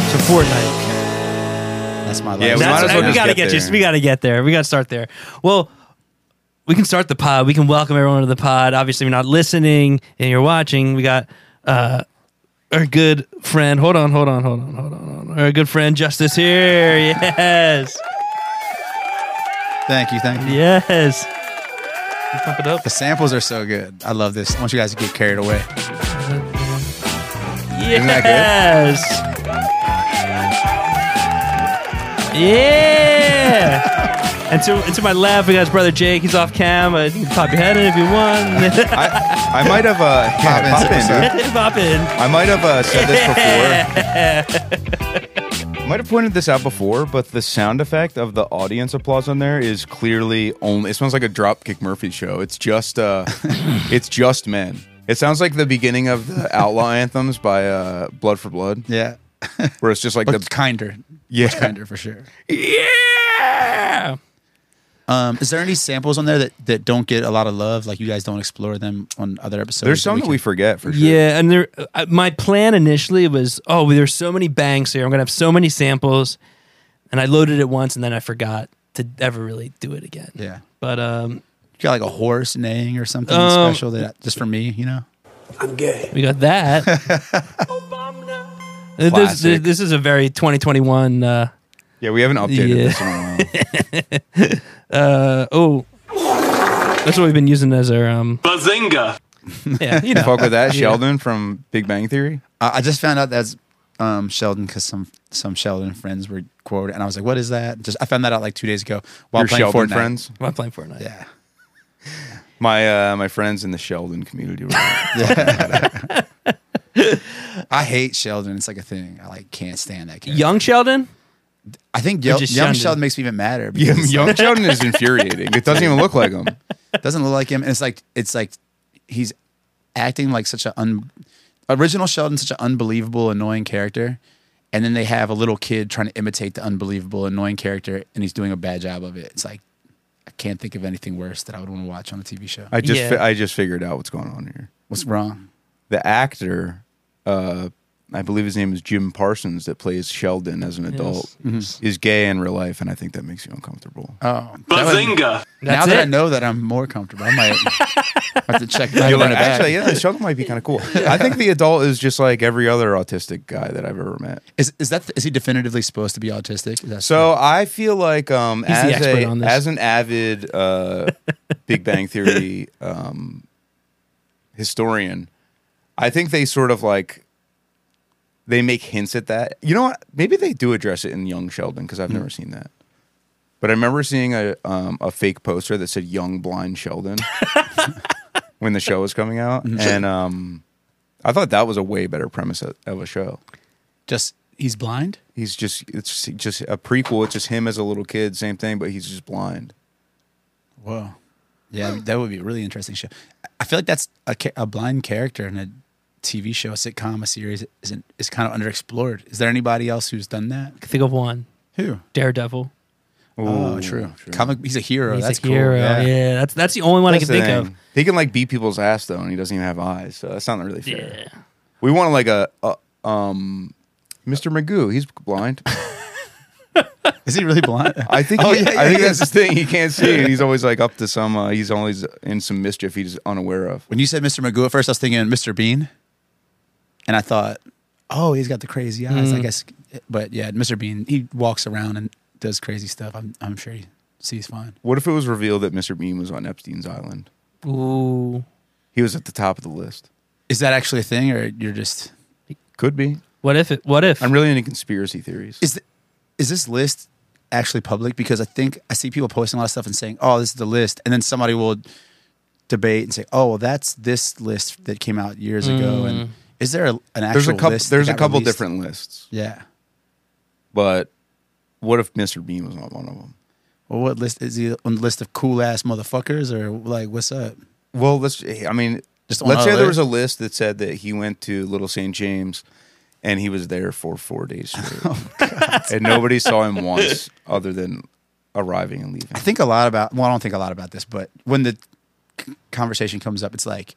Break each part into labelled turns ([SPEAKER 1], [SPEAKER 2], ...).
[SPEAKER 1] Fortnite.
[SPEAKER 2] That's my
[SPEAKER 3] Yeah,
[SPEAKER 2] life.
[SPEAKER 3] we might
[SPEAKER 1] That's,
[SPEAKER 3] as well
[SPEAKER 1] we
[SPEAKER 3] just
[SPEAKER 1] gotta
[SPEAKER 3] get
[SPEAKER 1] get, you.
[SPEAKER 3] there.
[SPEAKER 1] We gotta get there. We gotta start there. Well, we can start the pod. We can welcome everyone to the pod. Obviously, you're not listening and you're watching. We got uh, our good friend. Hold on, hold on, hold on, hold on, hold on. Our good friend Justice here. Yes,
[SPEAKER 2] Thank you, thank you.
[SPEAKER 1] yes. You pump it up.
[SPEAKER 2] The samples are so good. I love this. I want you guys to get carried away. that good?
[SPEAKER 1] Yes. Yeah. And to, and to my left, we got his brother Jake. He's off cam. Uh, you can pop your head in if you want.
[SPEAKER 3] I, I might have uh, yeah,
[SPEAKER 2] in,
[SPEAKER 3] pop in,
[SPEAKER 2] sister.
[SPEAKER 3] dude.
[SPEAKER 1] pop in.
[SPEAKER 3] I might have uh, said this before. might have pointed this out before, but the sound effect of the audience applause on there is clearly only. It sounds like a Dropkick Murphy show. It's just, uh, it's just men. It sounds like the beginning of the Outlaw anthems by uh, Blood for Blood,
[SPEAKER 2] Yeah.
[SPEAKER 3] where it's just like
[SPEAKER 2] But
[SPEAKER 3] the
[SPEAKER 2] kinder.
[SPEAKER 3] yeah,
[SPEAKER 2] Kinder for sure.
[SPEAKER 3] yeah.
[SPEAKER 2] Um, is there any samples on there that, that don't get a lot of love? Like you guys don't explore them on other episodes?
[SPEAKER 3] There's some that we
[SPEAKER 2] can-
[SPEAKER 3] forget for sure.
[SPEAKER 1] Yeah, and there, uh, my plan initially was, oh, there's so many banks here. I'm gonna have so many samples, and I loaded it once, and then I forgot to ever really do it again.
[SPEAKER 2] Yeah.
[SPEAKER 1] But um,
[SPEAKER 2] You got like a horse neighing or something
[SPEAKER 1] Um,
[SPEAKER 2] special that just for me, you know?
[SPEAKER 4] I'm gay.
[SPEAKER 1] we got that. Uh, this, this,
[SPEAKER 3] Classic.
[SPEAKER 1] this is a very 2021. Uh,
[SPEAKER 3] yeah. We haven't updated
[SPEAKER 1] Yeah.
[SPEAKER 3] this in a while.
[SPEAKER 1] uh, oh, that's what we've been using as our um.
[SPEAKER 4] Bazinga.
[SPEAKER 1] Yeah, you know.
[SPEAKER 3] Fuck with that, Sheldon from Big Bang Theory.
[SPEAKER 2] I, I just found out that's um, Sheldon because some some Sheldon friends were quoted, and I was like, "What is that?" Just I found that out like two days ago while
[SPEAKER 3] Your
[SPEAKER 2] playing
[SPEAKER 3] Sheldon
[SPEAKER 2] Fortnite.
[SPEAKER 3] friends.
[SPEAKER 1] Am I playing Fortnite?
[SPEAKER 2] Yeah,
[SPEAKER 3] My uh, my friends in the Sheldon community. Were
[SPEAKER 2] I hate Sheldon. It's like a thing. I like can't stand that character.
[SPEAKER 1] Young Sheldon.
[SPEAKER 2] I think Yo- young
[SPEAKER 1] just
[SPEAKER 2] Sheldon.
[SPEAKER 1] shunned him.
[SPEAKER 2] makes me even madder.
[SPEAKER 3] Yeah,
[SPEAKER 2] Because it's
[SPEAKER 3] young Sheldon is infuriating. It doesn't even look like him.
[SPEAKER 2] like- doesn't look like him, and it's like it's like he's acting like such an un- original Sheldon, such an unbelievable, annoying character. And then they have a little kid trying to imitate the unbelievable, annoying character, and he's doing a bad job of it. It's like I can't think of anything worse that I would want to watch on a TV show.
[SPEAKER 3] I just
[SPEAKER 1] Yeah.
[SPEAKER 3] fi- I just figured out what's going on here.
[SPEAKER 2] What's wrong?
[SPEAKER 3] The actor, uh, I believe his name is Jim Parsons, that plays Sheldon as an adult, is gay in real life, and I think that makes you uncomfortable.
[SPEAKER 2] Oh, that would-
[SPEAKER 4] Bazinga.
[SPEAKER 2] now
[SPEAKER 1] That's
[SPEAKER 2] that I
[SPEAKER 1] it.
[SPEAKER 2] know that I'm more comfortable, I might have to check that
[SPEAKER 3] You're
[SPEAKER 2] out.
[SPEAKER 3] like, actually, yeah, Sheldon might be kind of cool. I think the adult is just like every other autistic guy that I've ever met.
[SPEAKER 2] Is is that is he definitively supposed to be autistic? Is that
[SPEAKER 3] So I feel like um,
[SPEAKER 1] He's the
[SPEAKER 3] as
[SPEAKER 1] expert
[SPEAKER 3] a
[SPEAKER 1] on this.
[SPEAKER 3] as an avid uh, Big Bang Theory um, historian, I think they sort of like they make hints at that. You know what? Maybe they do address it in Young Sheldon because I've
[SPEAKER 1] Hmm.
[SPEAKER 3] never seen that. But I remember seeing a um, a fake poster that said "Young Blind Sheldon" when the show was coming out,
[SPEAKER 1] Mm-hmm.
[SPEAKER 3] and um, I thought that was a way better premise of of a show.
[SPEAKER 2] just he's blind?
[SPEAKER 3] He's just it's just a prequel. It's just him as a little kid, same thing, but he's just blind.
[SPEAKER 2] Whoa, yeah, that would be a really interesting show. I feel like that's a, ca- a blind character in a TV show, a sitcom, a series isn't is kind of underexplored. Is there anybody else who's done that?
[SPEAKER 1] Think of one.
[SPEAKER 2] Who?
[SPEAKER 1] Daredevil.
[SPEAKER 2] oh,
[SPEAKER 3] Ooh,
[SPEAKER 2] true. Comic. He's a hero.
[SPEAKER 1] He's
[SPEAKER 2] that's
[SPEAKER 1] a hero.
[SPEAKER 2] cool.
[SPEAKER 1] Yeah. that's that's the only one
[SPEAKER 3] That's
[SPEAKER 1] I
[SPEAKER 3] the
[SPEAKER 1] can think
[SPEAKER 3] thing.
[SPEAKER 1] of.
[SPEAKER 3] He can like beat people's ass though, and he doesn't even have eyes. So that's not really fair.
[SPEAKER 1] Yeah.
[SPEAKER 3] We want like a, a um, Mr. Magoo. He's blind.
[SPEAKER 2] Is he really blind?
[SPEAKER 3] I think.
[SPEAKER 2] Oh,
[SPEAKER 3] he-
[SPEAKER 2] yeah,
[SPEAKER 3] I
[SPEAKER 2] yeah,
[SPEAKER 3] think
[SPEAKER 2] yeah.
[SPEAKER 3] that's his thing. He can't see, and he's always like up to some. Uh, he's always in some mischief he's unaware of.
[SPEAKER 2] when you said Mr. Magoo at first, I was thinking Mr. Bean, and I thought, oh, he's got the crazy eyes,
[SPEAKER 1] Mm.
[SPEAKER 2] I guess. But yeah, Mr. Bean, he walks around and does crazy stuff. I'm I'm sure he sees fine.
[SPEAKER 3] What if it was revealed that Mr. Bean was on Epstein's island?
[SPEAKER 1] Ooh.
[SPEAKER 3] He was at the top of the list.
[SPEAKER 2] Is that actually a thing, or you're just
[SPEAKER 3] Could be.
[SPEAKER 1] What if it? What if?
[SPEAKER 3] I'm really into conspiracy theories.
[SPEAKER 2] is th- is this list actually public? Because I think I see people posting a lot of stuff and saying, oh, this is the list, and then somebody will debate and say, oh, well, that's this list that came out years ago. And is there Mm. a, an actual
[SPEAKER 3] There's a couple.
[SPEAKER 2] list that
[SPEAKER 3] There's a
[SPEAKER 2] got
[SPEAKER 3] couple
[SPEAKER 2] released?
[SPEAKER 3] different lists.
[SPEAKER 2] Yeah.
[SPEAKER 3] But what if Mr. Bean was not one of them?
[SPEAKER 2] Well, what list is he on the list of cool ass motherfuckers or like what's up?
[SPEAKER 3] Well, let's. I mean,
[SPEAKER 2] Just on
[SPEAKER 3] let's
[SPEAKER 2] our
[SPEAKER 3] say there was
[SPEAKER 2] list?
[SPEAKER 3] a list that said that he went to Little St. James, and he was there for four days straight,
[SPEAKER 2] Oh,
[SPEAKER 3] and nobody saw him once other than arriving and leaving.
[SPEAKER 2] I think a lot about. Well, I don't think a lot about this, but when the c- conversation comes up, it's like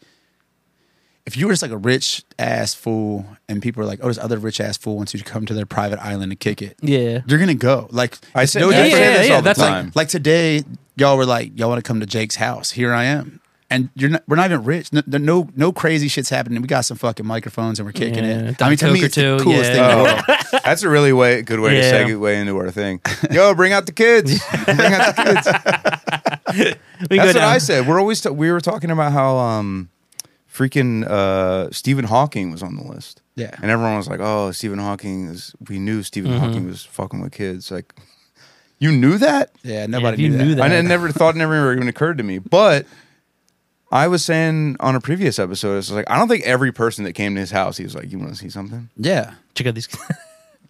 [SPEAKER 2] if you were just like a rich ass fool and people are like, oh, this other rich ass fool wants you to come to their private island and kick it,
[SPEAKER 1] Yeah.
[SPEAKER 2] you're gonna go. Like
[SPEAKER 3] I
[SPEAKER 2] it's
[SPEAKER 3] say,
[SPEAKER 2] no
[SPEAKER 3] I
[SPEAKER 1] yeah,
[SPEAKER 2] different
[SPEAKER 3] say
[SPEAKER 1] yeah,
[SPEAKER 3] this
[SPEAKER 1] yeah,
[SPEAKER 3] all the
[SPEAKER 1] that's
[SPEAKER 2] like,
[SPEAKER 3] time.
[SPEAKER 2] Like today, y'all were like, y'all want to come to Jake's house? Here I am, and you're not. We're not even rich. No, no, no crazy shit's happening. We got some fucking microphones and we're kicking
[SPEAKER 1] Yeah,
[SPEAKER 2] it. I mean,
[SPEAKER 1] Diet
[SPEAKER 2] to me,
[SPEAKER 1] Coke
[SPEAKER 2] it's
[SPEAKER 1] or
[SPEAKER 2] the
[SPEAKER 1] two,
[SPEAKER 2] coolest
[SPEAKER 1] yeah.
[SPEAKER 2] thing in the world.
[SPEAKER 3] Oh, that's a really way good way
[SPEAKER 1] Yeah.
[SPEAKER 3] to segue into our thing. Yo, bring out the kids. Bring out the kids. That's
[SPEAKER 1] We
[SPEAKER 3] what
[SPEAKER 2] uh,
[SPEAKER 1] down-
[SPEAKER 3] I said. We're always t- we were talking about how um, freaking uh, Stephen Hawking was on the list.
[SPEAKER 2] Yeah. Mm-hmm.
[SPEAKER 3] and everyone was like, "Oh, Stephen Hawking is." We knew Stephen Hawking was fucking with kids. Like, you knew that?
[SPEAKER 2] Yeah, nobody
[SPEAKER 1] you
[SPEAKER 2] knew,
[SPEAKER 1] knew
[SPEAKER 2] that.
[SPEAKER 1] that-
[SPEAKER 3] I n- never thought, never even occurred to me. But I was saying on a previous episode, it's like I don't think every person that came to his house, he was like, "You want to see something?"
[SPEAKER 2] Yeah,
[SPEAKER 1] Check out these.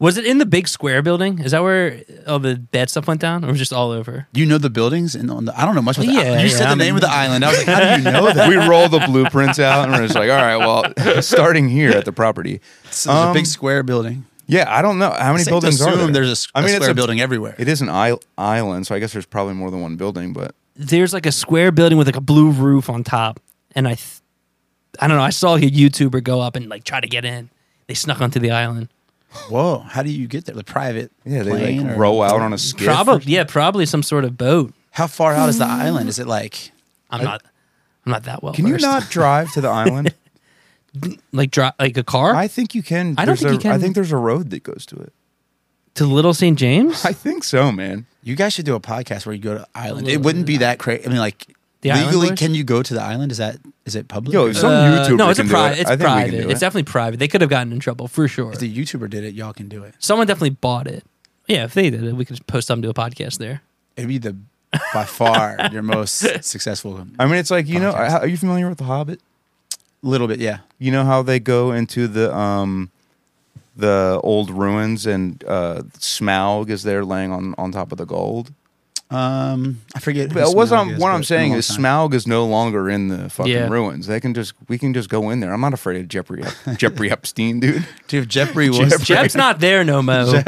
[SPEAKER 1] was it in the big square building? Is that where all the bad stuff went down, or was it just all over?
[SPEAKER 2] you know the buildings and on the. I don't know much about.
[SPEAKER 1] Well,
[SPEAKER 2] the,
[SPEAKER 1] yeah,
[SPEAKER 2] you
[SPEAKER 1] yeah,
[SPEAKER 2] said
[SPEAKER 1] I
[SPEAKER 2] the
[SPEAKER 1] mean-
[SPEAKER 2] name of the island. I was like, how do you know that?
[SPEAKER 3] we roll the blueprints out, and we're just like, "All right, well, starting here at the property."
[SPEAKER 2] It's it's a
[SPEAKER 3] Um,
[SPEAKER 2] big square building.
[SPEAKER 3] Yeah, I don't know how many
[SPEAKER 2] It's safe to
[SPEAKER 3] buildings are
[SPEAKER 2] assume
[SPEAKER 3] there.
[SPEAKER 2] There's a, s-
[SPEAKER 3] I
[SPEAKER 2] a
[SPEAKER 3] mean,
[SPEAKER 2] square
[SPEAKER 3] it's a,
[SPEAKER 2] building everywhere.
[SPEAKER 3] It is an isle- island, so I guess there's probably more than one building. But
[SPEAKER 1] There's like a square building with like a blue roof on top, and I, th- I don't know. I saw like a YouTuber go up and like try to get in. They snuck onto the island.
[SPEAKER 2] Whoa, how do you get there? The private
[SPEAKER 3] yeah, they
[SPEAKER 2] plane
[SPEAKER 3] like
[SPEAKER 2] or-
[SPEAKER 3] row out on a skiff.
[SPEAKER 1] Probably, yeah, probably some sort of boat.
[SPEAKER 2] How far out is the island? Is it like?
[SPEAKER 1] I'm not, I'm not that well.
[SPEAKER 3] Can you
[SPEAKER 1] versed.
[SPEAKER 3] not drive to the island?
[SPEAKER 1] like drive like a car
[SPEAKER 3] I think you can.
[SPEAKER 1] I don't
[SPEAKER 3] There's
[SPEAKER 1] think
[SPEAKER 3] a-
[SPEAKER 1] you can-
[SPEAKER 3] I think there's a road that goes to it.
[SPEAKER 1] to Little St. James?
[SPEAKER 3] I think so, man.
[SPEAKER 2] You guys should do a podcast where you go to island.
[SPEAKER 1] little
[SPEAKER 2] It wouldn't be that crazy. I mean, like
[SPEAKER 1] The island
[SPEAKER 2] legally,
[SPEAKER 1] boys?
[SPEAKER 2] can you go to the island? Is that is it public?
[SPEAKER 3] Yo,
[SPEAKER 2] Or-
[SPEAKER 3] if some YouTuber
[SPEAKER 1] Uh, no, it's
[SPEAKER 3] can
[SPEAKER 1] a
[SPEAKER 3] do
[SPEAKER 1] private.
[SPEAKER 3] it.
[SPEAKER 1] It's
[SPEAKER 3] I think we can
[SPEAKER 1] private.
[SPEAKER 3] do
[SPEAKER 1] It's
[SPEAKER 3] it.
[SPEAKER 1] definitely private. They could have gotten in trouble for sure.
[SPEAKER 2] if the YouTuber did it, y'all can do it.
[SPEAKER 1] Someone definitely bought it. Yeah, if they did it, we could just post something to a podcast there.
[SPEAKER 2] It'd be the by far your most successful.
[SPEAKER 3] I mean, it's like you know.
[SPEAKER 2] Podcast.
[SPEAKER 3] How, are you familiar with the Hobbit?
[SPEAKER 2] little bit, yeah.
[SPEAKER 3] You know how they go into the um, the old ruins and uh, Smaug is there laying on on top of the gold.
[SPEAKER 2] Um, I forget. who
[SPEAKER 3] But what
[SPEAKER 2] Smaug
[SPEAKER 3] I'm,
[SPEAKER 2] is,
[SPEAKER 3] what
[SPEAKER 2] but
[SPEAKER 3] I'm
[SPEAKER 2] it's
[SPEAKER 3] saying
[SPEAKER 2] been a
[SPEAKER 3] is
[SPEAKER 2] long time.
[SPEAKER 3] Smaug is no longer in the fucking
[SPEAKER 1] Yeah.
[SPEAKER 3] ruins. They can just we can just go in there. I'm not afraid of Jeffrey Jeffrey Epstein, dude.
[SPEAKER 2] Dude, if Jeffrey was
[SPEAKER 1] Jeff's not there no mo.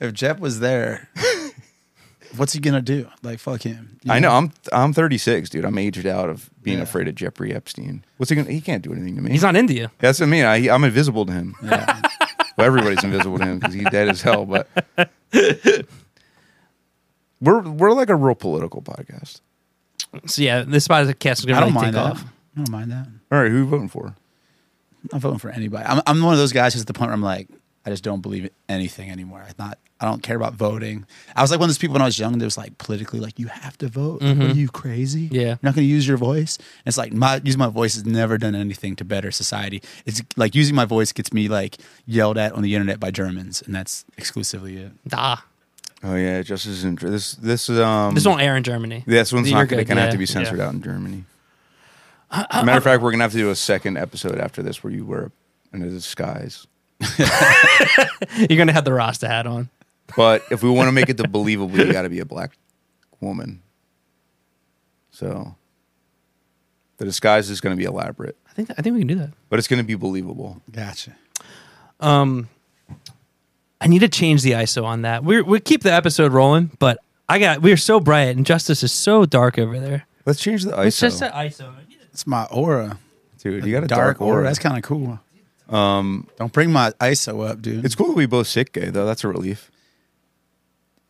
[SPEAKER 2] if Jeff was there, what's he gonna do? Like fuck him. You
[SPEAKER 3] I know I'm I'm 36, dude. I'm aged out of being
[SPEAKER 2] Yeah.
[SPEAKER 3] afraid of Jeffrey Epstein. What's he gonna? He can't do anything to me.
[SPEAKER 1] He's not India.
[SPEAKER 3] That's what I mean. I, I'm invisible to him.
[SPEAKER 2] Yeah.
[SPEAKER 3] Well, everybody's invisible to him because he's dead as hell. But we're we're like a real political podcast.
[SPEAKER 1] So yeah, this podcast is gonna
[SPEAKER 2] I don't
[SPEAKER 1] really
[SPEAKER 2] mind
[SPEAKER 1] take
[SPEAKER 2] that.
[SPEAKER 1] off.
[SPEAKER 2] I don't mind that.
[SPEAKER 3] All right, who you voting for?
[SPEAKER 2] I'm voting for anybody. I'm, I'm one of those guys who's at the point where I'm like, I just don't believe in anything anymore. I not I don't care about voting. I was like one of those people when I was young that was like politically like you have to vote. Like, what are you crazy?
[SPEAKER 1] Yeah.
[SPEAKER 2] You're not gonna use your voice. And it's like my using my voice has never done anything to better society. It's like using my voice gets me like yelled at on the internet by Germans, and that's exclusively it.
[SPEAKER 1] Nah,
[SPEAKER 3] Oh yeah, justice is in this this is um
[SPEAKER 1] this won't air in Germany.
[SPEAKER 3] This one's
[SPEAKER 1] You're
[SPEAKER 3] not going
[SPEAKER 1] good,
[SPEAKER 3] to
[SPEAKER 1] yeah,
[SPEAKER 3] have to be censored
[SPEAKER 1] yeah.
[SPEAKER 3] out in Germany. Matter of fact, we're going to have to do a second episode after this where you wear a, in a disguise.
[SPEAKER 1] You're gonna have the Rasta hat on.
[SPEAKER 3] But if we want to make it to believable, you got to be a black woman. So the disguise is going to be elaborate,
[SPEAKER 1] I think I think we can do that.
[SPEAKER 3] but it's going to be believable.
[SPEAKER 2] Gotcha.
[SPEAKER 1] Um, I need to change the ISO on that. We're, we keep the episode rolling, but I got we're so bright and Justice is so dark over there.
[SPEAKER 3] Let's change the
[SPEAKER 1] It's
[SPEAKER 3] ISO,
[SPEAKER 1] just that ISO.
[SPEAKER 2] It's my aura.
[SPEAKER 3] dude. You got a dark, aura.
[SPEAKER 2] That's kind of cool. Um, don't bring my ISO up, dude.
[SPEAKER 3] it's cool that we both sick gay though. That's a relief.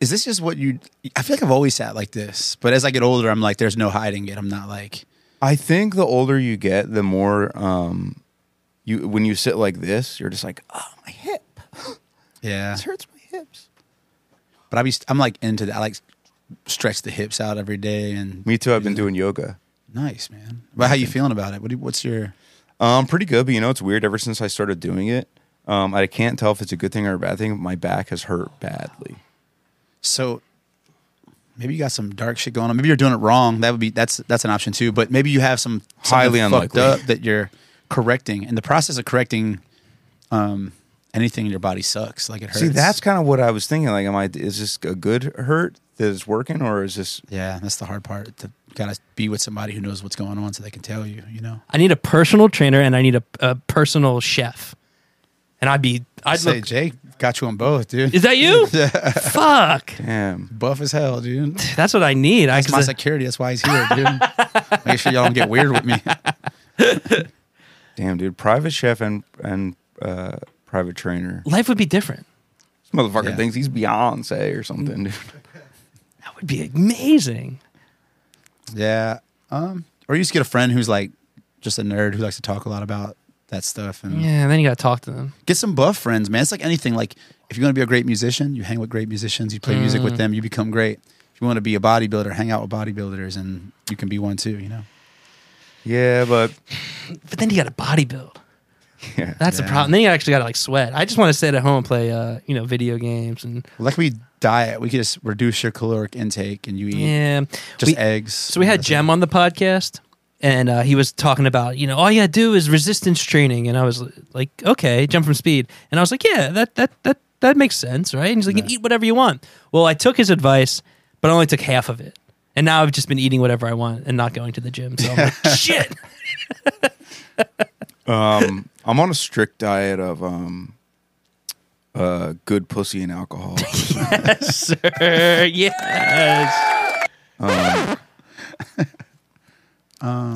[SPEAKER 2] is this just what you I feel like I've always sat like this, but as I get older, I'm like, there's no hiding it. I'm not like
[SPEAKER 3] I think the older you get, the more um, you when you sit like this, you're just like, oh, my hip.
[SPEAKER 2] Yeah.
[SPEAKER 3] This hurts my hips.
[SPEAKER 2] But I be I'm like into that. I like stretch the hips out every day and
[SPEAKER 3] Me too. I've been doing yoga.
[SPEAKER 2] nice, man. But how you feeling about it? What do, you- what's your
[SPEAKER 3] Um, pretty good, but you know it's weird. Ever since I started doing it, um, I can't tell if it's a good thing or a bad thing. My back has hurt badly.
[SPEAKER 2] so maybe you got some dark shit going on. Maybe you're doing it wrong. That would be that's that's an option too. But maybe you have some something
[SPEAKER 3] Highly
[SPEAKER 2] fucked
[SPEAKER 3] unlikely.
[SPEAKER 2] up that you're correcting. And the process of correcting um anything in your body sucks. Like it hurts.
[SPEAKER 3] See, that's kind of what I was thinking. Like, am I? Is this a good hurt that is working, or is this?
[SPEAKER 2] yeah, that's the hard part. To gotta be with somebody who knows what's going on so they can tell you, you know.
[SPEAKER 1] I need a personal trainer and I need a, a personal chef, and I'd be I'd
[SPEAKER 2] say
[SPEAKER 1] look,
[SPEAKER 2] Jake got you on both, dude.
[SPEAKER 1] Is that you? Fuck.
[SPEAKER 3] Damn.
[SPEAKER 2] Buff as hell, dude.
[SPEAKER 1] That's what I need. I
[SPEAKER 2] That's my
[SPEAKER 1] cause
[SPEAKER 2] security. That's why he's here, dude. Make sure y'all don't get weird with me.
[SPEAKER 3] Damn, dude. Private chef and and uh, private trainer.
[SPEAKER 1] Life would be different.
[SPEAKER 3] This motherfucker
[SPEAKER 2] Yeah.
[SPEAKER 3] thinks he's Beyonce or something, dude.
[SPEAKER 1] That would be amazing.
[SPEAKER 2] Yeah. Um, or you just get a friend who's like just a nerd who likes to talk a lot about that stuff and
[SPEAKER 1] Yeah, and then you got to talk to them.
[SPEAKER 2] get some buff friends, man. It's like anything. Like if you're gonna be a great musician, you hang with great musicians, you play music
[SPEAKER 1] Mm.
[SPEAKER 2] with them, you become great. If you want to be a bodybuilder, hang out with bodybuilders and you can be one too, you know?
[SPEAKER 3] Yeah, but
[SPEAKER 1] But then you got to body build.
[SPEAKER 3] yeah.
[SPEAKER 1] That's the
[SPEAKER 2] Yeah.
[SPEAKER 1] problem. Then you actually got to like sweat. I just want to sit at home and play, uh, you know, video games and
[SPEAKER 2] Like we diet, we could just reduce your caloric intake and you eat
[SPEAKER 1] yeah.
[SPEAKER 2] just
[SPEAKER 1] We-
[SPEAKER 2] eggs.
[SPEAKER 1] So we had Jem on the podcast, and uh, he was talking about you know all you gotta do is resistance training, and I was like, okay, jump from speed, and I was like, yeah, that that that that makes sense, right? And he's like, you can eat whatever you want. Well, I took his advice, but I only took half of it, and now I've just been eating whatever I want and not going to the gym. So I'm like, shit.
[SPEAKER 3] Um, I'm on a strict diet of um, uh, good pussy and alcohol.
[SPEAKER 1] yes, sir. Yes.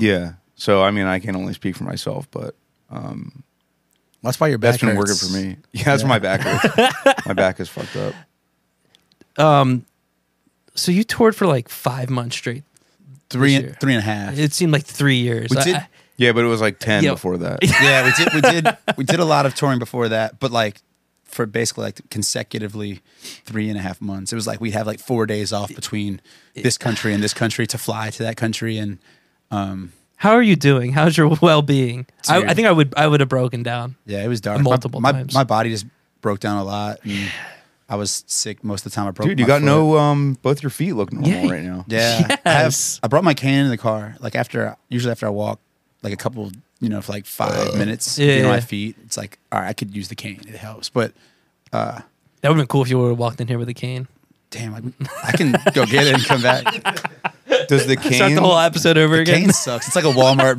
[SPEAKER 3] yeah. So I mean, I can only speak for myself, but um,
[SPEAKER 2] That's why your back
[SPEAKER 3] that's been working
[SPEAKER 2] hurts.
[SPEAKER 3] for me. Yeah, that's why my back. hurts. my back is fucked up.
[SPEAKER 1] So you toured for like five months straight.
[SPEAKER 2] Three,
[SPEAKER 1] This year.
[SPEAKER 2] and, three and a half.
[SPEAKER 1] It seemed like three years.
[SPEAKER 2] We
[SPEAKER 1] I-
[SPEAKER 2] did-
[SPEAKER 1] I-
[SPEAKER 3] Yeah, but it was like ten
[SPEAKER 1] Yo.
[SPEAKER 3] before that.
[SPEAKER 2] yeah, we did, we did, we did a lot of touring before that, but like for basically like consecutively three and a half months. It was like we'd have like four days off between this country and this country to fly to that country and
[SPEAKER 1] how are you doing? How's your well being? I,
[SPEAKER 2] Dude.
[SPEAKER 1] I think I would I would have broken down.
[SPEAKER 2] Yeah, it was dark.
[SPEAKER 1] Multiple
[SPEAKER 2] my, my,
[SPEAKER 1] times.
[SPEAKER 2] My body just broke down a lot. And I was sick most of the time. I broke.
[SPEAKER 3] Dude, you
[SPEAKER 2] my
[SPEAKER 3] got
[SPEAKER 2] foot.
[SPEAKER 3] no um both your feet look normal
[SPEAKER 1] Yeah.
[SPEAKER 3] right now.
[SPEAKER 2] Yeah, I, have-
[SPEAKER 1] Yes.
[SPEAKER 2] I brought my can in the car. Like after, usually after I walk, like a couple, you know, for like five
[SPEAKER 3] Uh,
[SPEAKER 2] minutes,
[SPEAKER 1] Yeah,
[SPEAKER 2] you know,
[SPEAKER 1] yeah.
[SPEAKER 2] my feet. It's like, all right, I could use the cane. It helps. But
[SPEAKER 1] That would have been cool if you would have walked in here with a cane.
[SPEAKER 2] damn, like, I can go get it and come back.
[SPEAKER 3] Does the cane Oh,
[SPEAKER 1] Start the whole episode over again.
[SPEAKER 2] cane sucks. It's like a Walmart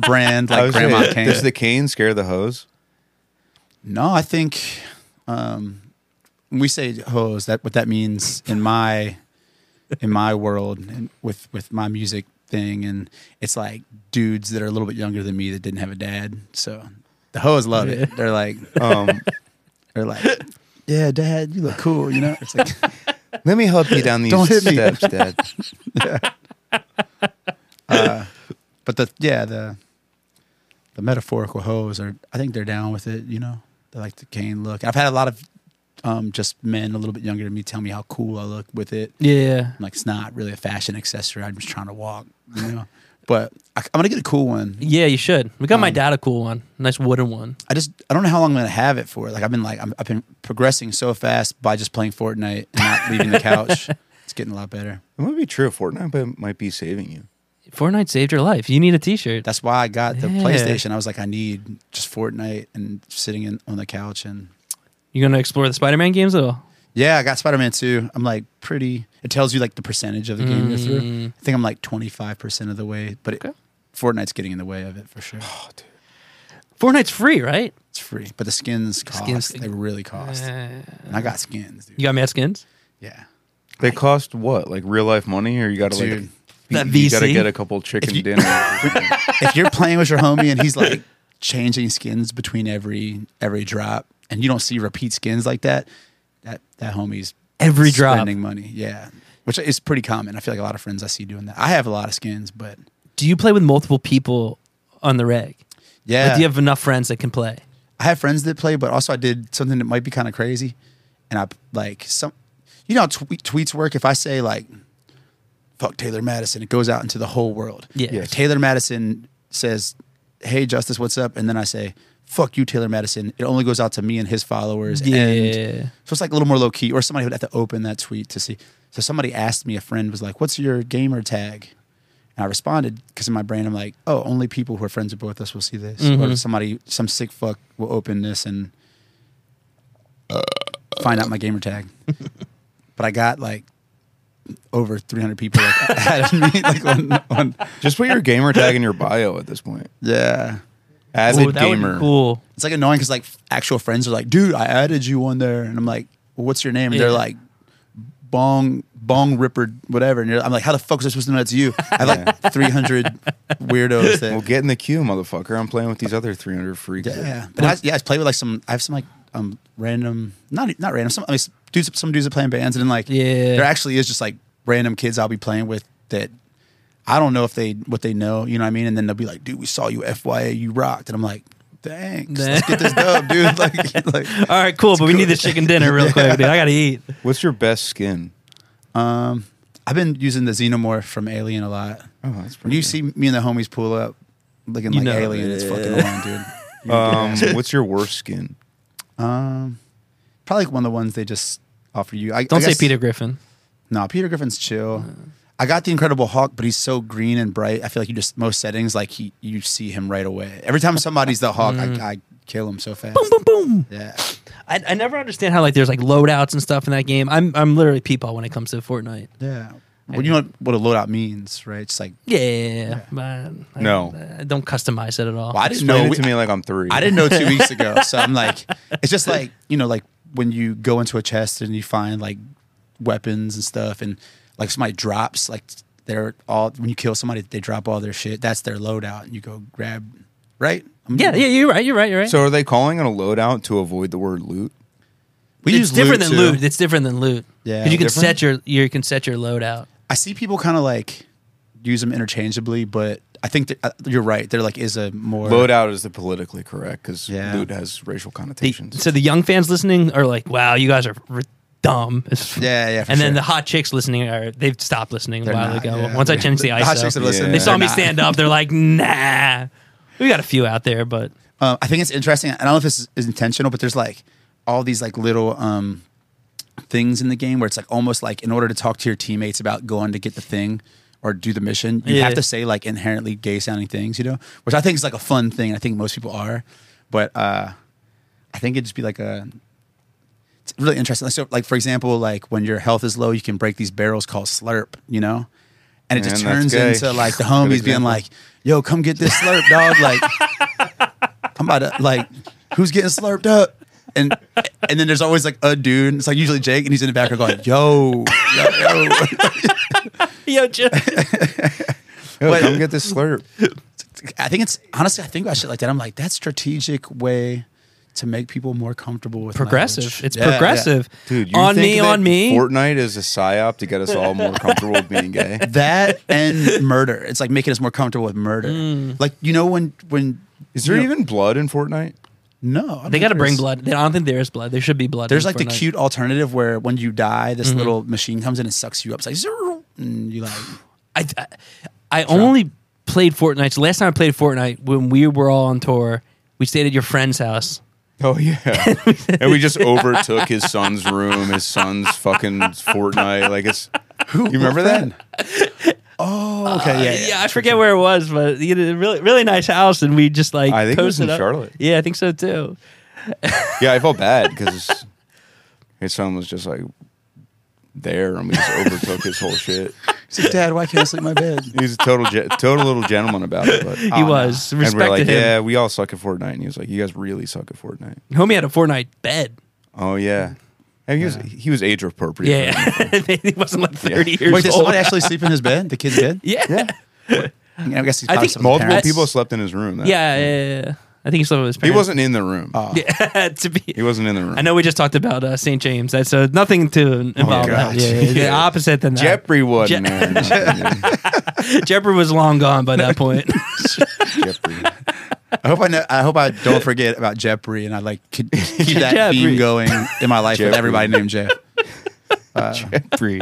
[SPEAKER 2] brand,
[SPEAKER 3] I
[SPEAKER 2] like
[SPEAKER 3] was gonna
[SPEAKER 2] grandma
[SPEAKER 3] say,
[SPEAKER 2] cane.
[SPEAKER 3] Does the cane scare the hose?
[SPEAKER 2] No, I think um, when we say hose, that what that means in my in my world and with with my music thing, and it's like dudes that are a little bit younger than me that didn't have a dad. So the hoes love it. They're like
[SPEAKER 3] Um,
[SPEAKER 2] they're like, yeah, dad, you look cool. You know, it's like
[SPEAKER 3] let me help you down these
[SPEAKER 2] Don't hit me.
[SPEAKER 3] steps, Dad.
[SPEAKER 2] but the yeah the the metaphorical hoes are I think they're down with it. You know, they like the cane look. I've had a lot of um, just men a little bit younger than me tell me how cool I look with it.
[SPEAKER 1] yeah.
[SPEAKER 2] I'm like, it's not really a fashion accessory. I'm just trying to walk, you know. but I, I'm gonna get a cool one.
[SPEAKER 1] Yeah, you should. We got my dad a cool one. Nice wooden one.
[SPEAKER 2] I just I don't know how long I'm gonna have it for. Like I've been like I'm, I've been progressing so fast by just playing Fortnite and not leaving the couch. It's getting a lot better.
[SPEAKER 3] It might be true of Fortnite, but it might be saving you.
[SPEAKER 1] Fortnite saved your life. You need a t shirt.
[SPEAKER 2] That's why I got the
[SPEAKER 1] Yeah.
[SPEAKER 2] PlayStation. I was like, I need just Fortnite and sitting in on the couch and
[SPEAKER 1] You're going to explore the Spider Man games at all?
[SPEAKER 2] yeah, I got Spider Man 2. I'm like pretty. It tells you like the percentage of the game you're through.
[SPEAKER 1] Mm.
[SPEAKER 2] I think I'm like 25 percent of the way, but it,
[SPEAKER 1] Okay.
[SPEAKER 2] Fortnite's getting in the way of it for sure.
[SPEAKER 1] Fortnite's free, right?
[SPEAKER 2] It's free, but the skins cost.
[SPEAKER 1] Skins-
[SPEAKER 2] they really cost.
[SPEAKER 1] Uh,
[SPEAKER 2] And I got skins, dude.
[SPEAKER 1] you got mad skins?
[SPEAKER 2] Yeah.
[SPEAKER 3] They cost what? Like real life money, or you got to like
[SPEAKER 2] Dude.
[SPEAKER 1] That
[SPEAKER 3] you- You got to
[SPEAKER 1] VC?
[SPEAKER 3] get a couple chicken
[SPEAKER 2] If you-
[SPEAKER 3] dinners. or something.
[SPEAKER 2] if you're playing with your homie and he's like changing skins between every every drop, and you don't see repeat skins like that, that that homie's
[SPEAKER 1] Every drop.
[SPEAKER 2] spending money. Yeah, which is pretty common. I feel like a lot of friends I see doing that. I have a lot of skins, but
[SPEAKER 1] Do you play with multiple people on the reg?
[SPEAKER 2] yeah,
[SPEAKER 1] Like, do you have enough friends that can play?
[SPEAKER 2] I have friends that play, but also I did something that might be kind of crazy, and I like some, you know, how tweet, tweets work. If I say like, "fuck Taylor Madison," it goes out into the whole world.
[SPEAKER 1] Yeah.
[SPEAKER 2] If
[SPEAKER 1] Yes.
[SPEAKER 2] Taylor Madison says, "Hey Justice, what's up?" and then I say, "Fuck you, Taylor Madison," it only goes out to me and his followers. And
[SPEAKER 1] Yeah.
[SPEAKER 2] so it's like a little more low key, or somebody would have to open that tweet to see. So somebody asked me, a friend was like, "What's your gamer tag?" And I responded because in my brain I'm like, "Oh, only people who are friends with both of us will see this, or somebody, some sick fuck will open this and uh, find out my gamer tag." but I got like over 300 people like, added me, like on, on
[SPEAKER 3] Just put your gamer tag in your bio at this point.
[SPEAKER 2] yeah.
[SPEAKER 3] As
[SPEAKER 1] Ooh,
[SPEAKER 3] a
[SPEAKER 1] that would
[SPEAKER 3] gamer,
[SPEAKER 1] be cool.
[SPEAKER 2] It's like annoying because like actual friends are like, dude, I added you on there, and I'm like, well, what's your name? And they're
[SPEAKER 1] Yeah.
[SPEAKER 2] like, Bong bong ripper, whatever. And you're, I'm like, how the fuck was I supposed to know that's you? I have like 300 weirdos that.
[SPEAKER 3] Well, get in the queue, motherfucker. I'm playing with these other 300 freaks.
[SPEAKER 2] Yeah, yeah. But I, yeah, I play with like some. I have some like um random, not not random. Some I mean, some dudes, some dudes are playing bands, and then like
[SPEAKER 1] Yeah.
[SPEAKER 2] there actually is just like random kids I'll be playing with that I don't know if they what they know, you know what I mean? And then they'll be like, dude, we saw you FYA, you rocked, and I'm like, thanks, let's get this dub, dude. Like, like
[SPEAKER 1] All right, cool, but we need this chicken dinner real quick, dude. I gotta eat.
[SPEAKER 3] What's your best skin?
[SPEAKER 2] um, I've been using the xenomorph from Alien a lot.
[SPEAKER 3] Oh, that's
[SPEAKER 2] When you see me and the homies pull up looking
[SPEAKER 1] You
[SPEAKER 2] like
[SPEAKER 1] know.
[SPEAKER 2] Alien, it's fucking on, dude.
[SPEAKER 3] Um, what's your worst skin?
[SPEAKER 2] Um, probably one of the ones they just offer you. I,
[SPEAKER 1] Don't
[SPEAKER 2] I
[SPEAKER 1] say
[SPEAKER 2] guess-
[SPEAKER 1] Peter Griffin.
[SPEAKER 2] No, Peter Griffin's chill. I got the Incredible Hulk, but he's so green and bright. I feel like you just most settings like he you see him right away. Every time somebody's the Hulk, I, I kill him so fast.
[SPEAKER 1] Mm. Boom, boom, boom.
[SPEAKER 2] Yeah,
[SPEAKER 1] I, I never understand how like there's like loadouts and stuff in that game. I'm I'm literally peepaw when it comes to Fortnite.
[SPEAKER 2] yeah. Well, you know what, what a loadout means, right? It's like
[SPEAKER 1] Yeah, yeah, yeah, yeah. But I,
[SPEAKER 3] No.
[SPEAKER 1] I, don't customize it at all.
[SPEAKER 2] Well, I didn't
[SPEAKER 3] Explain
[SPEAKER 2] know.
[SPEAKER 3] it
[SPEAKER 2] we-
[SPEAKER 3] to me like I'm three.
[SPEAKER 2] I didn't know two weeks ago, so I'm like, it's just like you know, like when you go into a chest and you find like weapons and stuff, and like somebody drops like they're all when you kill somebody, they drop all their shit. That's their loadout, and you go grab, right? I mean,
[SPEAKER 1] Yeah, yeah, you're right. You're right. You're right.
[SPEAKER 3] So are they calling it a loadout to avoid the word loot?
[SPEAKER 2] We
[SPEAKER 1] it's
[SPEAKER 2] use
[SPEAKER 1] different than
[SPEAKER 2] too.
[SPEAKER 1] loot. It's different than loot.
[SPEAKER 2] Yeah.
[SPEAKER 1] 'Cause you can
[SPEAKER 3] Different?
[SPEAKER 1] set your you can set your loadout.
[SPEAKER 2] I see people kind of like use them interchangeably, but I think that, uh, you're right. There like is a more
[SPEAKER 3] Loadout is the politically correct because
[SPEAKER 2] Yeah.
[SPEAKER 3] loot has racial
[SPEAKER 1] The-
[SPEAKER 3] connotations.
[SPEAKER 1] so the young fans listening are like, "Wow, you guys are r- dumb."
[SPEAKER 2] Yeah, yeah, for
[SPEAKER 1] and then
[SPEAKER 2] sure.
[SPEAKER 1] the hot chicks listening are they've stopped listening a
[SPEAKER 2] They're
[SPEAKER 1] while
[SPEAKER 2] not,
[SPEAKER 1] ago.
[SPEAKER 2] yeah.
[SPEAKER 1] Once I changed the ISO,
[SPEAKER 2] The hot chicks that listen,
[SPEAKER 3] Yeah.
[SPEAKER 1] they
[SPEAKER 3] they're
[SPEAKER 1] saw me
[SPEAKER 2] not.
[SPEAKER 1] stand up. They're like, "Nah, we got a few out there, but
[SPEAKER 2] Um, I think it's interesting. I don't know if this is, is intentional, but there's like all these like little um, things in the game where it's like almost like in order to talk to your teammates about going to get the thing or do the mission, you
[SPEAKER 1] Yeah.
[SPEAKER 2] have to say like inherently gay sounding things, you know, which I think is like a fun thing. I think most people are, but uh, I think it'd just be like a. It's really interesting. Like, so, like for example, like when your health is low, you can break these barrels called slurp, you know, and it just
[SPEAKER 3] Man, that's
[SPEAKER 2] turns
[SPEAKER 3] gay.
[SPEAKER 2] into like the
[SPEAKER 3] Good
[SPEAKER 2] homies being
[SPEAKER 3] example.
[SPEAKER 2] like, "Yo, come get this slurp, dog!" Like, I'm about to like, who's getting slurped up? And and then there's always like a dude. It's like usually Jake, and he's in the background going, "Yo, yo, yo."
[SPEAKER 1] yo, Jim,
[SPEAKER 3] Yo,
[SPEAKER 2] but-
[SPEAKER 3] come get this slurp.
[SPEAKER 2] I think it's honestly, I think about shit like that. I'm like, that's strategic way to make people more comfortable with
[SPEAKER 1] progressive.
[SPEAKER 2] language.
[SPEAKER 1] It's
[SPEAKER 2] Yeah, yeah.
[SPEAKER 1] progressive.
[SPEAKER 3] Dude, you
[SPEAKER 1] on
[SPEAKER 3] think
[SPEAKER 1] me,
[SPEAKER 3] that
[SPEAKER 1] on me.
[SPEAKER 3] Fortnite is a psyop to get us all more comfortable with being gay.
[SPEAKER 2] That and murder. It's like making us more comfortable with murder.
[SPEAKER 1] Mm.
[SPEAKER 2] Like you know when when
[SPEAKER 3] Is there
[SPEAKER 2] you know-
[SPEAKER 3] even blood in Fortnite?
[SPEAKER 2] no? I don't
[SPEAKER 1] They
[SPEAKER 2] think
[SPEAKER 1] got to bring
[SPEAKER 2] there's-
[SPEAKER 1] blood. I don't think there is blood. There should be blood.
[SPEAKER 2] There's
[SPEAKER 1] in Mm-hmm.
[SPEAKER 2] like the
[SPEAKER 1] Fortnite.
[SPEAKER 2] cute alternative where when you die, this little machine comes in and sucks you up. It's like "Zzzz," and you like
[SPEAKER 1] I I, I only played Fortnite. So last time I played Fortnite when we were all on tour, we stayed at your friend's house.
[SPEAKER 3] Oh yeah, and we just overtook his son's room, his son's fucking Fortnite. Like it's,
[SPEAKER 2] who? You
[SPEAKER 3] remember that?
[SPEAKER 2] Oh, okay, yeah,
[SPEAKER 1] Uh, yeah,
[SPEAKER 2] yeah.
[SPEAKER 1] I forget where it was, but you know, really, really nice house, and we just like
[SPEAKER 3] I think it was
[SPEAKER 1] posted
[SPEAKER 3] in
[SPEAKER 1] up.
[SPEAKER 3] Charlotte.
[SPEAKER 1] Yeah, I think so too.
[SPEAKER 3] yeah, I felt bad because his son was just like there, and we just overtook his whole shit.
[SPEAKER 2] He's like, Dad, why can't I sleep in my bed?
[SPEAKER 3] He's a total, ge- total little gentleman about it. But Oh,
[SPEAKER 1] He was
[SPEAKER 3] and
[SPEAKER 1] respected
[SPEAKER 3] we're like,
[SPEAKER 1] him.
[SPEAKER 3] yeah, we all suck at Fortnite, and he was like, you guys really suck at Fortnite.
[SPEAKER 1] Homie had a Fortnite bed.
[SPEAKER 3] Oh yeah, and he was he was age appropriate.
[SPEAKER 1] Yeah, he wasn't like thirty years
[SPEAKER 2] Wait, did
[SPEAKER 1] old.
[SPEAKER 2] somebody actually sleep in his bed? The kid's bed?
[SPEAKER 1] yeah. yeah,
[SPEAKER 2] I guess he's
[SPEAKER 1] I
[SPEAKER 2] probably
[SPEAKER 1] think
[SPEAKER 2] some
[SPEAKER 3] multiple
[SPEAKER 2] parents.
[SPEAKER 3] people slept in his room. That-
[SPEAKER 1] yeah, yeah, yeah. I think he slept with his
[SPEAKER 3] he
[SPEAKER 1] parents.
[SPEAKER 3] wasn't in the room.
[SPEAKER 1] Yeah, to be.
[SPEAKER 3] He wasn't in the room.
[SPEAKER 1] I know we just talked about uh, St. James. That's uh, nothing to
[SPEAKER 3] Oh
[SPEAKER 1] involve that.
[SPEAKER 3] God.
[SPEAKER 1] Yeah, yeah, yeah. opposite than that.
[SPEAKER 3] Jeffrey wasn't
[SPEAKER 1] Je-
[SPEAKER 3] in the
[SPEAKER 1] Jeffrey was long gone by that point.
[SPEAKER 3] room. Jeffrey.
[SPEAKER 2] I hope I know, I hope I don't forget about Jeopardy, and I like could keep that
[SPEAKER 1] Jeopardy.
[SPEAKER 2] theme going in my life with
[SPEAKER 3] Jeopardy.
[SPEAKER 2] everybody named Jeff.
[SPEAKER 3] Uh, Jeffrey.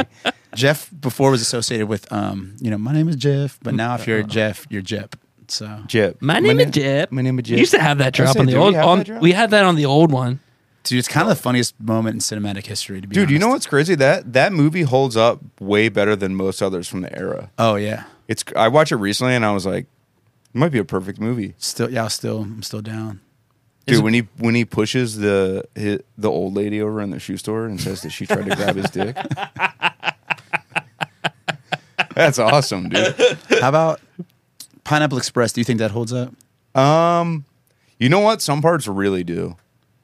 [SPEAKER 2] Jeff before was associated with um, you know, my name is Jeff, but now if you're
[SPEAKER 3] Uh-huh.
[SPEAKER 2] Jeff, you're Jep. So
[SPEAKER 3] Jip.
[SPEAKER 1] My name is Jeb.
[SPEAKER 3] My name is Jip.
[SPEAKER 1] You used to have that
[SPEAKER 3] I was
[SPEAKER 1] drop on
[SPEAKER 3] saying,
[SPEAKER 1] the
[SPEAKER 3] do we
[SPEAKER 1] old.
[SPEAKER 3] have
[SPEAKER 1] on-
[SPEAKER 3] that drop?
[SPEAKER 1] we had that on the old one.
[SPEAKER 2] dude, it's kind of the funniest moment in cinematic history to be
[SPEAKER 3] Dude, you know what's
[SPEAKER 2] honest.
[SPEAKER 3] crazy? That that movie holds up way better than most others from the era.
[SPEAKER 2] Oh yeah.
[SPEAKER 3] It's I watched it recently and I was like, it might be a perfect movie.
[SPEAKER 2] Still yeah, I'll still I'm still down.
[SPEAKER 3] Dude, when he when he pushes the hi the old lady over in the shoe store and says that she tried to grab his dick. That's awesome, dude.
[SPEAKER 2] How about Pineapple Express? Do you think that holds up?
[SPEAKER 3] Um, you know what? Some parts really do.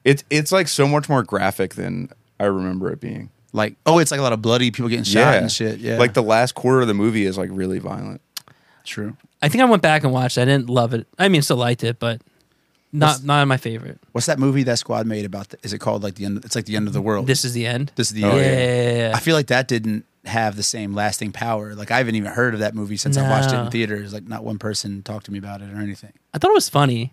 [SPEAKER 3] It's it's like so much more graphic than I remember it being.
[SPEAKER 2] Like, oh, it's like a lot of bloody people getting shot and shit. Yeah,
[SPEAKER 3] Like the last quarter of the movie is like really violent.
[SPEAKER 2] true.
[SPEAKER 1] I think I went back and watched. it. I didn't love it. I mean, still liked it, but not not my favorite.
[SPEAKER 2] What's that movie that squad made about? The, is it called like the end? It's like the end of the world.
[SPEAKER 1] This is the end.
[SPEAKER 2] this is the
[SPEAKER 3] Oh,
[SPEAKER 2] end.
[SPEAKER 1] yeah, yeah, yeah.
[SPEAKER 2] I feel like that didn't have the same lasting power. Like I haven't even heard of that movie since I watched it in
[SPEAKER 1] No.
[SPEAKER 2] theaters. Like not one person talked to me about it or anything.
[SPEAKER 1] I thought it was funny.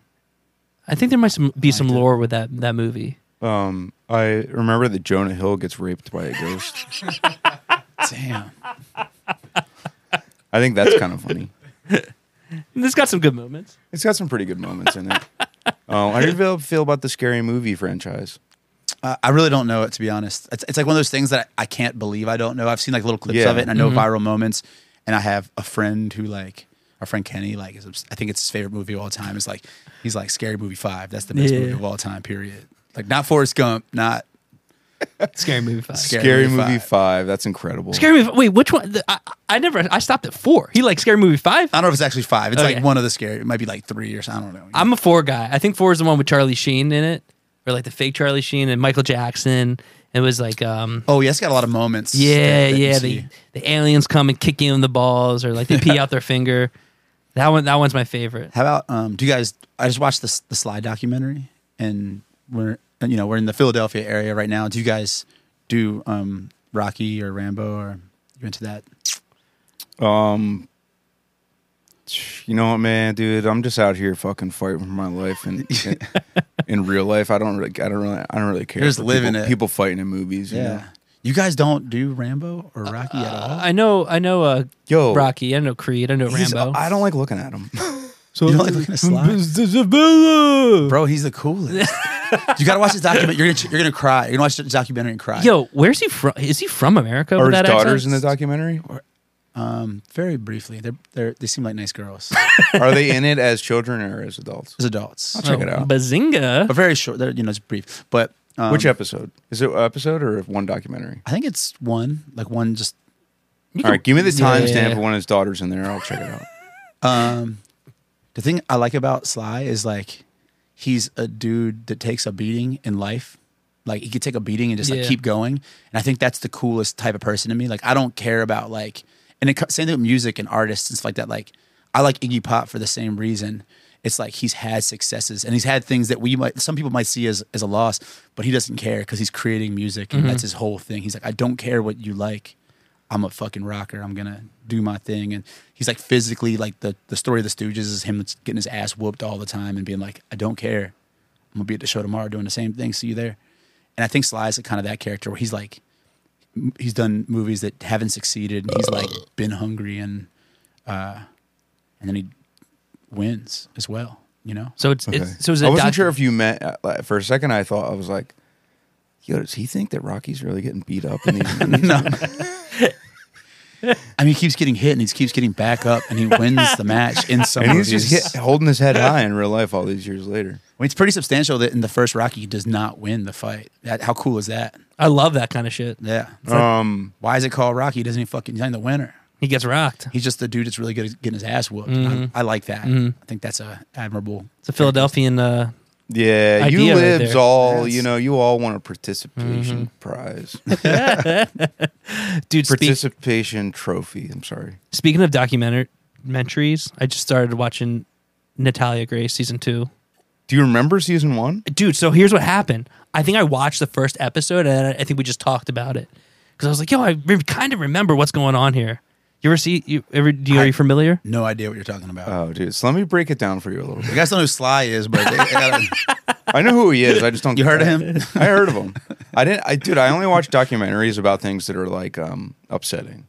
[SPEAKER 1] I think there might some, be some
[SPEAKER 2] liked it.
[SPEAKER 1] lore with that that movie.
[SPEAKER 3] Um, I remember that Jonah Hill gets raped by a ghost.
[SPEAKER 2] Damn.
[SPEAKER 3] I think that's kind of funny.
[SPEAKER 1] It's got some good moments.
[SPEAKER 3] It's got some pretty good moments in it. Oh, how do you feel, feel about the scary movie franchise?
[SPEAKER 2] Uh, I really don't know it to be honest. It's, it's like one of those things that I, I can't believe I don't know. I've seen like little clips
[SPEAKER 3] Yeah.
[SPEAKER 2] of it and I know
[SPEAKER 1] Mm-hmm.
[SPEAKER 2] viral moments. And I have a friend who like our friend Kenny like is obs- I think it's his favorite movie of all time. It's like he's like Scary Movie Five. That's the best
[SPEAKER 1] Yeah.
[SPEAKER 2] movie of all time. Period. Like not Forrest Gump, not
[SPEAKER 1] Scary movie five. Scary,
[SPEAKER 2] Scary
[SPEAKER 3] Scary
[SPEAKER 2] Movie
[SPEAKER 3] Movie
[SPEAKER 2] five.
[SPEAKER 3] Five. That's incredible.
[SPEAKER 1] movie. Wait, which one? The, I, I never. I stopped at four. He likes scary movie five.
[SPEAKER 2] I don't know if it's actually five. It's
[SPEAKER 1] Okay.
[SPEAKER 2] like one of the scary. It might be like three or something. I don't know.
[SPEAKER 1] I'm a four guy. I think four is the one with Charlie Sheen in it, or like the fake Charlie Sheen and Michael Jackson. It was like, um,
[SPEAKER 2] oh yeah, it's got a lot of moments.
[SPEAKER 1] yeah,
[SPEAKER 2] that- that you
[SPEAKER 1] yeah.
[SPEAKER 2] see.
[SPEAKER 1] The, the aliens come and kick you in the balls, or like they pee out their finger. That one, that one's my favorite.
[SPEAKER 2] How about um, do you guys? I just watched this the Sly documentary, and we're and, you know we're in the Philadelphia area right now. Do you guys do um, Rocky or Rambo or you into that?
[SPEAKER 3] Um, you know what, man, dude, I'm just out here fucking fighting for my life, and in, real life, I don't really, I don't really, I don't really care.
[SPEAKER 2] You're just
[SPEAKER 3] for
[SPEAKER 2] living
[SPEAKER 3] people,
[SPEAKER 2] it.
[SPEAKER 3] People fighting in movies. You know?
[SPEAKER 2] you guys don't do Rambo or Rocky at all.
[SPEAKER 1] I know, I know. Uh,
[SPEAKER 3] Yo.
[SPEAKER 1] Rocky. I know Creed. I know
[SPEAKER 3] He's-
[SPEAKER 1] Rambo.
[SPEAKER 3] I don't like looking at him.
[SPEAKER 2] You don't like looking at Sly, bro. He's the coolest. you gotta watch this documentary. You're gonna you're gonna cry. You're gonna watch this documentary and cry.
[SPEAKER 1] Yo, where's he from? Is he from America?
[SPEAKER 3] Are
[SPEAKER 1] with
[SPEAKER 3] his
[SPEAKER 1] that
[SPEAKER 3] daughters in
[SPEAKER 1] accent?
[SPEAKER 3] the documentary?
[SPEAKER 2] um, very briefly, they're, they're they seem like nice girls
[SPEAKER 3] Are they in it as children or as adults?
[SPEAKER 2] as adults.
[SPEAKER 3] check it out.
[SPEAKER 1] Oh, Bazinga.
[SPEAKER 2] But very short. They're you know it's brief, but. Um,
[SPEAKER 3] Which episode? Is it an episode or one documentary?
[SPEAKER 2] I think it's one, like one just
[SPEAKER 3] All right, give me the
[SPEAKER 1] Yeah.
[SPEAKER 3] timestamp for when his daughter's in there. I'll check it out.
[SPEAKER 2] Um, the thing I like about Sly is like he's a dude that takes a beating in life. Like he could take a beating and just like
[SPEAKER 1] Yeah.
[SPEAKER 2] keep going. And I think that's the coolest type of person to me. Like I don't care about like and it, co- same thing with music and artists and stuff like that. Like I like Iggy Pop for the same reason. It's like he's had successes and he's had things that we might some people might see as as a loss, but he doesn't care because he's creating music and that's his whole thing. He's like, I don't care what you like. I'm a fucking rocker. I'm gonna do my thing. And he's like physically like the the story of the Stooges is him getting his ass whooped all the time and being like, I don't care. I'm gonna be at the show tomorrow doing the same thing. See you there. And I think Sly's like kind of that character where he's like, m- he's done movies that haven't succeeded, and he's like been hungry and, uh, and then he wins as well. You know,
[SPEAKER 1] So it's,
[SPEAKER 3] Okay.
[SPEAKER 1] it's so is it
[SPEAKER 3] I wasn't
[SPEAKER 1] docu-
[SPEAKER 3] sure if you meant uh, like, for a second. I thought I was like, "Yo, does he think that Rocky's really getting beat up in these movies?"
[SPEAKER 2] no. I mean, he keeps getting hit and he keeps getting back up and he wins the match in some
[SPEAKER 3] and he's
[SPEAKER 2] movies.
[SPEAKER 3] just hit, holding his head high in real life all these years later.
[SPEAKER 2] I mean, it's pretty substantial that in the first Rocky he does not win the fight. That, how cool is that?
[SPEAKER 1] I love that kind of shit.
[SPEAKER 2] Yeah.
[SPEAKER 3] Um,
[SPEAKER 2] Why is it called Rocky? He doesn't even fucking he's not even the winner.
[SPEAKER 1] He gets rocked.
[SPEAKER 2] He's just the dude that's really good at getting his ass whooped.
[SPEAKER 3] Mm-hmm.
[SPEAKER 2] I, I like that. I think that's a admirable.
[SPEAKER 1] It's a Philadelphian. Uh,
[SPEAKER 3] yeah,
[SPEAKER 1] Idea
[SPEAKER 3] you
[SPEAKER 1] right
[SPEAKER 3] lives
[SPEAKER 1] there. Mm-hmm.
[SPEAKER 3] all
[SPEAKER 2] Yes.
[SPEAKER 3] you know. You all want a participation prize,
[SPEAKER 1] dude, speak,
[SPEAKER 3] participation trophy. I'm sorry.
[SPEAKER 1] speaking of documentaries, I just started watching Natalia Gray season two.
[SPEAKER 3] Do you remember season one?
[SPEAKER 1] Dude, so here's what happened. I think I watched the first episode, and I- I think we just talked about it because I was like, "Yo, I re- kind of remember what's going on here." You ever see? You ever? Do you, are you familiar?
[SPEAKER 2] No idea what you're talking about.
[SPEAKER 3] Oh, dude. So let me break it down for you a little bit.
[SPEAKER 2] you guys don't know who Sly is, but they, they gotta-
[SPEAKER 3] I know who he is. I just don't.
[SPEAKER 2] You heard of
[SPEAKER 3] I-
[SPEAKER 2] him?
[SPEAKER 3] I heard of him. I didn't. I dude. I only watch documentaries about things that are like um upsetting.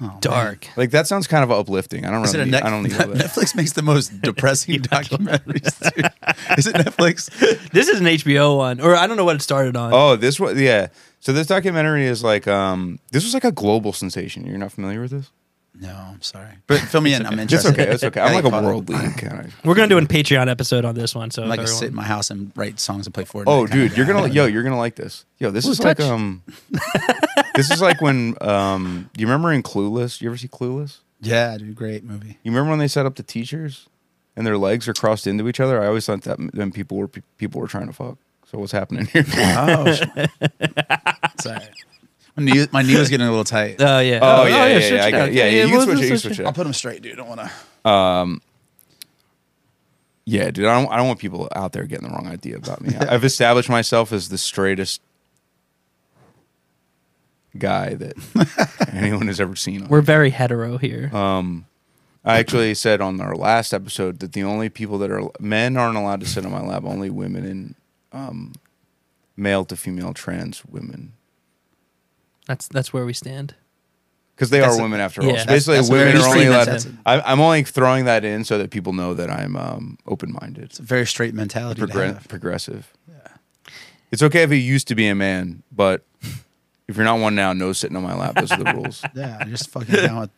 [SPEAKER 3] Oh,
[SPEAKER 1] Dark.
[SPEAKER 3] Like that sounds kind of uplifting. I don't
[SPEAKER 2] is it
[SPEAKER 3] really.
[SPEAKER 2] a
[SPEAKER 3] need-
[SPEAKER 2] Net-
[SPEAKER 3] I don't need all that.
[SPEAKER 2] Netflix makes the most depressing documentaries. Dude. Is it Netflix?
[SPEAKER 1] This is an HBO one, or I don't know what it started on.
[SPEAKER 3] Oh, this was yeah. So this documentary is like um this was like a global sensation. You're not familiar with this?
[SPEAKER 2] No, I'm sorry. But fill me in. I'm
[SPEAKER 3] It's
[SPEAKER 2] interested.
[SPEAKER 3] okay. It's okay.
[SPEAKER 2] I
[SPEAKER 3] I'm
[SPEAKER 2] think
[SPEAKER 3] like a
[SPEAKER 2] probably-
[SPEAKER 3] worldly kind of.
[SPEAKER 1] We're gonna do a Patreon episode on this one. So
[SPEAKER 2] I'm like to
[SPEAKER 1] everyone-
[SPEAKER 2] sit in my house and write songs and play Fortnite.
[SPEAKER 3] Oh,
[SPEAKER 2] kinda
[SPEAKER 3] dude, you're
[SPEAKER 2] guy.
[SPEAKER 3] gonna yo, you're gonna like this. Yo, this
[SPEAKER 1] Ooh,
[SPEAKER 3] is like
[SPEAKER 1] touch.
[SPEAKER 3] um, this is like when um, you remember in Clueless? You ever see Clueless?
[SPEAKER 2] Yeah, dude, great movie.
[SPEAKER 3] You remember when they set up the teachers and their legs are crossed into each other? I always thought Oh, that then people were people were trying to fuck. So what's happening here?
[SPEAKER 2] Oh, Sorry. My knee, my knee was getting a little tight.
[SPEAKER 1] Oh yeah.
[SPEAKER 3] Oh, yeah, yeah,
[SPEAKER 1] switch
[SPEAKER 3] yeah, I
[SPEAKER 1] it
[SPEAKER 3] got-
[SPEAKER 1] out.
[SPEAKER 3] yeah, yeah, you can
[SPEAKER 1] we'll-
[SPEAKER 3] switch it,
[SPEAKER 1] we'll
[SPEAKER 3] you can switch it.
[SPEAKER 2] I'll put them straight, dude. I don't want to.
[SPEAKER 3] Yeah, dude, I don't, I don't want people out there getting the wrong idea about me. I've established myself as the straightest guy that anyone has ever seen.
[SPEAKER 1] We're very hetero here.
[SPEAKER 3] Uh. I actually said on our last episode that the only people that are men aren't allowed to sit in my lab, only women and um, male to female trans women.
[SPEAKER 1] that's that's where we stand.
[SPEAKER 3] Because they
[SPEAKER 2] That's
[SPEAKER 3] are
[SPEAKER 2] a-
[SPEAKER 3] women after all.
[SPEAKER 1] yeah.
[SPEAKER 3] So
[SPEAKER 1] That's-
[SPEAKER 3] basically,
[SPEAKER 2] that's a
[SPEAKER 3] women
[SPEAKER 2] very
[SPEAKER 3] are only
[SPEAKER 2] straight
[SPEAKER 3] allowed.
[SPEAKER 2] mentality.
[SPEAKER 3] I, I'm only throwing that in so that people know that I'm um, open minded,
[SPEAKER 2] It's a very straight mentality. to
[SPEAKER 3] progre-
[SPEAKER 2] have.
[SPEAKER 3] progressive. It's okay if you used to be a man, but if you're not one now, no sitting on my lap. Those are the rules.
[SPEAKER 2] Yeah, you're just fucking down with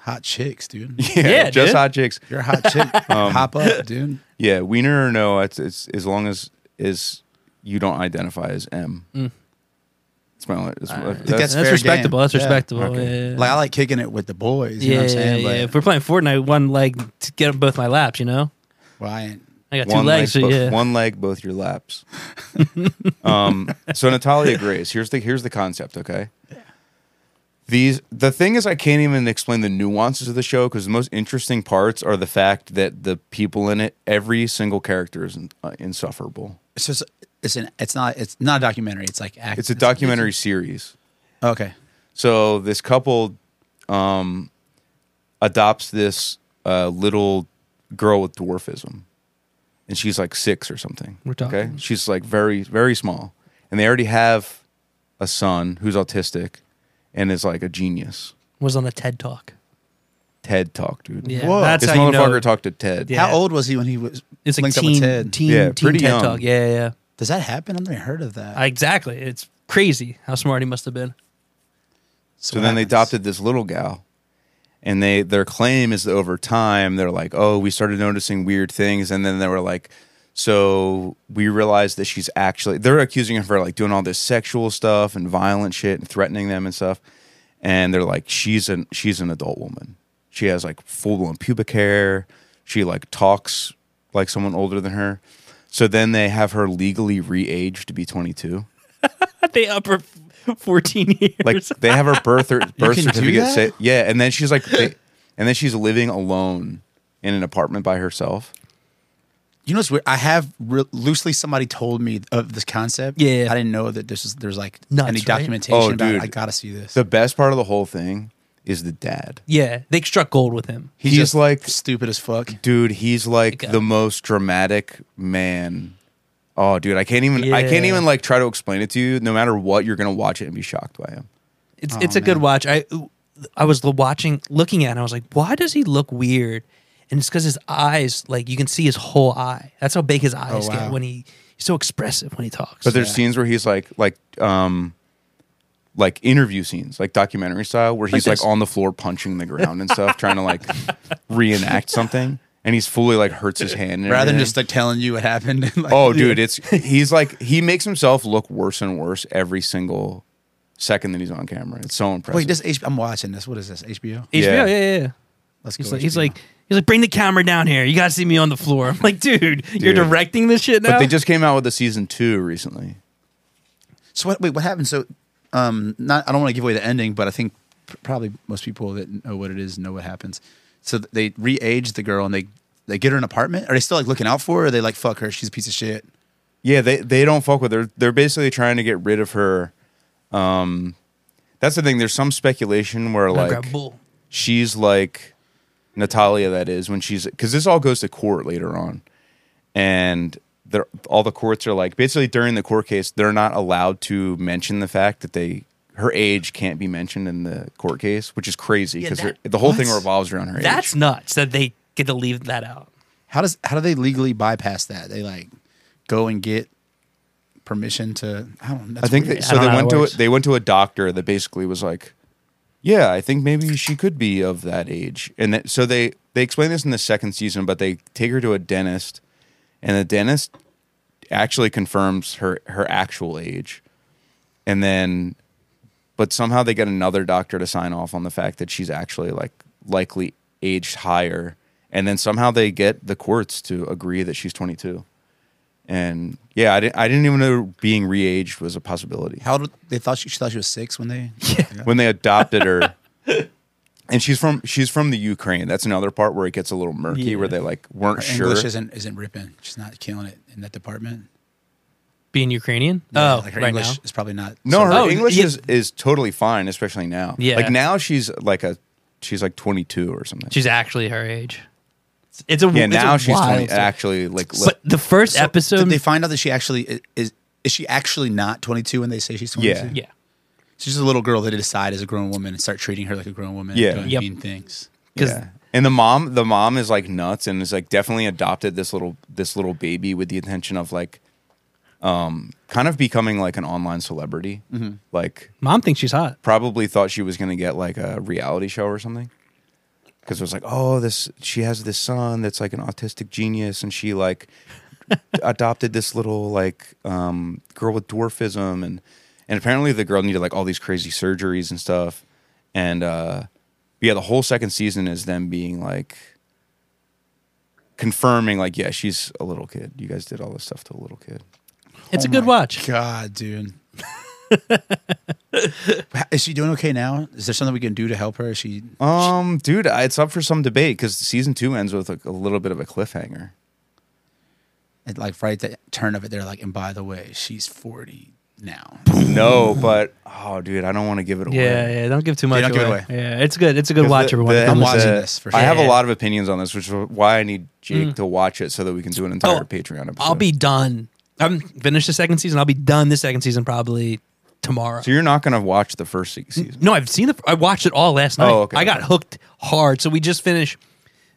[SPEAKER 2] hot chicks, dude.
[SPEAKER 3] Yeah,
[SPEAKER 1] Yeah,
[SPEAKER 3] just
[SPEAKER 1] dude.
[SPEAKER 3] hot chicks.
[SPEAKER 2] You're a hot chick.
[SPEAKER 3] Um,
[SPEAKER 2] Hop up, dude.
[SPEAKER 3] Yeah, wiener or no? It's, it's as long as is you don't identify as M. It's my only. It's, that's,
[SPEAKER 2] that's
[SPEAKER 1] That's,
[SPEAKER 2] fair
[SPEAKER 1] respectable.
[SPEAKER 2] game.
[SPEAKER 1] That's
[SPEAKER 2] Yeah.
[SPEAKER 1] respectable.
[SPEAKER 3] Okay.
[SPEAKER 1] Yeah.
[SPEAKER 2] Like I like kicking it with the boys. You know what I'm saying?
[SPEAKER 1] yeah,
[SPEAKER 2] But,
[SPEAKER 1] yeah. If we're playing Fortnite, one leg to get both my laps, you know.
[SPEAKER 2] well, I ain't.
[SPEAKER 1] I got two
[SPEAKER 3] one
[SPEAKER 1] legs,
[SPEAKER 3] leg,
[SPEAKER 1] so
[SPEAKER 3] both,
[SPEAKER 1] yeah.
[SPEAKER 3] one leg, both your laps. um, so Natalia Grace, here's the here's the concept. Okay. These the thing is I can't even explain the nuances of the show because the most interesting parts are the fact that the people in it every single character is in, uh, insufferable.
[SPEAKER 2] It's just it's an it's not it's not a documentary. It's like act,
[SPEAKER 3] It's a documentary series.
[SPEAKER 2] Okay.
[SPEAKER 3] So this couple um, adopts this uh, little girl with dwarfism, and she's like six or something.
[SPEAKER 1] We're talking.
[SPEAKER 3] She's like very very small, and they already have a son who's autistic, and is like a genius.
[SPEAKER 1] Was on a TED talk.
[SPEAKER 3] TED talk, dude.
[SPEAKER 1] Yeah,
[SPEAKER 2] Whoa.
[SPEAKER 1] that's
[SPEAKER 3] This
[SPEAKER 1] how you
[SPEAKER 3] motherfucker
[SPEAKER 1] know.
[SPEAKER 3] talked to TED.
[SPEAKER 1] Yeah.
[SPEAKER 2] How old was he when he was
[SPEAKER 1] it's like
[SPEAKER 2] linked up with
[SPEAKER 1] teen,
[SPEAKER 2] Ted?
[SPEAKER 1] teen,
[SPEAKER 3] Yeah,
[SPEAKER 1] teen
[SPEAKER 3] pretty
[SPEAKER 1] TED
[SPEAKER 3] young.
[SPEAKER 1] talk. Yeah, yeah, yeah.
[SPEAKER 2] Does that happen? I've never heuld of that.
[SPEAKER 1] Exactly. It's crazy how smart he must have been.
[SPEAKER 3] So then they adopted this little gal, and they their claim is that over time they're like, oh, we started noticing weird things, and then they were like, so we realized that she's actually they're accusing her for like doing all this sexual stuff and violent shit and threatening them and stuff, and they're like, she's an she's an adult woman. She has like full blown pubic hair. She like talks like someone older than her. So then they have her legally re-age to be 22.
[SPEAKER 1] They upper f- fourteen years.
[SPEAKER 3] Like they have her birth or, birth
[SPEAKER 2] can do
[SPEAKER 3] certificate.
[SPEAKER 2] that?
[SPEAKER 3] Say, yeah, and then she's like, they, and then she's living alone in an apartment by herself.
[SPEAKER 2] You know what's weird? I have re- loosely somebody told me of this concept.
[SPEAKER 1] Yeah.
[SPEAKER 2] I didn't know that this was there's like
[SPEAKER 1] Nuts,
[SPEAKER 2] any
[SPEAKER 1] right?
[SPEAKER 2] documentation
[SPEAKER 3] Oh,
[SPEAKER 2] about it.
[SPEAKER 3] dude.
[SPEAKER 2] I gotta see this.
[SPEAKER 3] The best part of the whole thing is the dad.
[SPEAKER 1] yeah, they struck gold with him.
[SPEAKER 3] He's, like,
[SPEAKER 2] stupid as fuck.
[SPEAKER 3] dude, he's like
[SPEAKER 1] Okay.
[SPEAKER 3] the most dramatic man. Oh, dude, I can't even. I can't
[SPEAKER 1] Yeah.
[SPEAKER 3] even like try to explain it to you. No matter what, you're gonna watch it and be shocked by him.
[SPEAKER 1] It's
[SPEAKER 2] Oh,
[SPEAKER 1] it's a good watch. I I was l- watching, looking at, it, and I was like, why does he look weird? And it's because his eyes, like you can see his whole eye. That's how big his eyes
[SPEAKER 2] Oh, wow.
[SPEAKER 1] get when he he's so expressive when he talks.
[SPEAKER 3] But there's scenes where he's like, like, um, like interview scenes, like documentary style, where he's like
[SPEAKER 1] this.
[SPEAKER 3] on the floor punching the ground and stuff, trying to like reenact something, and he's fully like hurts his hand and
[SPEAKER 2] Rather than
[SPEAKER 3] everything.
[SPEAKER 2] just like telling you what happened. and, like,
[SPEAKER 3] Oh, dude, it's he's like he makes himself look worse and worse every single second that he's on camera. It's so impressive.
[SPEAKER 2] Wait, this HBO. I'm watching this. What is this? HBO.
[SPEAKER 1] HBO,
[SPEAKER 3] yeah.
[SPEAKER 1] yeah, yeah, yeah.
[SPEAKER 2] Let's
[SPEAKER 1] He's
[SPEAKER 2] go.
[SPEAKER 1] like, he's
[SPEAKER 2] HBO.
[SPEAKER 1] like, he's like, bring the camera down here. You gotta see me on the floor. I'm like, dude, you're
[SPEAKER 3] Dude.
[SPEAKER 1] directing this shit now.
[SPEAKER 3] but they just came out with a season two recently.
[SPEAKER 2] So what? Wait, what happened? So, um, not. I don't want to give away the ending, but I think pr- probably most people that know what it is know what happens. So th- they re-age the girl and they they get her an apartment. Are they still like looking out for her? Or are they like fuck her? She's a piece of shit.
[SPEAKER 3] Yeah, they they don't fuck with her. They're basically trying to get rid of her. Um, that's the thing. There's some speculation where
[SPEAKER 1] I'll
[SPEAKER 3] like
[SPEAKER 1] grab bull.
[SPEAKER 3] she's like Natalia, that is, when she's because this all goes to court later on, and they're, all the courts are like basically during the court case, they're not allowed to mention the fact that they her age can't be mentioned in the court case, which is crazy
[SPEAKER 1] Yeah,
[SPEAKER 3] because
[SPEAKER 1] that-
[SPEAKER 3] the whole thing
[SPEAKER 2] what?
[SPEAKER 3] revolves around her
[SPEAKER 1] That's
[SPEAKER 3] age.
[SPEAKER 1] nuts that they get to leave that out.
[SPEAKER 2] How does how do they legally bypass that? They like go and get permission to. I don't. That's
[SPEAKER 3] I think they,
[SPEAKER 2] weird.
[SPEAKER 1] I
[SPEAKER 3] so.
[SPEAKER 1] don't
[SPEAKER 3] They
[SPEAKER 1] know how
[SPEAKER 3] went
[SPEAKER 1] it
[SPEAKER 3] to a,
[SPEAKER 1] works.
[SPEAKER 3] they went to a doctor that basically was like, "Yeah, I think maybe she could be of that age." And that, so they they explain this in the second season, but they take her to a dentist, and the dentist actually confirms her her actual age, and then, but somehow they get another doctor to sign off on the fact that she's actually like likely aged higher, and then somehow they get the courts to agree that she's twenty two And yeah, I didn't, I didn't even know being re-aged was a possibility.
[SPEAKER 2] How old they thought she, she thought she was six when they?
[SPEAKER 3] When they adopted her, and she's from she's from the Ukraine. That's another part where it gets a little murky,
[SPEAKER 1] Yeah.
[SPEAKER 3] where they like weren't
[SPEAKER 2] Her
[SPEAKER 3] sure.
[SPEAKER 2] English isn't isn't ripping. She's not killing it in that department.
[SPEAKER 1] Being Ukrainian?
[SPEAKER 2] Yeah,
[SPEAKER 1] oh,
[SPEAKER 2] like her
[SPEAKER 1] right
[SPEAKER 2] English
[SPEAKER 1] now.
[SPEAKER 2] is probably not.
[SPEAKER 3] No, her
[SPEAKER 1] Oh,
[SPEAKER 3] English
[SPEAKER 1] yeah.
[SPEAKER 3] is, is totally fine, especially now.
[SPEAKER 1] Yeah.
[SPEAKER 3] Like now she's like a she's like 22 or something.
[SPEAKER 1] She's actually her age. It's- It's a
[SPEAKER 3] yeah,
[SPEAKER 1] it's a
[SPEAKER 3] now she's 20
[SPEAKER 1] wild-
[SPEAKER 3] actually like
[SPEAKER 1] But the first
[SPEAKER 2] uh, So,
[SPEAKER 1] episode,
[SPEAKER 2] Did they find out that she actually i- is? Is she actually not 22 when they say she's 22?
[SPEAKER 3] Yeah.
[SPEAKER 1] yeah,
[SPEAKER 2] She's just a little girl. They decide as a grown woman and start treating her like a grown woman.
[SPEAKER 3] Yeah.
[SPEAKER 2] and doing
[SPEAKER 1] Yep.
[SPEAKER 2] mean things.
[SPEAKER 1] because
[SPEAKER 3] yeah. And the mom, the mom is like nuts and is like definitely adopted this little this little baby with the intention of like um kind of becoming like an online celebrity.
[SPEAKER 1] Mm-hmm.
[SPEAKER 3] Like
[SPEAKER 1] mom thinks she's hot.
[SPEAKER 3] probably thought she was going to get like a reality show or something. Cuz it was like, "Oh, this she has this son that's like an autistic genius and she like adopted this little like um girl with dwarfism and and apparently the girl needed like all these crazy surgeries and stuff. And uh yeah, the whole second season is them being like confirming like, yeah, she's a little kid. You guys did all this stuff to a little kid.
[SPEAKER 1] It's
[SPEAKER 2] Oh
[SPEAKER 1] a good
[SPEAKER 2] my
[SPEAKER 1] watch.
[SPEAKER 2] God, dude. is she doing okay now? Is there something we can do to help her? Is she?
[SPEAKER 3] Um, dude, I- it's up for some debate because season two ends with like, a little bit of a cliffhanger.
[SPEAKER 2] at, like right at the turn of it, they're like, and by the way, she's 40 now.
[SPEAKER 3] No, but oh, dude, I don't want to give it away.
[SPEAKER 1] Yeah, yeah. Don't give too much.
[SPEAKER 2] Yeah, don't give it
[SPEAKER 1] away.
[SPEAKER 2] away.
[SPEAKER 1] Yeah, it's good. It's a good
[SPEAKER 3] 'Cause
[SPEAKER 1] watch,
[SPEAKER 3] the-
[SPEAKER 1] everyone.
[SPEAKER 3] the-
[SPEAKER 1] Don't
[SPEAKER 2] I'm
[SPEAKER 3] the-
[SPEAKER 1] listen.
[SPEAKER 2] watching this for
[SPEAKER 3] I have a
[SPEAKER 1] sure. Mm.
[SPEAKER 3] lot of opinions on this, which is why I need Jake to watch it so that we can do an entire
[SPEAKER 1] Oh,
[SPEAKER 3] Patreon episode.
[SPEAKER 1] I'll be done. I'm finished the second season. I'll be done the second season probably tomorrow.
[SPEAKER 3] So you're not going to watch the first se- season.
[SPEAKER 1] No, I've seen the. I watched it all last night.
[SPEAKER 3] Oh, okay,
[SPEAKER 1] I got
[SPEAKER 3] okay.
[SPEAKER 1] hooked hard. So we just finished.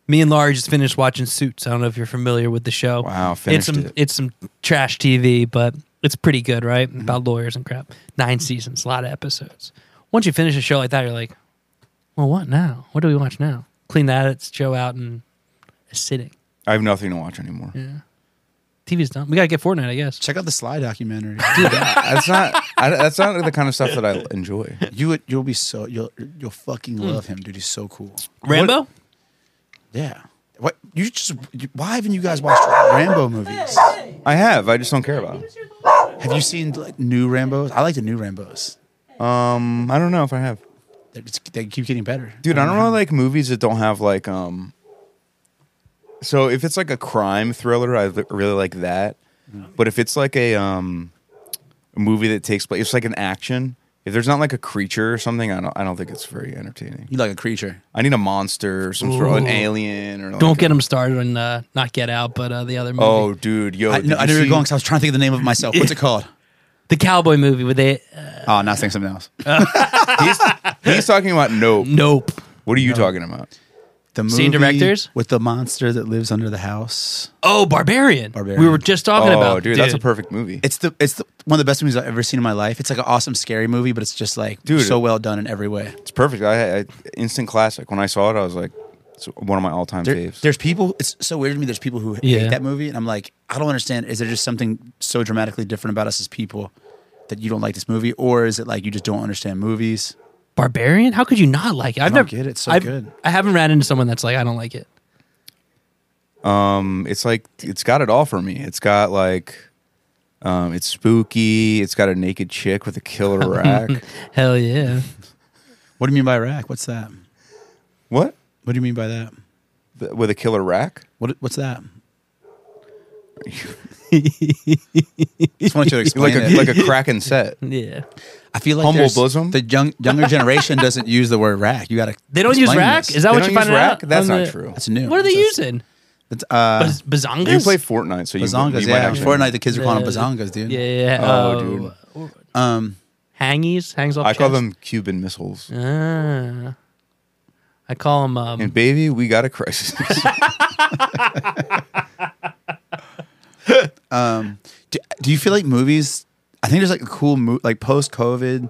[SPEAKER 1] Me and Laurie just finished watching Suits. I don't know if you're familiar with the show.
[SPEAKER 3] Wow,
[SPEAKER 1] it's
[SPEAKER 3] finished
[SPEAKER 1] some
[SPEAKER 3] it.
[SPEAKER 1] it's some trash TV, but it's pretty good, right?
[SPEAKER 3] Mm-hmm.
[SPEAKER 1] About lawyers and crap. Nine seasons, a lot of episodes. Once you finish a show like that, you're like, well, what now? What do we watch now? Clean that show out and a sitting.
[SPEAKER 3] I have nothing to watch anymore.
[SPEAKER 1] TV's done. We gotta get Fortnite, I guess.
[SPEAKER 2] Check out the Sly documentary.
[SPEAKER 3] that's not. I, that's not the kind of stuff that I enjoy.
[SPEAKER 2] you would, you'll be so you'll you'll fucking
[SPEAKER 1] Mm.
[SPEAKER 2] love him, dude. He's so cool.
[SPEAKER 1] Rambo.
[SPEAKER 2] Yeah. What you just you- why haven't you guys watched Rambo movies?
[SPEAKER 3] I have. I just don't care about. It.
[SPEAKER 2] Have you seen like new Rambo's? I like the new Rambo's.
[SPEAKER 3] Um, I don't know if I have.
[SPEAKER 2] They're just- they keep getting better,
[SPEAKER 3] Dude, I don't really like movies that don't have like um. So if it's like a crime thriller, I li- really like that.
[SPEAKER 2] Mm.
[SPEAKER 3] But if it's like a um, a movie that takes place, it's like an action. If there's not like a creature or something, I don't. I don't think it's very entertaining.
[SPEAKER 2] You like a creature.
[SPEAKER 3] I need a monster or some sort of an
[SPEAKER 1] Ooh.
[SPEAKER 3] alien or like
[SPEAKER 1] Don't
[SPEAKER 3] a-
[SPEAKER 1] get him started on uh, not Get Out, but uh, the other movie,
[SPEAKER 3] Oh, dude, yo,
[SPEAKER 2] I,
[SPEAKER 3] did
[SPEAKER 2] no, I
[SPEAKER 3] you
[SPEAKER 2] knew you were
[SPEAKER 3] see-
[SPEAKER 2] going because I was trying to think of the name of myself. What's it called?
[SPEAKER 1] the uh, cowboy movie with they.
[SPEAKER 2] Oh, now I was thinking something else.
[SPEAKER 3] He's, he's talking about nope.
[SPEAKER 1] Nope.
[SPEAKER 3] What are you talking about?
[SPEAKER 2] The movie
[SPEAKER 1] Scene directors?
[SPEAKER 2] with the monster that lives under the house.
[SPEAKER 1] Oh, Barbarian.
[SPEAKER 2] Barbarian.
[SPEAKER 1] We were just talking
[SPEAKER 3] oh,
[SPEAKER 1] about.
[SPEAKER 3] dude, that's a perfect movie.
[SPEAKER 2] It's the it's the, one of the best movies I've ever seen in my life. It's like an awesome scary movie, but it's just like
[SPEAKER 3] Dude.
[SPEAKER 2] so well done in every way.
[SPEAKER 3] It's perfect. I, I instant classic. When I saw it, I was like, it's one of my all time
[SPEAKER 2] There-
[SPEAKER 3] faves.
[SPEAKER 2] there's people. It's so weird to me. There's people who
[SPEAKER 1] Yeah.
[SPEAKER 2] hate that movie, and I'm like, I don't understand. Is there just something so dramatically different about us as people that you don't like this movie, or is it like you just don't understand movies?
[SPEAKER 1] Barbarian. How could you not like it? I've
[SPEAKER 2] don't
[SPEAKER 1] never
[SPEAKER 2] get it. It's so
[SPEAKER 1] I've-
[SPEAKER 2] good.
[SPEAKER 1] I haven't ran into someone that's like I don't like it.
[SPEAKER 3] Um, it's like it's got it all for me. It's got like, um, it's spooky. It's got a naked chick with a killer rack.
[SPEAKER 1] Hell yeah.
[SPEAKER 2] What do you mean by rack? What's that?
[SPEAKER 3] what?
[SPEAKER 2] What do you mean by that?
[SPEAKER 3] Th- With a killer rack?
[SPEAKER 2] What what's that? just wanted to
[SPEAKER 3] Like
[SPEAKER 2] explain
[SPEAKER 3] a
[SPEAKER 2] it.
[SPEAKER 3] like a kraken set.
[SPEAKER 1] Yeah.
[SPEAKER 2] I feel like
[SPEAKER 3] humble
[SPEAKER 2] there's-
[SPEAKER 3] bosom?
[SPEAKER 2] The young younger generation doesn't use the word rack. You got to.
[SPEAKER 1] They don't use rack. Is that
[SPEAKER 3] They
[SPEAKER 1] what
[SPEAKER 3] don't
[SPEAKER 1] you find
[SPEAKER 3] use
[SPEAKER 1] out?
[SPEAKER 3] rack? That's
[SPEAKER 1] on
[SPEAKER 3] not
[SPEAKER 1] the-
[SPEAKER 3] true.
[SPEAKER 2] That's new.
[SPEAKER 1] What are they
[SPEAKER 2] It's-
[SPEAKER 1] using?
[SPEAKER 2] It's, uh,
[SPEAKER 1] Baz- bazongas.
[SPEAKER 3] You play Fortnite, so you,
[SPEAKER 2] bazongas.
[SPEAKER 3] you might
[SPEAKER 2] Yeah,
[SPEAKER 3] actually-
[SPEAKER 2] Fortnite. The kids are calling them
[SPEAKER 1] Yeah.
[SPEAKER 2] bazongas, dude.
[SPEAKER 1] Yeah, yeah. yeah.
[SPEAKER 3] Oh, dude.
[SPEAKER 2] Um,
[SPEAKER 1] Hangies. Hangs off.
[SPEAKER 3] I call
[SPEAKER 1] chest.
[SPEAKER 3] them Cuban missiles.
[SPEAKER 1] Ah. I call them. Um,
[SPEAKER 3] And baby, we got a crisis.
[SPEAKER 2] um, do, do you feel like movies? I think there's like a cool mo- like post COVID.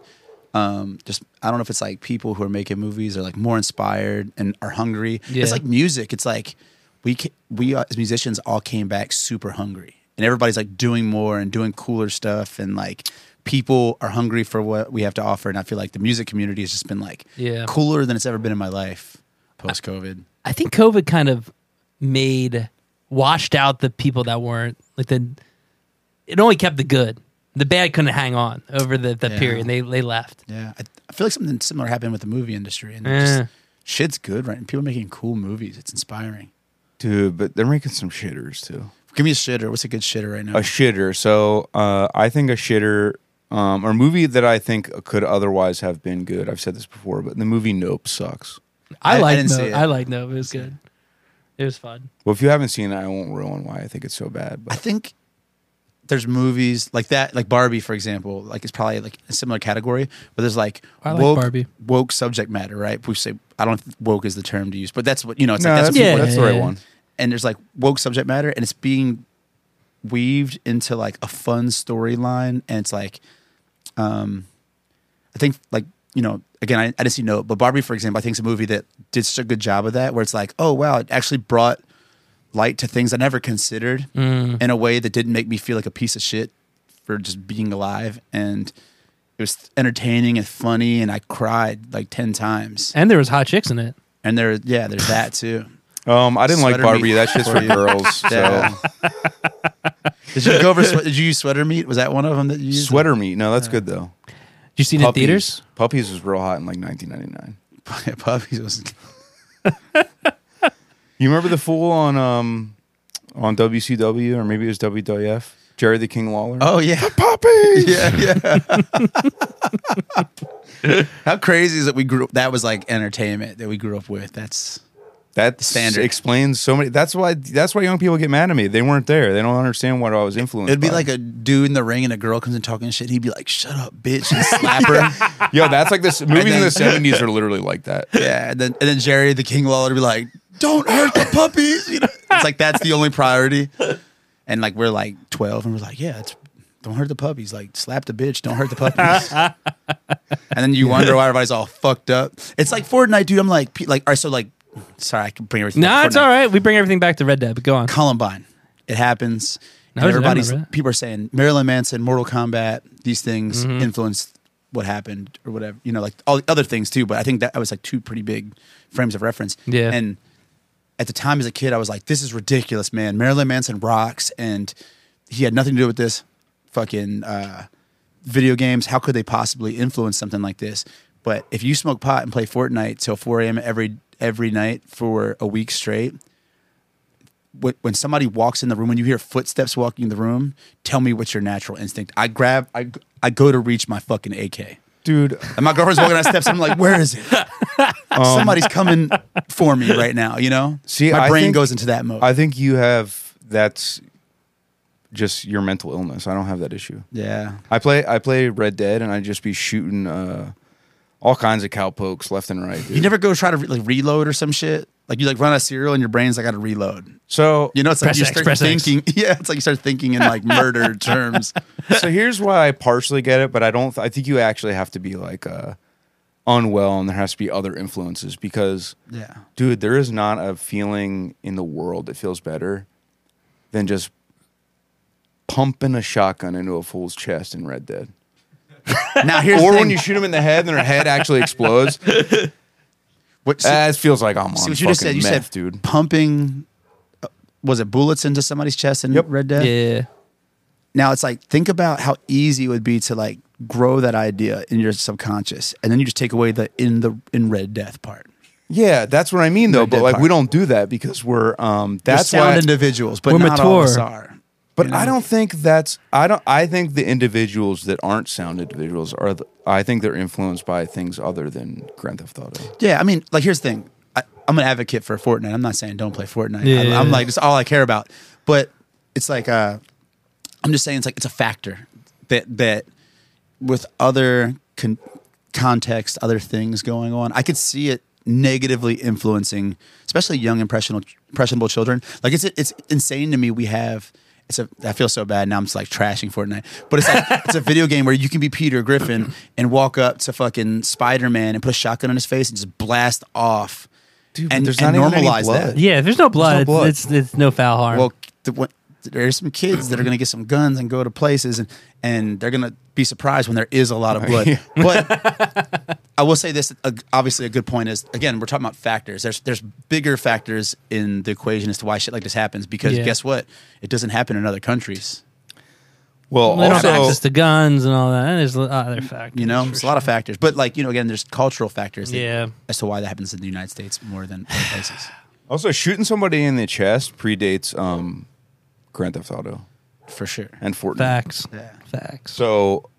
[SPEAKER 2] Um, just I don't know if it's like people who are making movies are like more inspired and are hungry.
[SPEAKER 1] Yeah.
[SPEAKER 2] It's like music. It's like we ca- we uh, as musicians all came back super hungry, and everybody's like doing more and doing cooler stuff, and like people are hungry for what we have to offer. And I feel like the music community has just been like
[SPEAKER 1] Yeah.
[SPEAKER 2] cooler than it's ever been in my life post COVID.
[SPEAKER 1] I think COVID kind of made washed out the people that weren't like the it only kept the good. The bad couldn't hang on over the, the
[SPEAKER 2] Yeah.
[SPEAKER 1] period. And they they left.
[SPEAKER 2] Yeah, I, I feel like something similar happened with the movie industry, and it
[SPEAKER 1] Yeah.
[SPEAKER 2] just shit's good, right? And people making cool movies, it's inspiring.
[SPEAKER 3] Dude, but they're making some shitters too.
[SPEAKER 2] Give me a shitter. What's a good shitter right now?
[SPEAKER 3] A shitter. So uh, I think a shitter um, or a movie that I think could otherwise have been good. I've said this before, but the movie Nope sucks.
[SPEAKER 1] I,
[SPEAKER 2] I- I
[SPEAKER 1] liked
[SPEAKER 2] didn't
[SPEAKER 1] Nope.
[SPEAKER 2] see it.
[SPEAKER 1] I liked Nope. It was good. It was fun.
[SPEAKER 3] Well, if you haven't seen it, I won't ruin why I think it's so bad.
[SPEAKER 2] I
[SPEAKER 3] But
[SPEAKER 2] think there's movies like that, like Barbie, for example. Like it's probably like a similar category, but there's like,
[SPEAKER 1] I like
[SPEAKER 2] woke,
[SPEAKER 1] Barbie.
[SPEAKER 2] woke subject matter, right? We say I don't know if woke is the term to use, but that's what you know. It's
[SPEAKER 3] no,
[SPEAKER 2] like
[SPEAKER 3] that's,
[SPEAKER 2] that's,
[SPEAKER 1] yeah,
[SPEAKER 2] what people,
[SPEAKER 3] that's the right
[SPEAKER 1] yeah,
[SPEAKER 3] one.
[SPEAKER 2] and there's like woke subject matter, and it's being weaved into like a fun storyline, and it's like, um, I think like you know. Again, I, I didn't see no, but Barbie, for example, I think is a movie that did such a good job of that, where it's like, oh wow, it actually brought light to things I never considered,
[SPEAKER 1] Mm.
[SPEAKER 2] in a way that didn't make me feel like a piece of shit for just being alive and it was entertaining and funny and i cried like 10 times
[SPEAKER 1] And there was hot chicks in it.
[SPEAKER 2] and there yeah there's that too
[SPEAKER 3] Um, I didn't like
[SPEAKER 2] Sweater
[SPEAKER 3] Barbie.
[SPEAKER 2] meat
[SPEAKER 3] That's just
[SPEAKER 2] for
[SPEAKER 3] for
[SPEAKER 2] you.
[SPEAKER 3] girls. So.
[SPEAKER 2] Yeah. did you go over swe- did you use sweater meat was that one of them that you used
[SPEAKER 3] Sweater meat. No, that's good though.
[SPEAKER 1] Did you see it in theaters?
[SPEAKER 3] Puppies was real hot in like 1999.
[SPEAKER 2] puppies was
[SPEAKER 3] You remember the fool on um on WCW or maybe it was WWF? Jerry the King Lawler.
[SPEAKER 2] oh yeah
[SPEAKER 3] puppies.
[SPEAKER 2] yeah yeah how crazy is that we grew that was like entertainment that we grew up with that's
[SPEAKER 3] That
[SPEAKER 2] Standard.
[SPEAKER 3] standard explains so many. That's why. That's why young people get mad at me. They weren't there. They don't understand what I was influenced.
[SPEAKER 2] it'd be
[SPEAKER 3] by.
[SPEAKER 2] like a dude in the ring and a girl comes in talking shit he'd be like shut up bitch and slap her
[SPEAKER 3] yo. That's like this. Movies in
[SPEAKER 2] then-
[SPEAKER 3] the seventies are literally like that.
[SPEAKER 2] Yeah, and then and then Jerry the King Lawler would be like, "Don't hurt the puppies." You know, it's like that's the only priority. And like we're like twelve, and we're like, "Yeah, it's, don't hurt the puppies." Like slap the bitch, don't hurt the puppies. and then you wonder why everybody's all fucked up. It's like Fortnite, dude. I'm like, pe- like, all right, so like, sorry, I can bring everything.
[SPEAKER 1] No,
[SPEAKER 2] back to
[SPEAKER 1] it's
[SPEAKER 2] Fortnite.
[SPEAKER 1] all right. We bring everything back to Red Dead, but go on.
[SPEAKER 2] Columbine, it happens.
[SPEAKER 1] I
[SPEAKER 2] and
[SPEAKER 1] remember
[SPEAKER 2] everybody's
[SPEAKER 1] that.
[SPEAKER 2] people are saying Marilyn Manson, Mortal Kombat, these things
[SPEAKER 1] Mm-hmm.
[SPEAKER 2] influenced what happened or whatever. You know, like all the other things too. But I think that was like two pretty big frames of reference.
[SPEAKER 1] Yeah.
[SPEAKER 2] And at the time as a kid, I was like, this is ridiculous, man. Marilyn Manson rocks, and he had nothing to do with this fucking uh, video games. How could they possibly influence something like this? But if you smoke pot and play Fortnite till 4 a.m. every every night for a week straight, wh- when somebody walks in the room, when you hear footsteps walking in the room, tell me what's your natural instinct. I grab, I, g- I go to reach my fucking AK.
[SPEAKER 3] Dude,
[SPEAKER 2] And my girlfriend's walking down the steps. I'm like, where is it? Somebody's coming for me right now. You know,
[SPEAKER 3] See,
[SPEAKER 2] my
[SPEAKER 3] I
[SPEAKER 2] brain
[SPEAKER 3] think-
[SPEAKER 2] goes into that mode.
[SPEAKER 3] I think you have. That's just your mental illness. I don't have that issue.
[SPEAKER 2] yeah,
[SPEAKER 3] I play. I play Red Dead, and I would just be shooting uh, all kinds of cowpokes left and right.
[SPEAKER 2] you
[SPEAKER 3] Dude.
[SPEAKER 2] never go try to re- like reload or some shit. Like you like run out of cereal and your brain's like, I got to reload.
[SPEAKER 3] so
[SPEAKER 2] You know, it's
[SPEAKER 1] Press
[SPEAKER 2] like you
[SPEAKER 1] X,
[SPEAKER 2] start
[SPEAKER 1] press X.
[SPEAKER 2] thinking. Yeah, it's like you start thinking in like murder terms.
[SPEAKER 3] so here's why I partially get it, but I don't. I think you actually have to be like uh, unwell, and there has to be other influences because,
[SPEAKER 2] Yeah,
[SPEAKER 3] dude, there is not a feeling in the world that feels better than just pumping a shotgun into a fool's chest in Red Dead,
[SPEAKER 2] now here's
[SPEAKER 3] or
[SPEAKER 2] the
[SPEAKER 3] when
[SPEAKER 2] thing.
[SPEAKER 3] you shoot them in the head and their head actually explodes.
[SPEAKER 2] what, see,
[SPEAKER 3] that feels like I'm on
[SPEAKER 2] see what you just said.
[SPEAKER 3] fucking
[SPEAKER 2] You
[SPEAKER 3] meth,
[SPEAKER 2] said
[SPEAKER 3] dude.
[SPEAKER 2] pumping. uh, Was it bullets into somebody's chest in
[SPEAKER 3] Yep.
[SPEAKER 2] Red Dead?
[SPEAKER 1] Yeah.
[SPEAKER 2] Now it's like think about how easy it would be to like grow that idea in your subconscious, and then you just take away the in the in red death part.
[SPEAKER 3] Yeah, that's what I mean though.
[SPEAKER 2] Red
[SPEAKER 3] But
[SPEAKER 2] Dead
[SPEAKER 3] like,
[SPEAKER 2] part.
[SPEAKER 3] we don't do that because we're um.
[SPEAKER 2] We're
[SPEAKER 3] That's
[SPEAKER 2] sound
[SPEAKER 3] why
[SPEAKER 2] individuals, but
[SPEAKER 1] We're
[SPEAKER 2] not all of us
[SPEAKER 1] mature.
[SPEAKER 2] are.
[SPEAKER 3] But
[SPEAKER 2] you know?
[SPEAKER 3] I don't think that's I don't I think the individuals that aren't sound individuals are the, I think they're influenced by things other than Grand Theft Auto.
[SPEAKER 2] Yeah, I mean, like here's the thing. I, I'm an advocate for Fortnite. I'm not saying don't play Fortnite.
[SPEAKER 1] Yeah,
[SPEAKER 2] I,
[SPEAKER 1] yeah,
[SPEAKER 2] I'm
[SPEAKER 1] yeah.
[SPEAKER 2] like it's all I care about. But it's like uh, I'm just saying it's like it's a factor that that with other con- context, other things going on, I could see it negatively influencing, especially young impressionable impressionable children. Like it's it's insane to me. We have. It's a, I feel so bad now. I'm just like trashing Fortnite, but it's like it's a video game where you can be Peter Griffin and walk up to fucking Spider Man and put a shotgun on his face and just blast off,
[SPEAKER 3] Dude, but
[SPEAKER 2] and,
[SPEAKER 3] there's
[SPEAKER 2] and
[SPEAKER 3] not even any
[SPEAKER 2] normalize
[SPEAKER 3] blood.
[SPEAKER 2] that.
[SPEAKER 1] Yeah, if there's no blood,
[SPEAKER 3] blood.
[SPEAKER 1] It's, it's it's no foul harm.
[SPEAKER 2] Well, the, what, there's some kids that are going to get some guns and go to places, and, and they're going to be surprised when there is a lot of blood.
[SPEAKER 3] Yeah.
[SPEAKER 2] But I will say this: uh, obviously, a good point is again we're talking about factors. There's there's bigger factors in the equation as to why shit like this happens because
[SPEAKER 1] Yeah.
[SPEAKER 2] guess what? It doesn't happen in other countries.
[SPEAKER 3] Well,
[SPEAKER 1] They don't have
[SPEAKER 3] also,
[SPEAKER 1] access to guns and all that. That is ah, other factors.
[SPEAKER 2] You know,
[SPEAKER 1] for
[SPEAKER 2] it's a lot of
[SPEAKER 1] sure.
[SPEAKER 2] factors, but like you know, again, there's cultural factors that-
[SPEAKER 1] Yeah.
[SPEAKER 2] as to why that happens in the United States more than other places.
[SPEAKER 3] also shooting somebody in the chest predates um, Grand Theft Auto
[SPEAKER 2] for sure.
[SPEAKER 3] and Fortnite.
[SPEAKER 1] Facts.
[SPEAKER 2] Yeah.
[SPEAKER 1] Facts.
[SPEAKER 3] So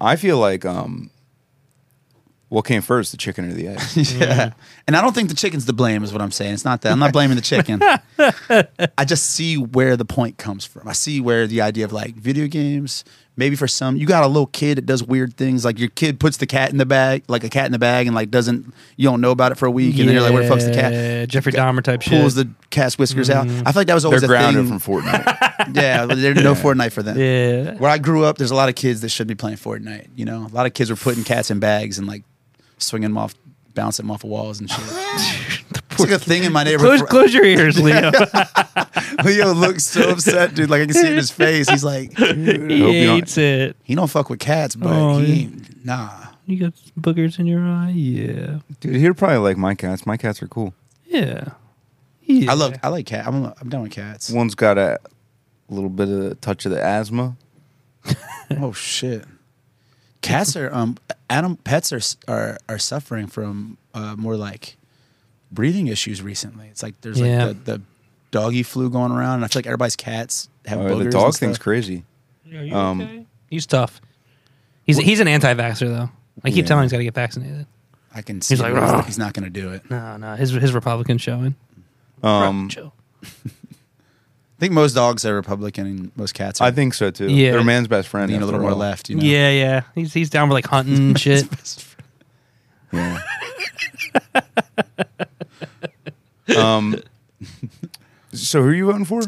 [SPEAKER 3] I feel like um, what came first, the chicken or the egg?
[SPEAKER 2] Yeah. And I don't think the chicken's to blame, is what I'm saying. It's not that. I'm not blaming the chicken. I just see where the point comes from. I see where the idea of like video games, maybe for some, you got a little kid that does weird things. Like your kid puts the cat in the bag, like a cat in the bag, and like doesn't, you don't know about it for a week. And then you're like, where the fuck's the
[SPEAKER 1] Yeah,
[SPEAKER 2] cat?
[SPEAKER 1] Jeffrey Dahmer type shit.
[SPEAKER 2] Pulls the cat's whiskers out. I feel like that was
[SPEAKER 3] They're
[SPEAKER 2] always a
[SPEAKER 3] grounded
[SPEAKER 2] thing.
[SPEAKER 3] from Fortnite.
[SPEAKER 2] yeah, but there's no Fortnite for them.
[SPEAKER 1] yeah.
[SPEAKER 2] Where I grew up, there's a lot of kids that should be playing Fortnite. You know, a lot of kids were putting cats in bags and like swinging them off, bouncing them off of walls and shit. it's like a thing in my
[SPEAKER 1] Close,
[SPEAKER 2] neighborhood.
[SPEAKER 1] close your ears, Leo.
[SPEAKER 2] Leo looks so upset, dude. Like I can see it in his face. He's like,
[SPEAKER 3] I hope
[SPEAKER 1] he
[SPEAKER 3] you don't-
[SPEAKER 1] hates it.
[SPEAKER 2] he don't fuck with cats, but
[SPEAKER 1] Oh, yeah.
[SPEAKER 2] he ain't, nah.
[SPEAKER 1] You got some boogers in your eye. Yeah.
[SPEAKER 3] Dude, he'd probably like my cats. My cats are cool.
[SPEAKER 1] Yeah. Yeah.
[SPEAKER 2] I love, I like cat. I'm, I'm down with cats.
[SPEAKER 3] One's got a little bit of a touch of the asthma.
[SPEAKER 2] oh shit. Cats are um, animal pets are are are suffering from uh, more like breathing issues recently. It's like there's
[SPEAKER 1] Yeah.
[SPEAKER 2] like the, the doggy flu going around, and I feel like everybody's cats have
[SPEAKER 3] Uh,
[SPEAKER 2] boogers.
[SPEAKER 3] the
[SPEAKER 2] and
[SPEAKER 3] dog
[SPEAKER 2] stuff.
[SPEAKER 3] thing's crazy.
[SPEAKER 1] Are you
[SPEAKER 3] Um,
[SPEAKER 1] okay? He's tough. He's he's an anti-vaxxer though. I keep
[SPEAKER 3] Yeah.
[SPEAKER 1] telling him he's got to get vaccinated.
[SPEAKER 2] I can see.
[SPEAKER 1] He's like,
[SPEAKER 2] it.
[SPEAKER 1] "Ugh."
[SPEAKER 2] he's not going to do it. I
[SPEAKER 1] No, no, his his Republican showing.
[SPEAKER 3] Um,
[SPEAKER 1] Chill.
[SPEAKER 2] think most dogs are Republican, and most cats are.
[SPEAKER 3] I think so too.
[SPEAKER 1] Yeah.
[SPEAKER 3] They're man's best friend.
[SPEAKER 2] lean a little
[SPEAKER 3] after
[SPEAKER 2] more
[SPEAKER 3] all.
[SPEAKER 2] left. You know?
[SPEAKER 1] Yeah, yeah. He's he's down for like hunting and shit.
[SPEAKER 3] Yeah. um. So who are you voting for?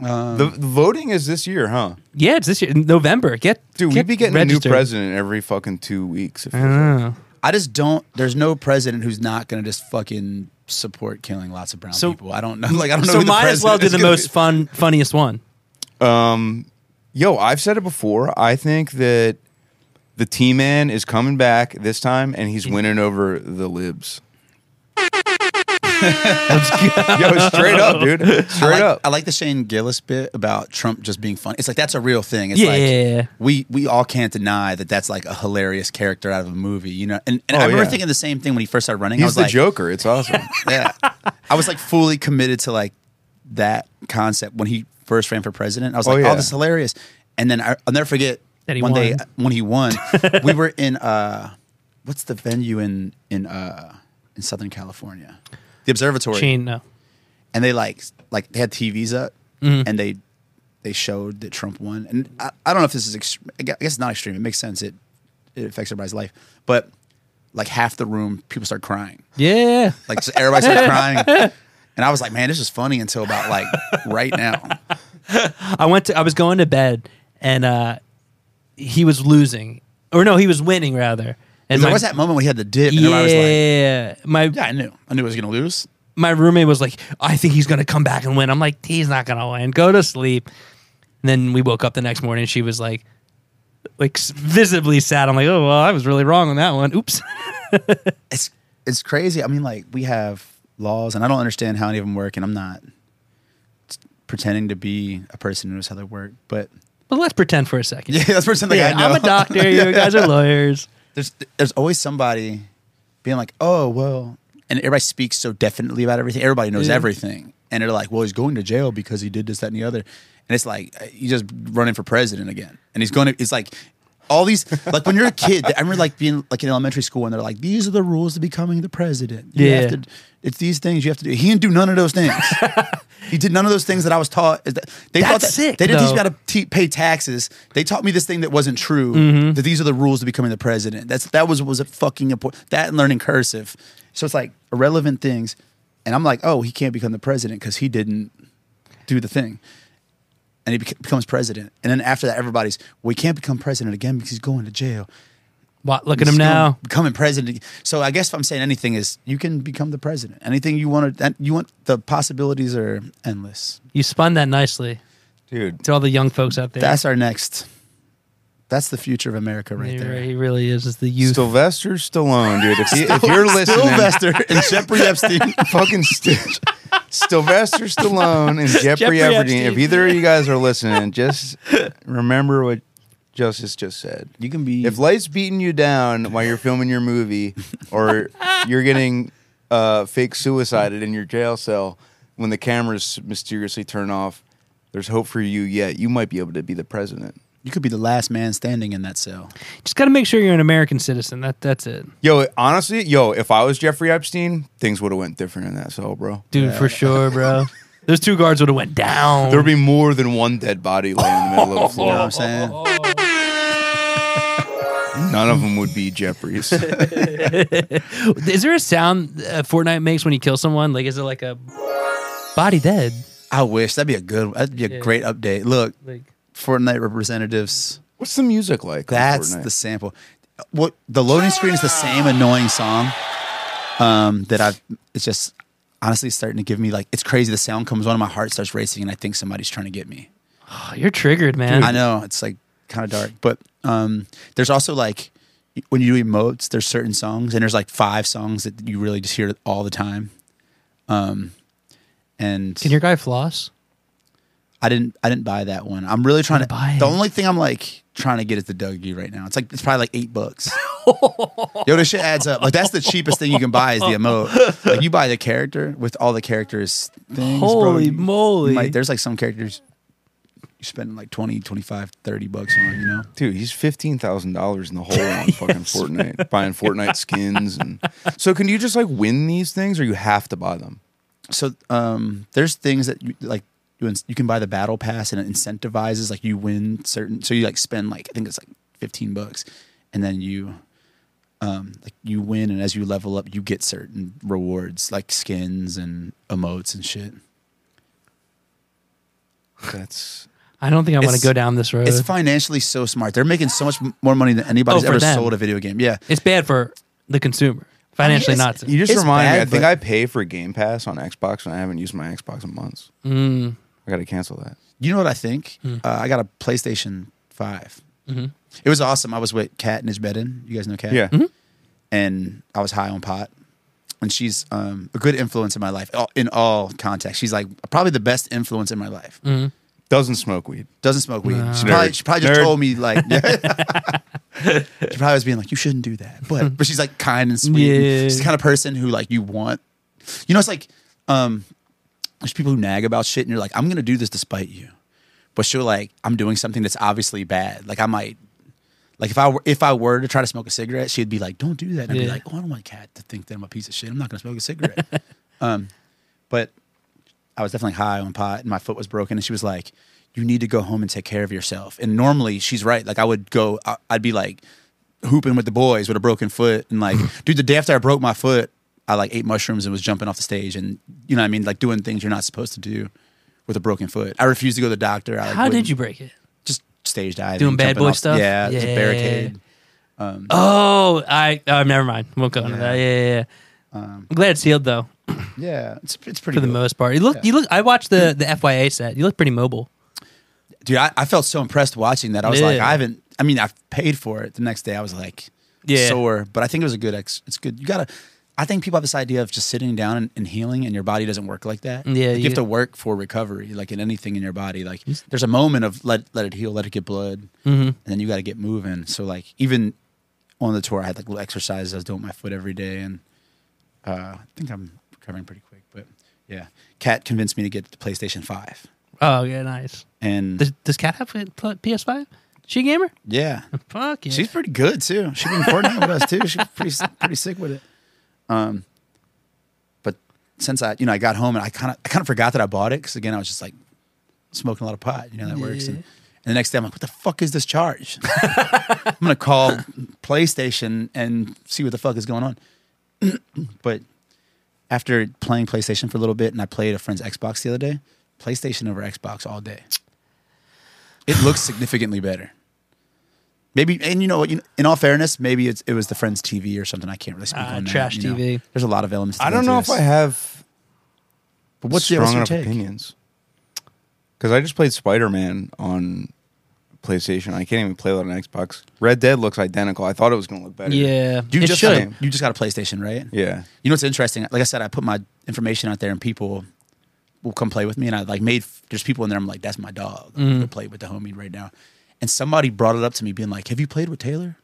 [SPEAKER 2] Um,
[SPEAKER 3] The, the voting is this year, huh?
[SPEAKER 1] Yeah, it's this year, in November. Get
[SPEAKER 3] Dude,
[SPEAKER 1] get
[SPEAKER 3] we'd be getting a
[SPEAKER 1] registered. Uh-huh.
[SPEAKER 3] new president every fucking two weeks. If
[SPEAKER 1] I know.
[SPEAKER 2] I just don't. There's no president who's not going to just fucking support killing lots of brown
[SPEAKER 1] So-
[SPEAKER 2] people. I don't know. Like I don't know.
[SPEAKER 1] So
[SPEAKER 2] who the
[SPEAKER 1] might as well
[SPEAKER 2] president
[SPEAKER 1] do
[SPEAKER 2] is
[SPEAKER 1] the
[SPEAKER 2] gonna
[SPEAKER 1] most
[SPEAKER 2] be.
[SPEAKER 1] fun, funniest one.
[SPEAKER 3] Um, yo, I've said it before. I think that the T Man is coming back this time, and he's winning over the libs. yo, straight up, dude.
[SPEAKER 2] I
[SPEAKER 3] Straight
[SPEAKER 2] like,
[SPEAKER 3] up.
[SPEAKER 2] I like the Shane Gillis bit about Trump just being funny. It's like that's a real thing. It's
[SPEAKER 1] Yeah,
[SPEAKER 2] like
[SPEAKER 1] yeah, yeah.
[SPEAKER 2] we we all can't deny that that's like a hilarious character out of a movie, you know. And, and
[SPEAKER 3] Oh,
[SPEAKER 2] I remember
[SPEAKER 3] yeah.
[SPEAKER 2] thinking the same thing when he first started running. I
[SPEAKER 3] He's
[SPEAKER 2] was
[SPEAKER 3] the
[SPEAKER 2] like,
[SPEAKER 3] Joker. It's awesome.
[SPEAKER 2] yeah. I was like fully committed to like that concept when he first ran for president. I was
[SPEAKER 3] Oh,
[SPEAKER 2] like, oh,
[SPEAKER 3] yeah.
[SPEAKER 2] this is hilarious. And then I, I'll never forget
[SPEAKER 1] That he
[SPEAKER 2] one day uh,
[SPEAKER 1] won.
[SPEAKER 2] when he won, we were in uh, what's the venue in in uh, in Southern California, the observatory,
[SPEAKER 1] Shane, no.
[SPEAKER 2] and they like like they had TVs up and they they showed that Trump won. And I, I don't know if this is ext- I guess it's not extreme. It makes sense. It it affects everybody's life, but like half the room people start crying.
[SPEAKER 1] Yeah,
[SPEAKER 2] Like just everybody started crying. And I was like, man, this is funny until about like right now.
[SPEAKER 1] I went to I was going to bed and uh he was losing, or no, he was winning rather. And
[SPEAKER 2] And there
[SPEAKER 1] my-
[SPEAKER 2] was that moment when he had the dip, and everybody was like,
[SPEAKER 1] yeah, my
[SPEAKER 2] yeah, I knew, I knew I was gonna lose.
[SPEAKER 1] my roommate was like, I think he's gonna come back and win. I'm like, he's not gonna win. Go to sleep. And then we woke up the next morning. She was like, like s- visibly sad. I'm like, oh well, I was really wrong on that one. Oops.
[SPEAKER 2] It's it's crazy. I mean, like we have laws, and I don't understand how any of them work, and I'm not pretending to be a person who knows how they work, but
[SPEAKER 1] But let's pretend for a second.
[SPEAKER 2] yeah, that's the person like I
[SPEAKER 1] Yeah,
[SPEAKER 2] know.
[SPEAKER 1] I'm a doctor. You guys are lawyers.
[SPEAKER 2] there's there's always somebody being like, oh well, and everybody speaks so definitely about everything. Everybody knows
[SPEAKER 1] Yeah.
[SPEAKER 2] everything, and they're like, well, he's going to jail because he did this, that, and the other. And it's like uh, he's just running for president again, and he's going to. It's like all these like when you're a kid. I remember like being like in elementary school, and they're like, these are the rules to becoming the president. You
[SPEAKER 1] Yeah.
[SPEAKER 2] have to- it's these things you have to do. He didn't do none of those things. he did none of those things that I was taught. Is that- They thought
[SPEAKER 1] That's
[SPEAKER 2] that,
[SPEAKER 1] sick,
[SPEAKER 2] They didn't teach
[SPEAKER 1] though.
[SPEAKER 2] me how to t- pay taxes. They taught me this thing that wasn't true.
[SPEAKER 1] Mm-hmm.
[SPEAKER 2] That these are the rules to becoming the president. That's that was was a fucking important. That and learning cursive. So it's like irrelevant things, and I'm like, oh, he can't become the president because he didn't do the thing, and he bec- becomes president. And then after that, everybody's we can't become president again because he's going to jail.
[SPEAKER 1] What, look at
[SPEAKER 2] He's
[SPEAKER 1] him
[SPEAKER 2] going-
[SPEAKER 1] now.
[SPEAKER 2] becoming president. So I guess if I'm saying anything is you can become the president. Anything you want to, you want the possibilities are endless.
[SPEAKER 1] You spun that nicely
[SPEAKER 3] Dude,
[SPEAKER 1] to all the young folks out there.
[SPEAKER 2] That's our next That's the future of America right
[SPEAKER 1] he,
[SPEAKER 2] there.
[SPEAKER 1] he really is. Is the youth.
[SPEAKER 3] Sylvester Stallone, dude. If, he, if you're listening,
[SPEAKER 2] Sylvester and Jeffrey Epstein.
[SPEAKER 3] fucking st- Sylvester Stallone and Jeffrey,
[SPEAKER 1] Jeffrey
[SPEAKER 3] Epstein.
[SPEAKER 1] Epstein.
[SPEAKER 3] If either of you guys are listening, just remember what Justice just said.
[SPEAKER 2] You can be
[SPEAKER 3] If life's beating you down while you're filming your movie, or you're getting uh, fake suicided in your jail cell when the cameras mysteriously turn off, there's hope for you yet. You might be able to be the president.
[SPEAKER 2] you could be the last man standing in that cell.
[SPEAKER 1] Just got to make sure you're an American citizen. That that's it,
[SPEAKER 3] Yo, honestly, yo, if I was Jeffrey Epstein, things would have went different in that cell, bro.
[SPEAKER 1] dude, for sure, bro. Those two guards would have went down.
[SPEAKER 3] There'd be more than one dead body laying in the middle of the
[SPEAKER 2] You know what
[SPEAKER 3] floor.
[SPEAKER 1] Oh,
[SPEAKER 2] I'm saying?
[SPEAKER 3] None of them would be Jeffrey's.
[SPEAKER 1] is there a sound uh, Fortnite makes when you kill someone? Like, is it like a body dead?
[SPEAKER 2] I wish that'd be a good. That'd be a
[SPEAKER 1] Yeah.
[SPEAKER 2] great update. Look,
[SPEAKER 1] Like,
[SPEAKER 2] Fortnite representatives.
[SPEAKER 3] What's the music like? on
[SPEAKER 2] That's
[SPEAKER 3] Fortnite?
[SPEAKER 2] the sample. What the loading screen is the same annoying song. Um, that I've. It's just honestly starting to give me like it's crazy. The sound comes on, and my heart starts racing, and I think somebody's trying to get me.
[SPEAKER 1] oh, you're triggered, man.
[SPEAKER 2] I know it's like kind of dark, but um, there's also like when you do emotes, there's certain songs, and there's like five songs that you really just hear all the time. Um, and
[SPEAKER 1] Can your guy floss?
[SPEAKER 2] I didn't, I didn't buy that one. I'm really trying to
[SPEAKER 1] Buy it.
[SPEAKER 2] The only thing I'm like trying to get is the Dougie right now. It's like it's probably like eight bucks. Yo, this shit adds up. Like that's the cheapest thing you can buy is the emote. Like you buy the character with all the characters. Things, bro,
[SPEAKER 1] Holy
[SPEAKER 2] you-
[SPEAKER 1] moly.
[SPEAKER 2] Like, there's like some characters you spend like 20, 25, 30 bucks on. You know.
[SPEAKER 3] Dude, he's fifteen thousand dollars in the hole on fucking Fortnite, buying Fortnite skins and. So, can you just like win these things, or you have to buy them?
[SPEAKER 2] so um, there's things that you like you, ins- you can buy the battle pass and it incentivizes like you win certain so you like spend like i think it's like 15 bucks and then you um, like you win and as you level up you get certain rewards like skins and emotes and shit
[SPEAKER 3] That's
[SPEAKER 1] I don't think I want
[SPEAKER 2] It's-
[SPEAKER 1] to go down this road.
[SPEAKER 2] it's financially so smart they're making so much m- more money than anybody's
[SPEAKER 1] Oh, for
[SPEAKER 2] ever
[SPEAKER 1] them.
[SPEAKER 2] sold a video game yeah
[SPEAKER 1] It's bad for the consumer. Financially,
[SPEAKER 2] I mean,
[SPEAKER 1] not.
[SPEAKER 2] it's-
[SPEAKER 1] so.
[SPEAKER 3] you just
[SPEAKER 2] It's
[SPEAKER 3] remind me.
[SPEAKER 2] bad,
[SPEAKER 3] I think
[SPEAKER 2] but-
[SPEAKER 3] I pay for Game Pass on Xbox, and I haven't used my Xbox in months.
[SPEAKER 1] Mm.
[SPEAKER 3] I got to cancel that.
[SPEAKER 2] you know what i think
[SPEAKER 1] Hmm.
[SPEAKER 2] uh, i got a playstation 5
[SPEAKER 1] Mhm.
[SPEAKER 2] it was awesome i was with kat in his bed in you guys know kat
[SPEAKER 3] Yeah,
[SPEAKER 2] and I was high on pot. And she's um, a good influence in my life all- in all contexts. She's like probably the best influence in my life.
[SPEAKER 3] doesn't smoke weed.
[SPEAKER 2] Doesn't smoke weed. She,
[SPEAKER 3] Nerd.
[SPEAKER 2] probably, she probably just
[SPEAKER 3] Nerd.
[SPEAKER 2] told me like, she probably was being like, you shouldn't do that. But but she's like kind and sweet.
[SPEAKER 1] Yeah.
[SPEAKER 2] She's the kind of person who like you want. You know, it's like um, there's people who nag about shit, and you're like, I'm gonna do this despite you. But she'll like, I'm doing something that's obviously bad. Like I might. Like if I were if I were to try to smoke a cigarette, she'd be like, "Don't do that." And I'd be
[SPEAKER 1] Yeah.
[SPEAKER 2] like, "Oh, I don't want Kat to think that I'm a piece of shit. I'm not going to smoke a cigarette." um, but I was definitely high on pot and my foot was broken. And she was like, You need to go home and take care of yourself. And normally she's right. Like, I would go, I- I'd be like hooping with the boys with a broken foot. And like, dude, the day after I broke my foot, I like ate mushrooms and was jumping off the stage and, you know what I mean? Like, doing things you're not supposed to do with a broken foot. I refused to go to the doctor. I, like,
[SPEAKER 1] How
[SPEAKER 2] wouldn't-
[SPEAKER 1] did you break it?
[SPEAKER 2] Just stage diving.
[SPEAKER 1] Doing bad
[SPEAKER 2] jumping
[SPEAKER 1] boy
[SPEAKER 2] off-
[SPEAKER 1] stuff?
[SPEAKER 2] Yeah, It's a
[SPEAKER 1] Yeah.
[SPEAKER 2] barricade.
[SPEAKER 1] Oh, I. Oh, never mind. Won't go into that. Yeah, Um, yeah, yeah. I'm glad it's healed though,
[SPEAKER 2] Yeah, it's, it's pretty
[SPEAKER 1] for the
[SPEAKER 2] cool.
[SPEAKER 1] most part. You look. You look. I watched the the Fya set. You look pretty mobile.
[SPEAKER 2] Dude, I, I felt so impressed watching that. I was like,
[SPEAKER 1] Yeah.
[SPEAKER 2] I haven't. I mean, I paid for it. The next day, I was like,
[SPEAKER 1] Yeah.
[SPEAKER 2] sore. But I think it was a good. Ex- it's good. You gotta. I think people have this idea of just sitting down and, and healing, and your body doesn't work like that.
[SPEAKER 1] Yeah,
[SPEAKER 2] Like, you,
[SPEAKER 1] you-
[SPEAKER 2] have to work for recovery, like in anything in your body. Like there's a moment of let let it heal, let it get blood,
[SPEAKER 1] Mm-hmm.
[SPEAKER 2] and then you got to get moving. So like even on the tour, I had like little exercises I was doing with my foot every day, and uh, I think I'm recovering pretty quick. But yeah, Kat convinced me to get the PlayStation Five,
[SPEAKER 1] Oh yeah, nice.
[SPEAKER 2] and
[SPEAKER 1] Does, does Cat have a pl- PS5? She a gamer?
[SPEAKER 2] yeah,
[SPEAKER 1] Fuck yeah.
[SPEAKER 2] She's pretty good too. She's been coordinating with us too. She's pretty pretty sick with it. Um, but since I you know I got home and I kind of I kind of forgot that I bought it because again I was just like smoking a lot of pot. You know that works. And, and the next day I'm like, what the fuck is this charge? I'm gonna call PlayStation and see what the fuck is going on. but after playing PlayStation for a little bit and I played a friend's Xbox the other day, PlayStation over Xbox all day. It looks significantly better. Maybe, and you know what? You know, in all fairness, maybe it's, it was the friend's TV or something. I can't really speak
[SPEAKER 1] Ah,
[SPEAKER 2] on that,
[SPEAKER 1] trash
[SPEAKER 2] you know.
[SPEAKER 1] TV.
[SPEAKER 2] There's a lot of elements. to
[SPEAKER 3] I
[SPEAKER 2] go
[SPEAKER 3] don't
[SPEAKER 2] to
[SPEAKER 3] know
[SPEAKER 2] this.
[SPEAKER 3] if I have
[SPEAKER 2] But what's, your-
[SPEAKER 3] strong
[SPEAKER 2] what's your
[SPEAKER 3] enough
[SPEAKER 2] take?
[SPEAKER 3] opinions. Because I just played Spider Man on PlayStation. I can't even play that on Xbox. Red Dead looks identical. I thought it was going to look better.
[SPEAKER 1] Yeah,
[SPEAKER 2] You
[SPEAKER 1] it
[SPEAKER 2] just got
[SPEAKER 1] should.
[SPEAKER 2] a, you just got a PlayStation, right?
[SPEAKER 3] Yeah.
[SPEAKER 2] You know what's interesting? Like I said, I put my information out there, and people will come play with me. And I like made there's people in there. I'm like, that's my dog. I'm
[SPEAKER 1] Mm-hmm.
[SPEAKER 2] gonna play with the homie right now. And somebody brought it up to me, being like, "Have you played with Taylor?"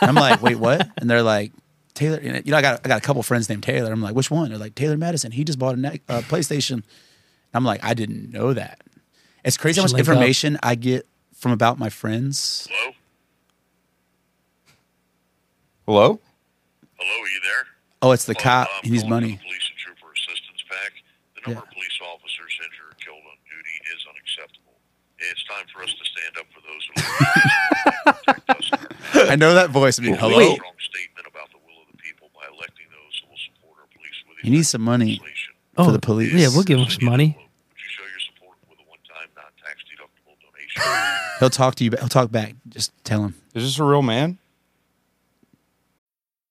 [SPEAKER 2] And I'm like, "Wait, what?" And they're like, "Taylor." You know, you know, I got I got a couple friends named Taylor. I'm like, "Which one?" They're like, "Taylor Madison. He just bought a ne- uh, PlayStation." And I'm like, "I didn't know that." It's crazy how
[SPEAKER 1] Should
[SPEAKER 2] much
[SPEAKER 1] link up.
[SPEAKER 2] information I get from about my friends.
[SPEAKER 4] Hello?
[SPEAKER 3] Hello?
[SPEAKER 4] Hello, are you there?
[SPEAKER 2] Oh, it's the cop.
[SPEAKER 4] Hello, Tom
[SPEAKER 2] He needs
[SPEAKER 4] Cullen,
[SPEAKER 2] money.
[SPEAKER 4] Police and Trooper Assistance Pack. The number
[SPEAKER 2] Yeah.
[SPEAKER 4] of police officers injured or killed on duty is unacceptable. It's time for us to stand up for those who protect us and our families.
[SPEAKER 2] I know that voice. I mean,
[SPEAKER 4] Make a
[SPEAKER 2] hello.
[SPEAKER 4] strong statement about the will of the people by electing those who will support our police with
[SPEAKER 2] He needs some money.
[SPEAKER 4] legislation.
[SPEAKER 2] for the police.
[SPEAKER 1] Oh, Yeah, we'll give them some money.
[SPEAKER 4] Would you show your support with a one-time, non-tax-deductible donation?
[SPEAKER 2] He'll talk to you. ba- He'll talk back. Just tell him.
[SPEAKER 3] Is this a real man?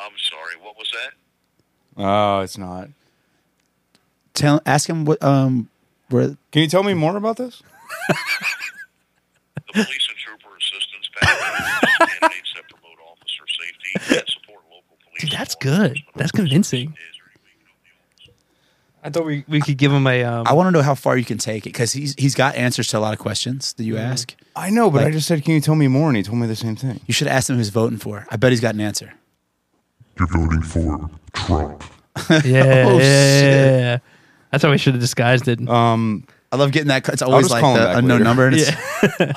[SPEAKER 4] I'm sorry, what was that?
[SPEAKER 3] Oh, it's not.
[SPEAKER 2] Tell. Ask him what. Um. Where.
[SPEAKER 3] Can you tell me more about this?
[SPEAKER 4] The Police and Trooper Assistance Package candidates that promote officer safety and support local police.
[SPEAKER 1] Dude, that's
[SPEAKER 4] and law
[SPEAKER 1] good.
[SPEAKER 4] enforcement
[SPEAKER 1] That's
[SPEAKER 4] officers.
[SPEAKER 1] convincing.
[SPEAKER 4] Is there any way you can help me on this?
[SPEAKER 1] I thought we, we could give him a. Um,
[SPEAKER 2] I want to know how far you can take it because he's he's got answers to a lot of questions that you
[SPEAKER 3] Mm-hmm.
[SPEAKER 2] ask.
[SPEAKER 3] I know, but I
[SPEAKER 2] Like-
[SPEAKER 3] just said, can you tell me more? And he told me the same thing.
[SPEAKER 2] You should ask him who's voting for. I bet he's got an answer.
[SPEAKER 5] You're voting for Trump.
[SPEAKER 1] yeah, yeah,
[SPEAKER 2] Oh, shit.
[SPEAKER 1] yeah, yeah. That's how we should have disguised it.
[SPEAKER 3] Um,
[SPEAKER 2] I love getting that. It's always
[SPEAKER 3] just
[SPEAKER 2] like
[SPEAKER 3] call him
[SPEAKER 2] the
[SPEAKER 3] back
[SPEAKER 2] unknown
[SPEAKER 3] later.
[SPEAKER 2] number and it's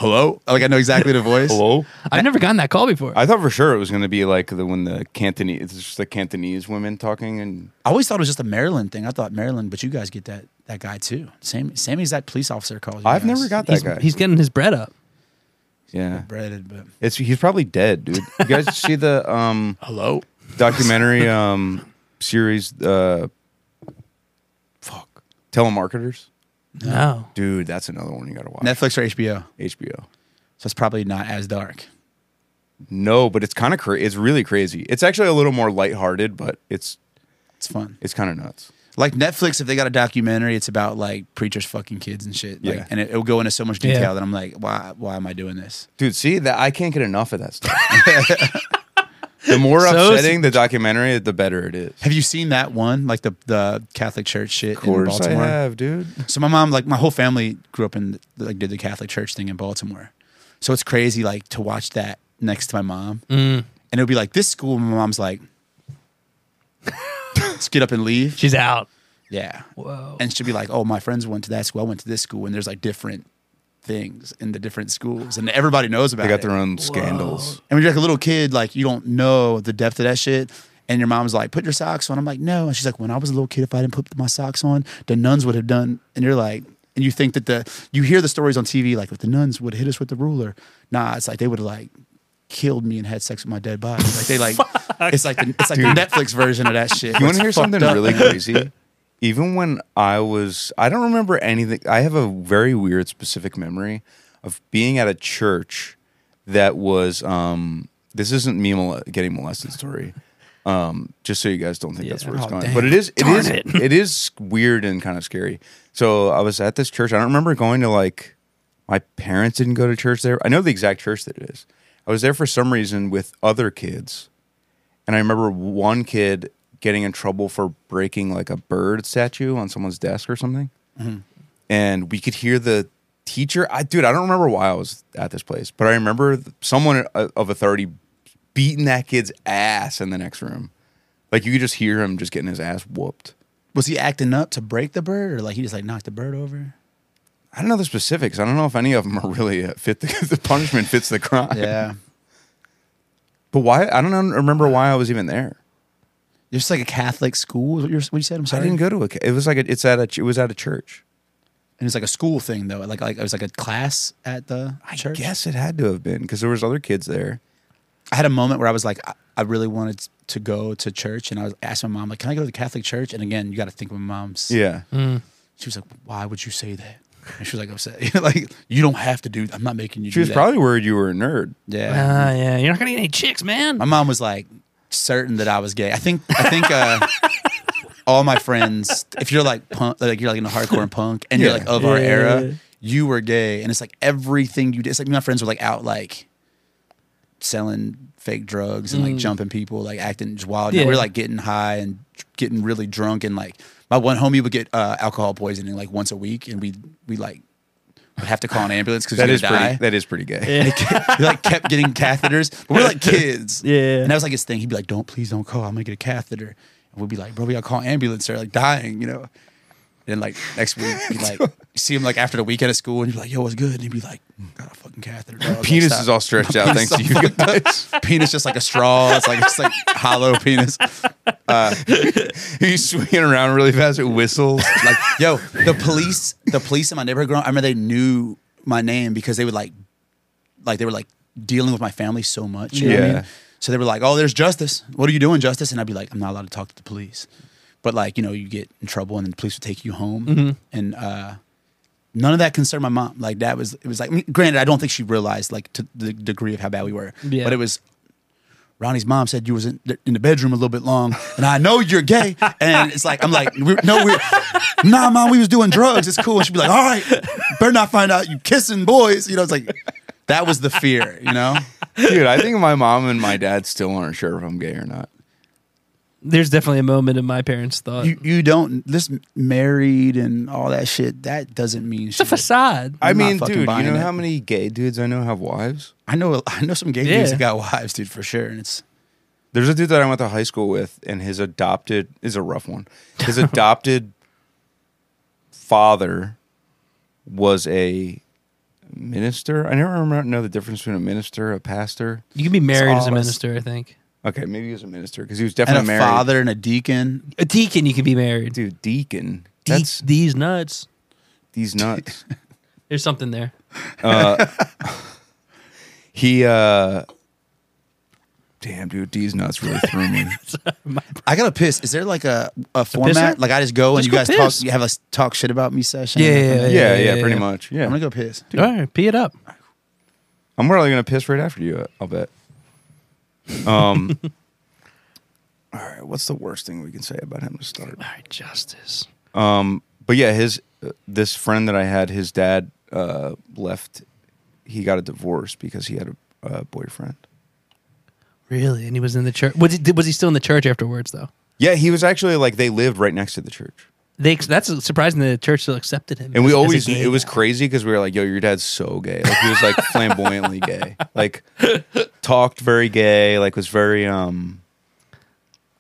[SPEAKER 2] hello. Like I know exactly the voice.
[SPEAKER 3] hello?
[SPEAKER 1] I've never gotten that call before.
[SPEAKER 3] I thought for sure it was going to be like the when the Cantonese, it's just the Cantonese women talking, and
[SPEAKER 2] I always thought it was just a Maryland thing. I thought Maryland, but you guys get that that guy too. Same same exact police officer calls you.
[SPEAKER 3] I've
[SPEAKER 2] guys.
[SPEAKER 3] never got that
[SPEAKER 1] he's,
[SPEAKER 3] guy.
[SPEAKER 1] he's getting his bread up.
[SPEAKER 3] yeah,
[SPEAKER 2] breaded, but
[SPEAKER 3] it's he's probably dead, dude. You guys see the um
[SPEAKER 2] hello.
[SPEAKER 3] documentary um series uh fuck telemarketers
[SPEAKER 1] No,
[SPEAKER 3] dude that's another one you gotta watch
[SPEAKER 2] Netflix or HBO.
[SPEAKER 3] hbo
[SPEAKER 2] So it's probably not as dark.
[SPEAKER 3] no but it's kind of cra- it's really crazy it's actually a little more lighthearted but it's
[SPEAKER 2] It's fun.
[SPEAKER 3] it's kind of nuts
[SPEAKER 2] Like Netflix, if they got a documentary, it's about like preachers fucking kids and shit. Like,
[SPEAKER 3] Yeah.
[SPEAKER 2] and it, it'll go into so much detail
[SPEAKER 1] Yeah.
[SPEAKER 2] that I'm like, why? Why am I doing this?
[SPEAKER 3] dude see that i can't get enough of that stuff the more
[SPEAKER 1] So-
[SPEAKER 3] upsetting the documentary the better it is
[SPEAKER 2] Have you seen that one? Like the the Catholic Church shit
[SPEAKER 3] of
[SPEAKER 2] in
[SPEAKER 3] course i
[SPEAKER 2] Baltimore.
[SPEAKER 3] have dude
[SPEAKER 2] So my mom, like my whole family, grew up in like did the Catholic Church thing in Baltimore. So it's crazy like to watch that next to my mom, and it'll be like this school. My mom's like, let's get up and leave.
[SPEAKER 1] she's out.
[SPEAKER 2] Yeah.
[SPEAKER 1] Whoa.
[SPEAKER 2] And she'll be like, oh, my friends went to that school. I went to this school. And there's like different things in the different schools. And everybody knows about
[SPEAKER 3] they got
[SPEAKER 2] it.
[SPEAKER 3] their own scandals
[SPEAKER 2] And when you're like a little kid, like you don't know the depth of that shit. And your mom's like, put your socks on. I'm like, no. And she's like, when I was a little kid, if I didn't put my socks on, the nuns would have done. And you're like, and you think that the, you hear the stories on TV, like, if the nuns would have hit us with the ruler. Nah, it's like they would have like killed me and had sex with my dead body. Like they like, it's like, the, it's like the Netflix version of that shit.
[SPEAKER 3] You want
[SPEAKER 2] It's
[SPEAKER 3] to hear
[SPEAKER 2] fucked
[SPEAKER 3] something
[SPEAKER 2] up,
[SPEAKER 3] really
[SPEAKER 2] man.
[SPEAKER 3] crazy? Even when I was, I don't remember anything. I have a very weird, specific memory of being at a church that was. Um, this isn't me mole- getting molested story. Um, just so you guys don't think that's where it's
[SPEAKER 1] Oh,
[SPEAKER 3] going,
[SPEAKER 1] damn.
[SPEAKER 3] but it is. It
[SPEAKER 1] Darn
[SPEAKER 3] is.
[SPEAKER 1] it.
[SPEAKER 3] it is weird and kind of scary. So I was at this church. I don't remember going to like. My parents didn't go to church there. I know the exact church that it is. I was there for some reason with other kids. And I remember one kid getting in trouble for breaking like a bird statue on someone's desk or something.
[SPEAKER 1] Mm-hmm.
[SPEAKER 3] And we could hear the teacher. I dude, I don't remember why I was at this place, but I remember th- someone o- of authority beating that kid's ass in the next room. Like you could just hear him just getting his ass whooped.
[SPEAKER 2] Was he acting up to break the bird or like he just like knocked the bird over?
[SPEAKER 3] I don't know the specifics. I don't know if any of them are really uh, fit the, the punishment fits the crime.
[SPEAKER 2] Yeah.
[SPEAKER 3] But why? I don't know- remember why I was even there.
[SPEAKER 2] It's like a Catholic school. is What you're- what you said? I'm
[SPEAKER 3] I
[SPEAKER 2] sorry.
[SPEAKER 3] didn't go to a. It was like a, it's at a. It was at a church.
[SPEAKER 2] And it's like a school thing though. Like like it was like a class at the church.
[SPEAKER 3] Guess it had to have been because there was other kids there.
[SPEAKER 2] I had a moment where I was like, I, I really wanted to go to church, and I was asked my mom like, "Can I go to the Catholic church?" And again, you got to think of my mom's.
[SPEAKER 3] Yeah.
[SPEAKER 2] She was like, "Why would you say that?" And she was like upset. like you don't have to do. I'm not making you.
[SPEAKER 3] She
[SPEAKER 2] do
[SPEAKER 3] was
[SPEAKER 2] that."
[SPEAKER 3] probably worried you were a nerd.
[SPEAKER 2] Yeah.
[SPEAKER 1] Ah, yeah. You're not gonna get any chicks, man.
[SPEAKER 2] my mom was like certain that I was gay. I think I think uh, all my friends, if you're like punk, like you're like in a hardcore and punk, and you're
[SPEAKER 3] Yeah.
[SPEAKER 2] like of our
[SPEAKER 1] Yeah.
[SPEAKER 2] era, you were gay, and it's like everything you did. It's like my friends were like out like selling fake drugs and like jumping people, like acting just wild.
[SPEAKER 1] Mm. Yeah.
[SPEAKER 2] We were like getting high and getting really drunk, and like my one homie would get uh, alcohol poisoning like once a week, and we we like would have to call an ambulance because
[SPEAKER 3] That is
[SPEAKER 2] die.
[SPEAKER 3] pretty. That is pretty gay.
[SPEAKER 1] Yeah.
[SPEAKER 2] He like kept getting catheters. But we're like kids.
[SPEAKER 1] Yeah.
[SPEAKER 2] And that was like his thing. He'd be like, Don't please don't call. I'm gonna get a catheter. And we'd be like, Bro, we gotta call ambulance or like dying, you know. And then like next week, he'd like see him like after the weekend of school and he'd be like, Yo, what's good? And he'd be like, Got a fucking catheter. dog." I was like,
[SPEAKER 3] Penis
[SPEAKER 2] "Stop."
[SPEAKER 3] is all stretched out
[SPEAKER 2] Penis
[SPEAKER 3] thanks to
[SPEAKER 2] is
[SPEAKER 3] you
[SPEAKER 2] all fucked up.
[SPEAKER 3] guys.
[SPEAKER 2] Penis just like a straw. It's like it's like hollow penis.
[SPEAKER 3] He's swinging around really fast. It whistles.
[SPEAKER 2] Like, yo, the police, the police in my neighborhood growing up, I remember they knew my name because they would like, like they were like dealing with my family so much. You Know what I
[SPEAKER 3] Yeah.
[SPEAKER 2] mean? So they were like, oh, there's justice. What are you doing, justice? And I'd be like, I'm not allowed to talk to the police. But like, you know, you get in trouble and then the police would take you home. And uh, none of that concerned my mom. Like that was, it was like, I mean, granted, I don't think she realized like to the degree of how bad we were.
[SPEAKER 1] Yeah.
[SPEAKER 2] But it was Ronnie's mom said you was in, in the bedroom a little bit long, and I know you're gay. And it's like I'm like, we no, we nah, mom, we was doing drugs. It's cool. And she'd be like, all right, better not find out you kissing boys. You know, it's like that was the fear. You know,
[SPEAKER 3] Dude, I think my mom and my dad still aren't sure if I'm gay or not.
[SPEAKER 1] There's definitely a moment in my parents' thought.
[SPEAKER 2] you you don't this married and all that shit. That doesn't mean
[SPEAKER 1] it's a facade.
[SPEAKER 3] I
[SPEAKER 2] I'm not
[SPEAKER 3] mean,
[SPEAKER 2] fucking
[SPEAKER 3] dude, you
[SPEAKER 2] buying
[SPEAKER 3] know
[SPEAKER 2] it.
[SPEAKER 3] how many gay dudes I know have wives?
[SPEAKER 2] I know I know some gay dudes
[SPEAKER 1] Yeah.
[SPEAKER 2] that got wives, dude, for sure. And it's
[SPEAKER 3] There's a dude that I went to high school with, and his adopted is a rough one. His adopted father was a minister. I never remember know the difference between a minister, a pastor.
[SPEAKER 1] you can be married as a
[SPEAKER 3] all us.
[SPEAKER 1] minister, I think.
[SPEAKER 3] Okay, maybe he was a minister because he was
[SPEAKER 2] and
[SPEAKER 3] definitely
[SPEAKER 2] a
[SPEAKER 3] married.
[SPEAKER 2] father and a deacon.
[SPEAKER 1] A deacon, you can be married.
[SPEAKER 3] dude, deacon.
[SPEAKER 1] De-
[SPEAKER 3] That's
[SPEAKER 1] these nuts.
[SPEAKER 3] these nuts.
[SPEAKER 1] There's something there.
[SPEAKER 3] he, uh, damn, dude, these nuts really threw me.
[SPEAKER 2] I gotta piss. Is there like a, a format?
[SPEAKER 1] pisser?
[SPEAKER 2] Like I just go and
[SPEAKER 1] Just
[SPEAKER 2] you
[SPEAKER 1] go
[SPEAKER 2] guys
[SPEAKER 1] piss.
[SPEAKER 2] talk. You have a s- talk shit about me session.
[SPEAKER 1] Yeah,
[SPEAKER 2] or
[SPEAKER 1] yeah,
[SPEAKER 2] something?
[SPEAKER 1] yeah,
[SPEAKER 3] yeah, yeah, pretty
[SPEAKER 1] yeah.
[SPEAKER 3] much. Yeah,
[SPEAKER 2] I'm gonna go piss.
[SPEAKER 1] All right, pee it up.
[SPEAKER 3] I'm really gonna piss right after you. I'll bet. Um. all right. What's the worst thing we can say about him to start?
[SPEAKER 1] All right, justice.
[SPEAKER 3] Um. But yeah, his uh, this friend that I had, his dad uh, left. He got a divorce because he had a uh, boyfriend.
[SPEAKER 1] Really? And he was in the church. Was he? did- Was he still in the church afterwards, though?
[SPEAKER 3] Yeah, he was actually like they lived right next to the church,
[SPEAKER 1] They. That's surprising. that The church still accepted him.
[SPEAKER 3] and
[SPEAKER 1] as-
[SPEAKER 3] we
[SPEAKER 1] as a
[SPEAKER 3] always
[SPEAKER 1] gay
[SPEAKER 3] it was
[SPEAKER 1] guy.
[SPEAKER 3] crazy because we were like, "Yo, your dad's so gay." Like he was like flamboyantly gay, like talked very gay, like was very um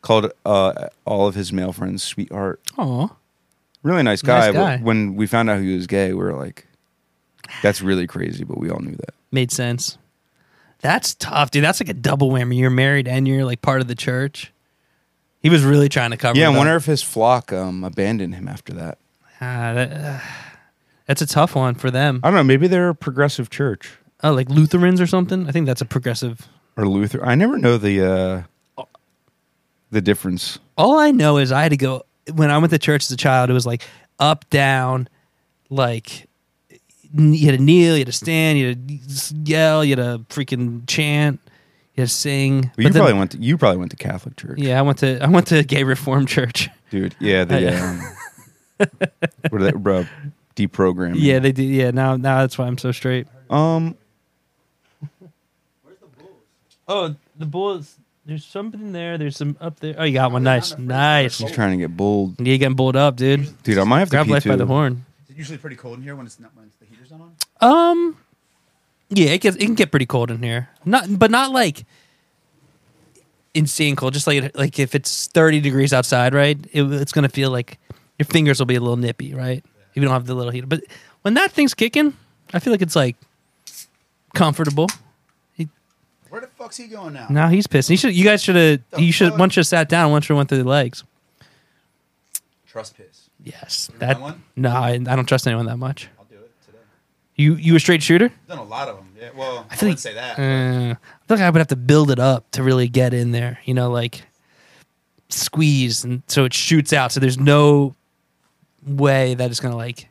[SPEAKER 3] called uh all of his male friends sweetheart.
[SPEAKER 1] Aw.
[SPEAKER 3] really nice guy.
[SPEAKER 1] Nice
[SPEAKER 3] but
[SPEAKER 1] guy.
[SPEAKER 3] When we found out he was gay, we were like, "That's really crazy," but we all knew that.
[SPEAKER 1] Made sense. That's tough, dude. That's like a double whammy. You're married and you're like part of the church. He was really trying to cover.
[SPEAKER 3] Yeah, I
[SPEAKER 1] it
[SPEAKER 3] wonder
[SPEAKER 1] up.
[SPEAKER 3] if his flock um, abandoned him after that.
[SPEAKER 1] Ah, that, ah. that's a tough one for them.
[SPEAKER 3] I don't know. Maybe they're a progressive church
[SPEAKER 1] Oh, like Lutherans or something. I think that's a progressive.
[SPEAKER 3] or Luther. I never know the uh, the difference.
[SPEAKER 1] All I know is I had to go when I went to church as a child. It was like up, down, like n- you had to kneel, you had to stand, you had to s- yell, you had to freaking chant, you had to sing.
[SPEAKER 3] But you
[SPEAKER 1] But then-
[SPEAKER 3] probably went. To, you probably went to Catholic church,
[SPEAKER 1] yeah, I went to I went to gay reform church.
[SPEAKER 3] dude. Yeah, the
[SPEAKER 1] I-
[SPEAKER 3] um, what are they, bro, deprogramming.
[SPEAKER 1] Yeah, they did. Yeah, now now that's why I'm so straight.
[SPEAKER 3] Um.
[SPEAKER 1] Oh, the bulls. There's something there. There's some up there. Oh, you got one. Nice, nice.
[SPEAKER 3] He's trying to get bold,
[SPEAKER 1] You getting bulled up, dude.
[SPEAKER 3] dude. I might have to
[SPEAKER 1] Grab
[SPEAKER 3] pee
[SPEAKER 1] life by
[SPEAKER 3] too.
[SPEAKER 1] the horn.
[SPEAKER 2] It's usually pretty cold in here when it's not when the heater's not on.
[SPEAKER 1] Um, yeah, it gets it can get pretty cold in here. Not, but not like insane cold. Just like like if it's thirty degrees outside, right? It, it's gonna feel like your fingers will be a little nippy, right? If you don't have the little heater. But when that thing's kicking, I feel like it's like comfortable.
[SPEAKER 2] Where the fuck's he going now?
[SPEAKER 1] Now he's pissed. He should. You guys should have.
[SPEAKER 2] The
[SPEAKER 1] You should.
[SPEAKER 2] fuck?
[SPEAKER 1] One should have sat down. One should have went through the legs.
[SPEAKER 2] Trust piss.
[SPEAKER 1] Yes. That
[SPEAKER 2] one?
[SPEAKER 1] no, I, I don't trust anyone that much. I'll do it today. You you a straight shooter?
[SPEAKER 2] Done a lot of them. Yeah. Well, I,
[SPEAKER 1] feel like-
[SPEAKER 2] wouldn't say that.
[SPEAKER 1] Uh, I feel like I would have to build it up to really get in there. You know, like squeeze, and so it shoots out. So there's no way that it's gonna like.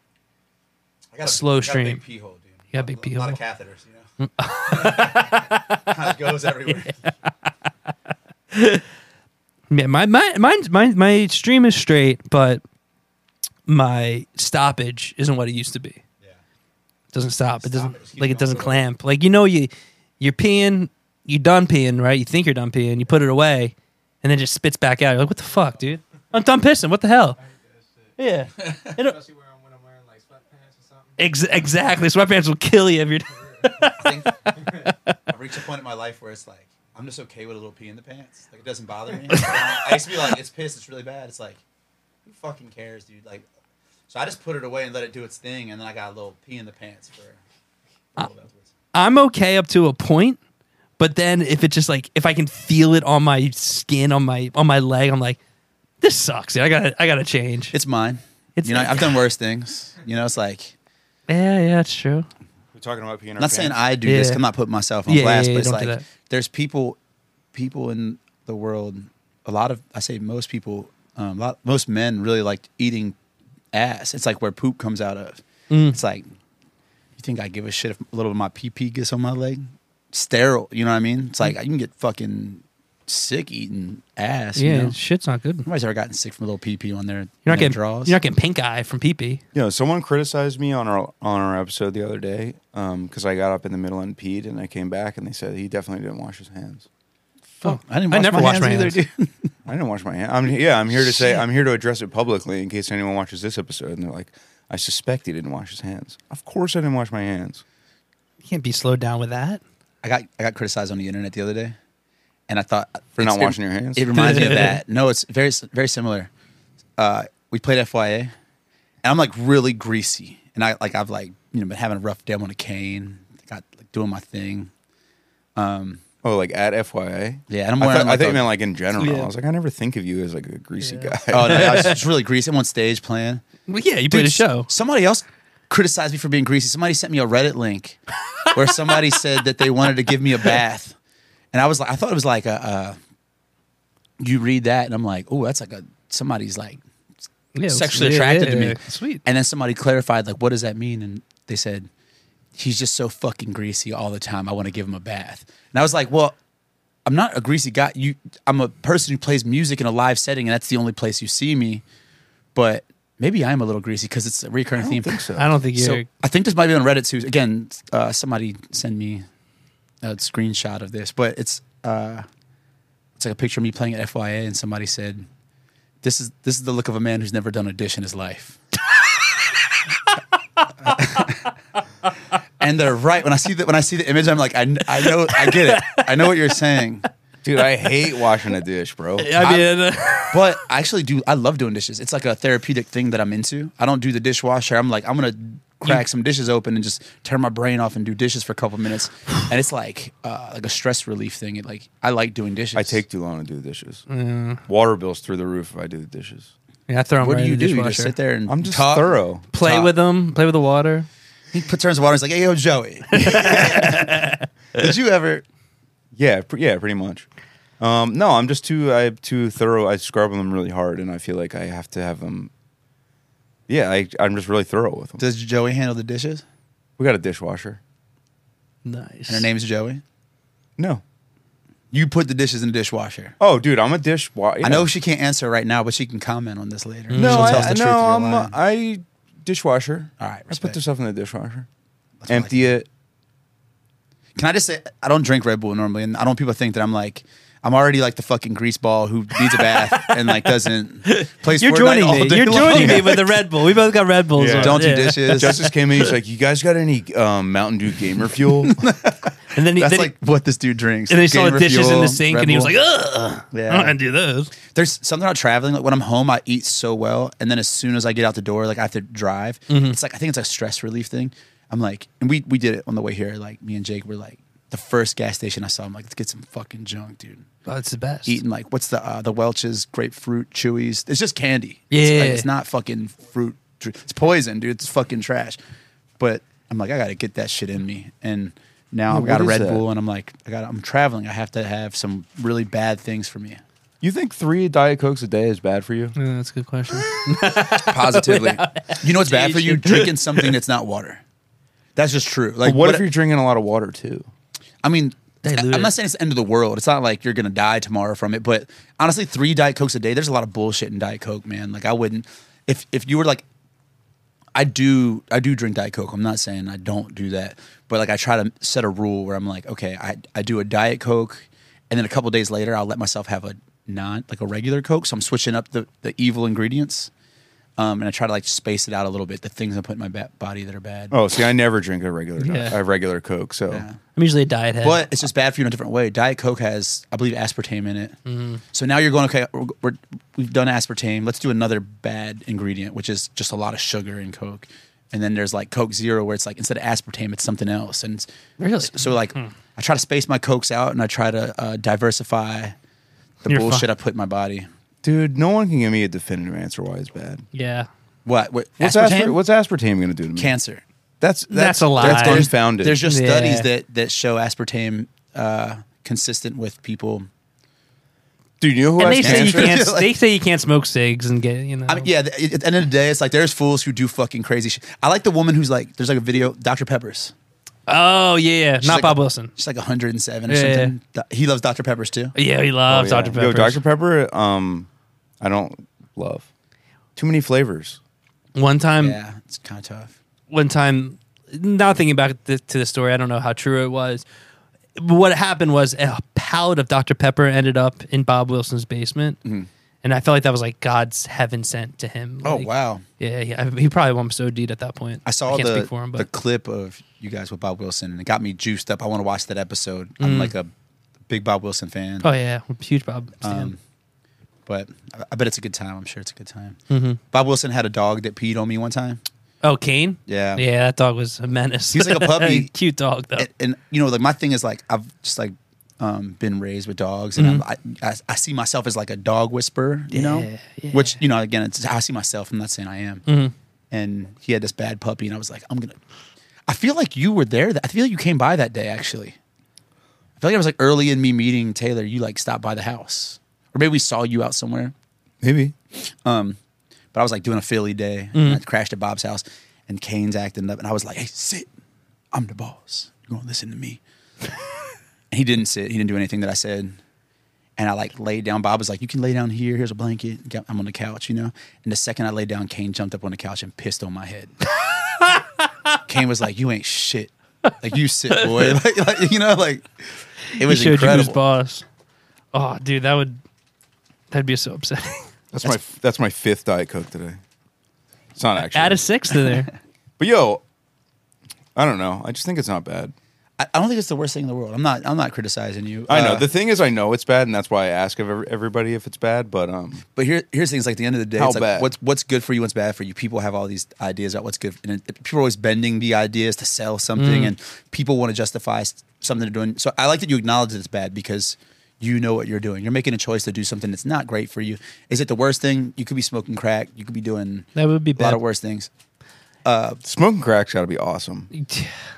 [SPEAKER 2] I got a
[SPEAKER 1] slow
[SPEAKER 2] I got a
[SPEAKER 1] stream.
[SPEAKER 2] big pee hole, dude. You
[SPEAKER 1] got a big pee
[SPEAKER 2] A lot of
[SPEAKER 1] hole. Mm.
[SPEAKER 2] catheters, you know. kind of goes everywhere.
[SPEAKER 1] Yeah, my my mine, my my stream is straight, but my stoppage isn't what it used to be.
[SPEAKER 2] Yeah.
[SPEAKER 1] It doesn't stop. It doesn't
[SPEAKER 2] Stoppage, keep
[SPEAKER 1] like
[SPEAKER 2] it
[SPEAKER 1] it
[SPEAKER 2] on
[SPEAKER 1] doesn't
[SPEAKER 2] going.
[SPEAKER 1] clamp. Like you know you you're peeing, you done peeing, right? You think you're done peeing, you put it away, and then it just spits back out. You're like, what the fuck, dude? I'm done pissing. What the hell? Yeah. It'll-
[SPEAKER 6] Especially where I'm, when I'm wearing like sweatpants or something.
[SPEAKER 1] ex- exactly. Sweatpants will kill you if you're.
[SPEAKER 2] I think I've reached a point in my life where it's like I'm just okay with a little pee in the pants. Like it doesn't bother me. I used to be like, it's pissed, it's really bad. It's like, who fucking cares, dude? Like, so I just put it away and let it do its thing, and then I got a little pee in the pants for. a little bit afterwards.
[SPEAKER 1] I'm okay up to a point, but then if it's just like if I can feel it on my skin, on my on my leg, I'm like, this sucks. Dude. I gotta I gotta change.
[SPEAKER 2] It's mine.
[SPEAKER 1] It's-
[SPEAKER 2] you know, I've done worse things. You know, it's like
[SPEAKER 1] yeah, yeah, it's true.
[SPEAKER 3] We're talking about peeing.
[SPEAKER 2] I'm not saying I do this. 'cause I'm not putting myself on
[SPEAKER 1] Yeah,
[SPEAKER 2] blast,
[SPEAKER 1] yeah, yeah,
[SPEAKER 2] but it's
[SPEAKER 1] don't do
[SPEAKER 2] like
[SPEAKER 1] that.
[SPEAKER 2] there's people, people in the world. A lot of I say most people, um, a lot most men really like eating ass. It's like where poop comes out of.
[SPEAKER 1] Mm.
[SPEAKER 2] It's like you think I give a shit if a little of my pee pee gets on my leg? Sterile, you know what I mean? It's
[SPEAKER 1] Mm.
[SPEAKER 2] like you can get fucking sick eating ass.
[SPEAKER 1] Yeah,
[SPEAKER 2] you know?
[SPEAKER 1] shit's not good. You're
[SPEAKER 2] nobody's ever gotten sick from a little pee pee on their
[SPEAKER 1] not getting
[SPEAKER 2] draws.
[SPEAKER 1] you're not getting pink eye from pee pee.
[SPEAKER 3] You know, someone criticized me on our on our episode the other day because I got up in the middle and peed, and I came back and they said he definitely didn't wash his hands.
[SPEAKER 2] Fuck, I didn't. Wash
[SPEAKER 1] I never
[SPEAKER 2] my
[SPEAKER 1] wash
[SPEAKER 2] hands
[SPEAKER 1] my
[SPEAKER 2] either,
[SPEAKER 1] hands.
[SPEAKER 2] dude.
[SPEAKER 3] I didn't wash my hands. I'm yeah. I'm here to say I'm here to address it publicly in case anyone watches this episode and they're like, I suspect he didn't wash his hands. Of course, I didn't wash my hands.
[SPEAKER 1] You can't be slowed down with that.
[SPEAKER 2] I got I got criticized on the internet the other day, and I thought
[SPEAKER 3] For not
[SPEAKER 2] it's- it-
[SPEAKER 3] washing your hands?
[SPEAKER 2] It reminds me of that. No, it's very s- very similar. Uh, we played FYA, and I'm like really greasy, and I like I've like you know been having a rough day I'm on a cane. Got like doing my thing.
[SPEAKER 3] Oh, like at FYA.
[SPEAKER 2] Yeah, and I'm
[SPEAKER 3] I,
[SPEAKER 2] wearing
[SPEAKER 3] thought, I
[SPEAKER 2] like
[SPEAKER 3] think
[SPEAKER 2] a-
[SPEAKER 3] you meant like in general.
[SPEAKER 1] Yeah.
[SPEAKER 3] I was like, I never think of you as like a greasy guy.
[SPEAKER 2] Oh no, I was just really greasy. I'm on stage playing.
[SPEAKER 1] Well, yeah, you played a
[SPEAKER 2] Dude,
[SPEAKER 1] show.
[SPEAKER 2] s- Somebody else criticized me for being greasy. Somebody sent me a Reddit link where somebody said that they wanted to give me a bath, and I was like, I thought it was like a. Uh, you read that, and I'm like, oh, that's like a somebody's like
[SPEAKER 1] Yeah,
[SPEAKER 2] sexually
[SPEAKER 1] yeah,
[SPEAKER 2] attracted
[SPEAKER 1] yeah,
[SPEAKER 2] to me.
[SPEAKER 1] yeah. Sweet.
[SPEAKER 2] And then somebody clarified, like, what does that mean? And they said, he's just so fucking greasy all the time. I want to give him a bath. And I was like, well, I'm not a greasy guy. You, I'm a person who plays music in a live setting, and that's the only place you see me. But maybe I am a little greasy because it's a recurring theme.
[SPEAKER 1] I don't think you're.
[SPEAKER 2] So I think this might be on Reddit too. Again, uh, somebody send me a screenshot of this, but it's uh, it's like a picture of me playing at FYA, and somebody said, "This is this is the look of a man who's never done a dish in his life." and they're right. When I see the when I see the image, I'm like, I, kn- I know, I get it. I know what you're saying.
[SPEAKER 3] Dude, I hate washing a dish, bro.
[SPEAKER 1] I mean,
[SPEAKER 2] But I actually do. I love doing dishes. It's like a therapeutic thing that I'm into. I don't do the dishwasher. I'm like, I'm gonna crack some dishes open and just turn my brain off and do dishes for a couple minutes. And it's like uh, like a stress relief thing. It like I like doing dishes.
[SPEAKER 3] I take too long to do the dishes. Water bills through the roof if I do the dishes.
[SPEAKER 1] yeah, I throw them
[SPEAKER 2] What
[SPEAKER 1] right
[SPEAKER 2] do
[SPEAKER 1] in
[SPEAKER 2] you
[SPEAKER 1] the
[SPEAKER 2] do? You just
[SPEAKER 1] dishwasher.
[SPEAKER 2] sit there and
[SPEAKER 3] I'm just
[SPEAKER 2] talk?
[SPEAKER 3] thorough.
[SPEAKER 1] Play
[SPEAKER 2] Top.
[SPEAKER 1] with them. Play with the water.
[SPEAKER 2] He put, turns the water. He's like, Hey, yo, Joey, did you ever?
[SPEAKER 3] Yeah, pr- yeah, pretty much. Um, no, I'm just too I too thorough. I scrub them really hard, and I feel like I have to have them. Yeah, I, I'm just really thorough with them.
[SPEAKER 2] Does Joey handle the dishes?
[SPEAKER 3] we got a dishwasher.
[SPEAKER 1] Nice.
[SPEAKER 2] And her name's Joey.
[SPEAKER 3] No.
[SPEAKER 2] You put the dishes in the dishwasher.
[SPEAKER 3] Oh, dude, I'm a dishwasher.
[SPEAKER 2] I know she can't answer right now, but she can comment on this later.
[SPEAKER 3] Mm. No,
[SPEAKER 2] She'll
[SPEAKER 3] I,
[SPEAKER 2] tell us the
[SPEAKER 3] I-
[SPEAKER 2] truth
[SPEAKER 3] no,
[SPEAKER 2] if you're
[SPEAKER 3] I'm uh,
[SPEAKER 2] lying.
[SPEAKER 3] I dishwasher.
[SPEAKER 2] All right,
[SPEAKER 3] I
[SPEAKER 2] respect.
[SPEAKER 3] put the stuff in the dishwasher.
[SPEAKER 2] what I
[SPEAKER 3] Empty it.
[SPEAKER 2] Can I just say I don't drink Red Bull normally, and I don't people think that I'm like I'm already like the fucking grease ball who needs a bath and like doesn't play.
[SPEAKER 1] You're
[SPEAKER 2] Fortnite
[SPEAKER 1] joining
[SPEAKER 2] all
[SPEAKER 1] me.
[SPEAKER 2] day
[SPEAKER 1] You're
[SPEAKER 2] long.
[SPEAKER 1] joining me with the Red Bull. We both got Red Bulls.
[SPEAKER 3] Yeah.
[SPEAKER 1] on.
[SPEAKER 2] Don't do
[SPEAKER 1] Yeah.
[SPEAKER 2] dishes.
[SPEAKER 3] Justice came in. He's like, "You guys got any um, Mountain Dew Gamer Fuel?"
[SPEAKER 1] And then he,
[SPEAKER 2] That's
[SPEAKER 1] then he-
[SPEAKER 2] like what this dude drinks.
[SPEAKER 1] and then he saw
[SPEAKER 2] Gamer
[SPEAKER 1] the dishes in
[SPEAKER 2] Fuel,
[SPEAKER 1] the sink,
[SPEAKER 2] Red
[SPEAKER 1] and he was
[SPEAKER 2] Bull.
[SPEAKER 1] like, "Ugh,
[SPEAKER 2] Yeah.
[SPEAKER 1] I don't gonna do those."
[SPEAKER 2] There's something about traveling. Like when I'm home, I eat so well, and then as soon as I get out the door, like I have to drive.
[SPEAKER 1] Mm-hmm.
[SPEAKER 2] It's like I think it's a stress relief thing. I'm like, and we we did it on the way here. Like me and Jake were like, the first gas station I saw. I'm like, let's get some fucking junk, dude.
[SPEAKER 1] Oh, it's the best.
[SPEAKER 2] Eating like what's the uh, the Welch's grapefruit chewies? It's just candy.
[SPEAKER 1] Yeah.
[SPEAKER 2] it's, like, it's not fucking fruit. tr- It's poison, dude. It's fucking trash. But I'm like, I gotta get that shit in me. And now
[SPEAKER 3] Yeah,
[SPEAKER 2] I've got a
[SPEAKER 3] what is
[SPEAKER 2] Red
[SPEAKER 3] that?
[SPEAKER 2] Bull, and I'm like, I got. I'm traveling. I have to have some really bad things for me.
[SPEAKER 3] You think three Diet Cokes a day is bad for you?
[SPEAKER 1] Yeah, that's a good question.
[SPEAKER 2] Positively, you know what's bad for you? Drinking something that's not water. That's just true. Like
[SPEAKER 3] But what if you're drinking a lot of water too?
[SPEAKER 2] I mean,
[SPEAKER 1] Dilute
[SPEAKER 2] I'm
[SPEAKER 1] it.
[SPEAKER 2] not saying it's the end of the world. It's not like you're gonna die tomorrow from it. But honestly, three diet cokes a day. There's a lot of bullshit in diet coke, man. Like I wouldn't. If if you were like, I do I do drink diet coke. I'm not saying I don't do that, but like I try to set a rule where I'm like, okay, I I do a diet coke, and then a couple days later I'll let myself have a non like a regular coke. So I'm switching up the the evil ingredients. Um, and I try to like space it out a little bit. The things I put in my ba- body that are bad.
[SPEAKER 3] Oh, see, I never drink a regular
[SPEAKER 1] Yeah.
[SPEAKER 3] a regular Coke. So
[SPEAKER 2] Yeah.
[SPEAKER 1] I'm usually a diet head.
[SPEAKER 2] But it's just bad for you in a different way. Diet Coke has, I believe, aspartame in it.
[SPEAKER 1] Mm-hmm.
[SPEAKER 2] So now you're going, okay, we're, we're, we've done aspartame. Let's do another bad ingredient, which is just a lot of sugar in Coke. And then there's like Coke Zero, where it's like instead of aspartame, it's something else. And it's,
[SPEAKER 1] Really? Hmm.
[SPEAKER 2] so, like I try to space my Cokes out and I try to uh, diversify the
[SPEAKER 1] You're
[SPEAKER 2] bullshit
[SPEAKER 1] fine.
[SPEAKER 2] I put in my body.
[SPEAKER 3] dude, no one can give me a definitive answer why it's bad.
[SPEAKER 1] yeah,
[SPEAKER 2] What? what
[SPEAKER 3] What's aspartame?
[SPEAKER 2] aspartame?
[SPEAKER 3] what's aspartame going to do to me?
[SPEAKER 2] Cancer.
[SPEAKER 3] That's, that's
[SPEAKER 1] a lie.
[SPEAKER 3] That's
[SPEAKER 1] There's-
[SPEAKER 3] unfounded.
[SPEAKER 2] There's just
[SPEAKER 1] Yeah.
[SPEAKER 2] studies that that show aspartame uh, consistent with people
[SPEAKER 3] dude. You know who
[SPEAKER 1] and they
[SPEAKER 3] has
[SPEAKER 1] say you
[SPEAKER 3] cancer?
[SPEAKER 1] can't. they say you can't smoke cigs and get you know.
[SPEAKER 2] I mean, yeah. th- At the end of the day, it's like there's fools who do fucking crazy shit. I like the woman who's like, there's like a video, Dr. Peppers.
[SPEAKER 1] Oh yeah,
[SPEAKER 2] She's
[SPEAKER 1] not
[SPEAKER 2] like
[SPEAKER 1] Bob
[SPEAKER 2] a-
[SPEAKER 1] Wilson.
[SPEAKER 2] She's like 107 or
[SPEAKER 1] Yeah, yeah.
[SPEAKER 2] something. Do- He loves Dr. Peppers too.
[SPEAKER 1] Yeah, he
[SPEAKER 3] Oh,
[SPEAKER 1] loves
[SPEAKER 3] yeah.
[SPEAKER 1] Dr.
[SPEAKER 3] Yo,
[SPEAKER 1] Pepper.
[SPEAKER 3] Dr. Pepper. Um, I don't love too many flavors.
[SPEAKER 1] One time,
[SPEAKER 2] yeah, it's kind of tough.
[SPEAKER 1] one time, now thinking back th- to the story, I don't know how true it was. But what happened was a pallet of Dr. Pepper ended up in Bob Wilson's basement, and I felt like that was like God's heaven sent to him.
[SPEAKER 2] Mm-hmm. Oh,
[SPEAKER 1] Like,
[SPEAKER 2] wow.
[SPEAKER 1] Yeah, he, I- he probably almost OD'd at that point.
[SPEAKER 2] I saw
[SPEAKER 1] can't
[SPEAKER 2] the,
[SPEAKER 1] speak for him,
[SPEAKER 2] the
[SPEAKER 1] but
[SPEAKER 2] clip of you guys with Bob Wilson and it got me juiced up. I want to watch that episode.
[SPEAKER 1] Mm.
[SPEAKER 2] I'm like a big Bob Wilson fan,
[SPEAKER 1] oh yeah, I'm a huge Bob. Stan.
[SPEAKER 2] Um, but I- I bet it's a good time. I'm sure it's a good time.
[SPEAKER 1] Mm-hmm.
[SPEAKER 2] Bob Wilson had a dog that peed on me one time.
[SPEAKER 1] oh, Kane.
[SPEAKER 2] yeah.
[SPEAKER 1] yeah, that dog was a menace.
[SPEAKER 2] He's like a puppy.
[SPEAKER 1] cute dog though.
[SPEAKER 2] and, and, you know, like my thing is like I've just like um, been raised with dogs, and I'm, I, I I see myself as like a dog whisperer, you know,
[SPEAKER 1] Mm-hmm. yeah. Mm-hmm.
[SPEAKER 2] which you know again, it's how I see myself. I'm not saying I am. And he had this bad puppy, and I was like, I'm gonna. I feel like you were there. That, I feel like you came by that day actually. I feel like it was like early in me meeting Taylor. You like stopped by the house, or maybe we saw you out somewhere Um,
[SPEAKER 3] Maybe
[SPEAKER 2] but I was like doing a Philly day
[SPEAKER 1] Mm-hmm.
[SPEAKER 2] and I crashed at Bob's house and Kane's acting up and I was like, hey, sit. I'm the boss. You're gonna listen to me. and he didn't sit. He didn't do anything that I said. And I like laid down. Bob was like, you can lay down here. Here's a blanket. Got- I'm on the couch, you know? And the second I laid down, Kane jumped up on the couch and pissed on my head. Kane was like, you ain't shit. Like, you sit, boy. like, like, you know, like, it was
[SPEAKER 1] he showed you
[SPEAKER 2] incredible.
[SPEAKER 1] who's boss. Oh, dude, that would that'd be so upsetting.
[SPEAKER 3] that's, my that's my fifth Diet Coke today. It's not actually.
[SPEAKER 1] Add a sixth to there.
[SPEAKER 3] but yo, I don't know. I just think it's not bad.
[SPEAKER 2] I, I don't think it's the worst thing in the world. I'm not, I'm not criticizing you.
[SPEAKER 3] I know.
[SPEAKER 2] Uh,
[SPEAKER 3] the thing is, I know it's bad, and that's why I ask of every- everybody if it's bad. But um,
[SPEAKER 2] But here, here's things like the end of the day,
[SPEAKER 3] How
[SPEAKER 2] it's like
[SPEAKER 3] bad?
[SPEAKER 2] what's what's good for you, what's bad for you. People have all these ideas about what's good, and it- people are always bending the ideas to sell
[SPEAKER 1] Mm.
[SPEAKER 2] something, and people want to justify s- something they're doing. So I like that you acknowledge that it's bad because you know what you're doing. You're making a choice to do something that's not great for you. Is it the worst thing? You could be smoking crack. You could be doing
[SPEAKER 1] That would be
[SPEAKER 2] a lot
[SPEAKER 1] bad.
[SPEAKER 2] of worse things.
[SPEAKER 3] smoking crack's got to be awesome.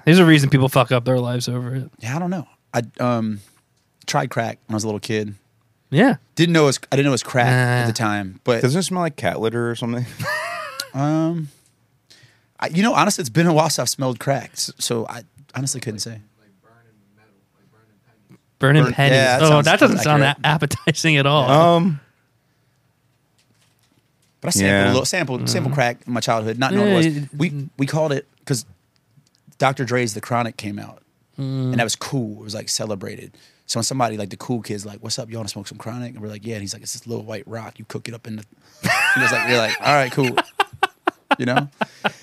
[SPEAKER 1] There's a reason people fuck up their lives over it.
[SPEAKER 2] Yeah, I don't know. I um tried crack when I was a little kid.
[SPEAKER 1] Yeah.
[SPEAKER 2] Didn't know it was, I didn't know it was crack at
[SPEAKER 1] Ah.
[SPEAKER 2] the time, but
[SPEAKER 3] Doesn't it smell like cat litter or something?
[SPEAKER 2] I, you know, honestly, it's been a while since I've smelled crack, s- so I honestly couldn't say.
[SPEAKER 1] Burning
[SPEAKER 2] Burn-
[SPEAKER 1] pennies.
[SPEAKER 2] yeah, that
[SPEAKER 1] oh,
[SPEAKER 2] sounds
[SPEAKER 1] that doesn't sound
[SPEAKER 2] accurate. Oh.
[SPEAKER 1] a- appetizing at all.
[SPEAKER 3] um,
[SPEAKER 2] But I sampled
[SPEAKER 3] Yeah. Mm-hmm.
[SPEAKER 2] a little sample sample crack in my childhood, not knowing
[SPEAKER 1] Yeah,
[SPEAKER 2] what it was.
[SPEAKER 1] it-
[SPEAKER 2] We we called it because Dr. Dre's The Chronic came out, and
[SPEAKER 3] Mm.
[SPEAKER 2] that was cool. It was like celebrated. So when somebody like the cool kids like, "What's up? You want to smoke some Chronic?" and we're like, "Yeah," and he's like, "It's this little white rock. You cook it up in the." And it's like you're like, "All right, cool," you know.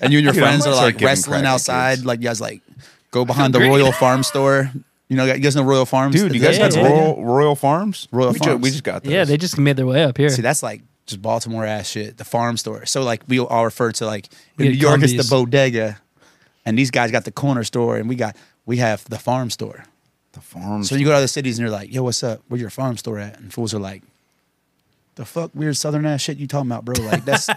[SPEAKER 2] And you and your
[SPEAKER 3] Dude, I
[SPEAKER 2] friends
[SPEAKER 3] might
[SPEAKER 2] are
[SPEAKER 3] start
[SPEAKER 2] like
[SPEAKER 3] giving crack
[SPEAKER 2] wrestling
[SPEAKER 3] to
[SPEAKER 2] outside,
[SPEAKER 3] kids.
[SPEAKER 2] like you guys like go behind the
[SPEAKER 1] great.
[SPEAKER 2] Royal Farm Store. You know, you guys know Royal Farms,
[SPEAKER 3] dude, you guys
[SPEAKER 1] Yeah,
[SPEAKER 3] had
[SPEAKER 1] yeah,
[SPEAKER 3] Royal, Royal Farms.
[SPEAKER 2] Royal
[SPEAKER 3] we ju-
[SPEAKER 2] Farms.
[SPEAKER 3] we just got. Those.
[SPEAKER 1] yeah, they just made their way up here.
[SPEAKER 2] See, that's like just Baltimore ass shit. The farm store. So like we all refer to like in
[SPEAKER 1] Yeah,
[SPEAKER 2] New York it's
[SPEAKER 1] Gumby's.
[SPEAKER 2] the bodega, and these guys got the corner store, and we got we have the farm store.
[SPEAKER 3] The farm.
[SPEAKER 2] So you go to other cities and you're like, yo, what's up? Where your farm store at? And fools are like, the fuck weird southern ass shit you talking about, bro? Like that's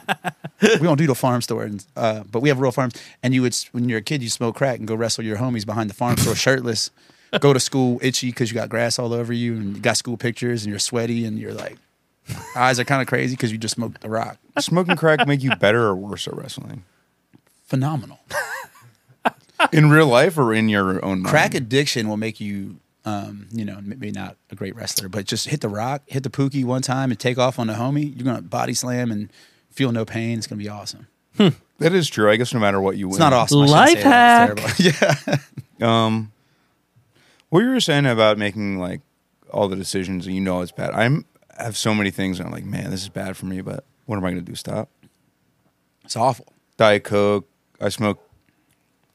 [SPEAKER 2] we don't do the farm store, and, uh, but we have real farms. And you would s- when you're a kid, you smoke crack and go wrestle your homies behind the farm store shirtless, go to school itchy because you got grass all over you and you got school pictures and you're sweaty and you're like eyes are kind of crazy because you just smoked the rock.
[SPEAKER 3] smoking crack make you better or worse at wrestling?
[SPEAKER 2] Phenomenal.
[SPEAKER 3] In real life or in your own mind?
[SPEAKER 1] Um,
[SPEAKER 2] Crack addiction will make you, um, you know, maybe not a great wrestler, but just hit the rock, hit the pookie one time and take off on a homie. You're gonna body slam and feel no pain. It's gonna be awesome.
[SPEAKER 3] That is true. I guess no matter what you win.
[SPEAKER 2] It's not awesome. I
[SPEAKER 1] Life
[SPEAKER 2] shouldn't say that.
[SPEAKER 1] hack.
[SPEAKER 2] It's terrible. yeah.
[SPEAKER 3] Um, what you were saying about making like all the decisions and you know it's bad. I'm I have so many things and I'm like, man, this is bad for me. But what am I going to do? Stop
[SPEAKER 2] It's awful.
[SPEAKER 3] Diet Coke. I smoke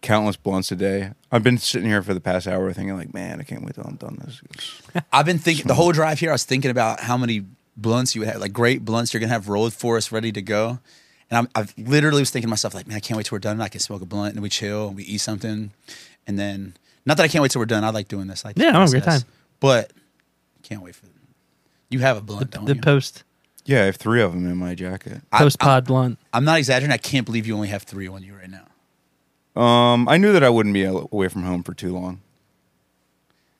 [SPEAKER 3] countless blunts a day. I've been sitting here for the past hour thinking like, man, I can't wait till I'm done this.
[SPEAKER 2] I've been thinking
[SPEAKER 1] Hmm.
[SPEAKER 2] the whole drive here. I was thinking about how many blunts you would have, like great blunts you're gonna have rolled for us, ready to go. And I'm, I've literally was thinking to myself, like, man, I can't wait till we're done. and I can smoke a blunt and we chill and we eat something, and then not that I can't wait till we're done. I like doing this. I like
[SPEAKER 1] Yeah,
[SPEAKER 2] this
[SPEAKER 1] I'm having a great
[SPEAKER 2] process.
[SPEAKER 1] time.
[SPEAKER 2] But can't wait for you have a blunt, don't
[SPEAKER 1] the
[SPEAKER 2] you?
[SPEAKER 1] post
[SPEAKER 3] Yeah, I have three of them in my jacket.
[SPEAKER 2] I-
[SPEAKER 1] post pod blunt.
[SPEAKER 2] I'm not exaggerating. I can't believe you only have three on you right now.
[SPEAKER 3] Um, I knew that I wouldn't be away from home for too long.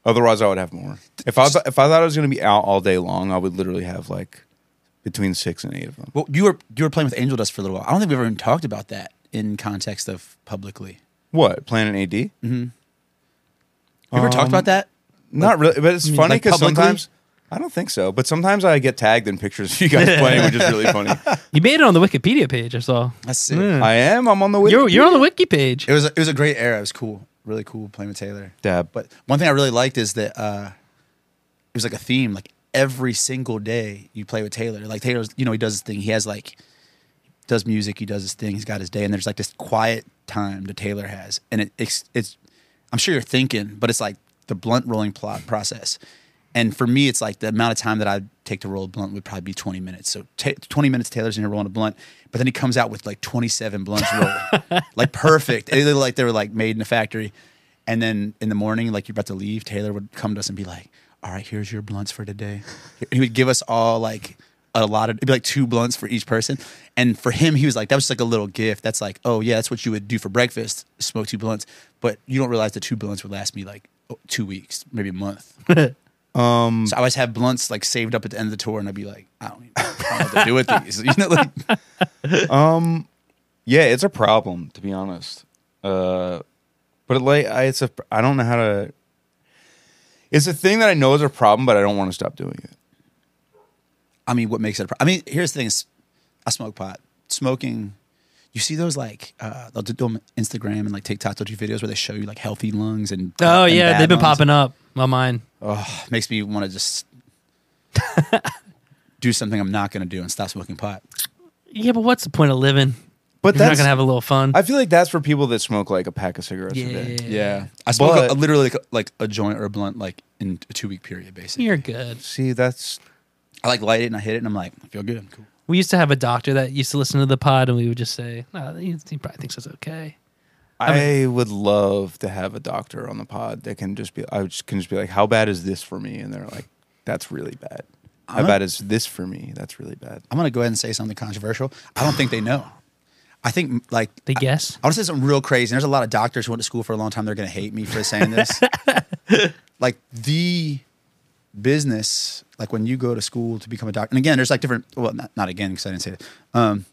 [SPEAKER 3] Otherwise, I would have more. If I if I thought I was going to be out all day long, I would literally have like between six and eight of them.
[SPEAKER 2] Well, you were you were playing with Angel Dust for a little while. I don't think we've ever even talked about that in context of publicly.
[SPEAKER 3] What Planet AD?
[SPEAKER 1] Mm,
[SPEAKER 2] Have you ever
[SPEAKER 1] Um,
[SPEAKER 2] talked about that?
[SPEAKER 3] Not really, but it's funny
[SPEAKER 2] like,
[SPEAKER 3] because
[SPEAKER 2] publicly?
[SPEAKER 3] sometimes I don't think so. But sometimes I get tagged in pictures of you guys playing, which is really funny.
[SPEAKER 1] You made it on the Wikipedia page. I saw.
[SPEAKER 2] That's sick.
[SPEAKER 3] I am. I'm on the way.
[SPEAKER 1] You're you're on the wiki page.
[SPEAKER 2] It was it was a great era. It was cool, really cool playing with Taylor.
[SPEAKER 3] Dab.
[SPEAKER 2] But one thing I really liked is that uh, it was like a theme. Like every single day you play with Taylor. Like Taylor's, you know, he does his thing. He has like does music. He does his thing. He's got his day, and there's like this quiet time that Taylor has, and it, it's it's. I'm sure you're thinking, but it's like the blunt rolling plot process. And for me, it's like the amount of time that I take to roll a blunt would probably be 20 minutes. So ta 20 minutes, Taylor's in here rolling a blunt, but then he comes out with like 27 blunts rolled, like perfect. They looked like they were like made in a factory. And then in the morning, like you're about to leave, Taylor would come to us and be like, "All right, here's your blunts for today." He would give us all like a lot of it'd be like two blunts for each person. And for him, he was like, that was just like a little gift. That's like, oh yeah, that's what you would do for breakfast, smoke two blunts. But you don't realize the two blunts would last me like oh, two weeks, maybe a month. um, so I always have blunts like saved up at the end of the tour, and I'd be like, I don't even I don't know what to do with these. You know, like
[SPEAKER 3] Yeah, it's a problem to be honest. Uh, but like, I, it's a I don't know how to. It's a thing that I know is a problem, but I don't want to stop doing it.
[SPEAKER 2] I mean, what makes it? A pro- I mean, here's the thing: is I smoke pot. Smoking, you see those like uh, they'll do them on Instagram and like TikTok. They'll do videos where they show you like healthy lungs and
[SPEAKER 1] Oh
[SPEAKER 2] and
[SPEAKER 1] yeah,
[SPEAKER 2] bad
[SPEAKER 1] they've been
[SPEAKER 2] lungs.
[SPEAKER 1] popping up on mine.
[SPEAKER 2] Oh, makes me want to just do something I'm not going to do and stop smoking pot.
[SPEAKER 1] Yeah, but what's the point of living?
[SPEAKER 3] But
[SPEAKER 1] You're not
[SPEAKER 3] that's
[SPEAKER 1] gonna have a little fun.
[SPEAKER 3] I feel like that's for people that smoke like a pack of cigarettes a day.
[SPEAKER 2] Yeah, I smoke a-
[SPEAKER 3] But-
[SPEAKER 2] literally like, like a joint or a blunt like in a two week period basically.
[SPEAKER 1] You're good.
[SPEAKER 3] See, that's
[SPEAKER 2] I like light it and I hit it and I'm like, I feel good. Cool.
[SPEAKER 1] We used to have a doctor that used to listen to the pod, and we would just say, "No, he, he probably thinks it's okay."
[SPEAKER 3] I would love to have a doctor on the pod that can just be. I just can just be like, "How bad is this for me?" And they're like, "That's really bad." How bad is this for me? That's really bad.
[SPEAKER 2] I'm going to go ahead and say something controversial. I don't think they know. I think like
[SPEAKER 1] They guess.
[SPEAKER 2] I want to say something real crazy. There's a lot of doctors who went to school for a long time. They're going to hate me for saying this. like the business, like when you go to school to become a doctor, and again, there's like different. Well, not, not again because I didn't say that. Um,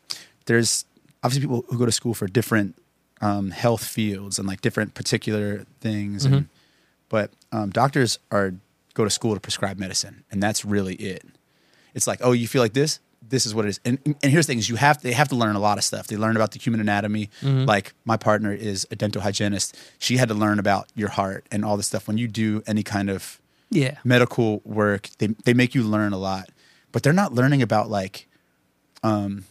[SPEAKER 2] there's obviously people who go to school for different um, health fields and like different particular things. And, but um, doctors are go to school to prescribe medicine, and that's really it. It's like, oh, you feel like this. This is what it is. And and here's the thing: is you have they have to learn a lot of stuff. They learn about the human anatomy. Like my partner is a dental hygienist. She had to learn about your heart and all this stuff. When you do any kind of
[SPEAKER 1] Yeah.
[SPEAKER 2] medical work, they they make you learn a lot, but they're not learning about like, um,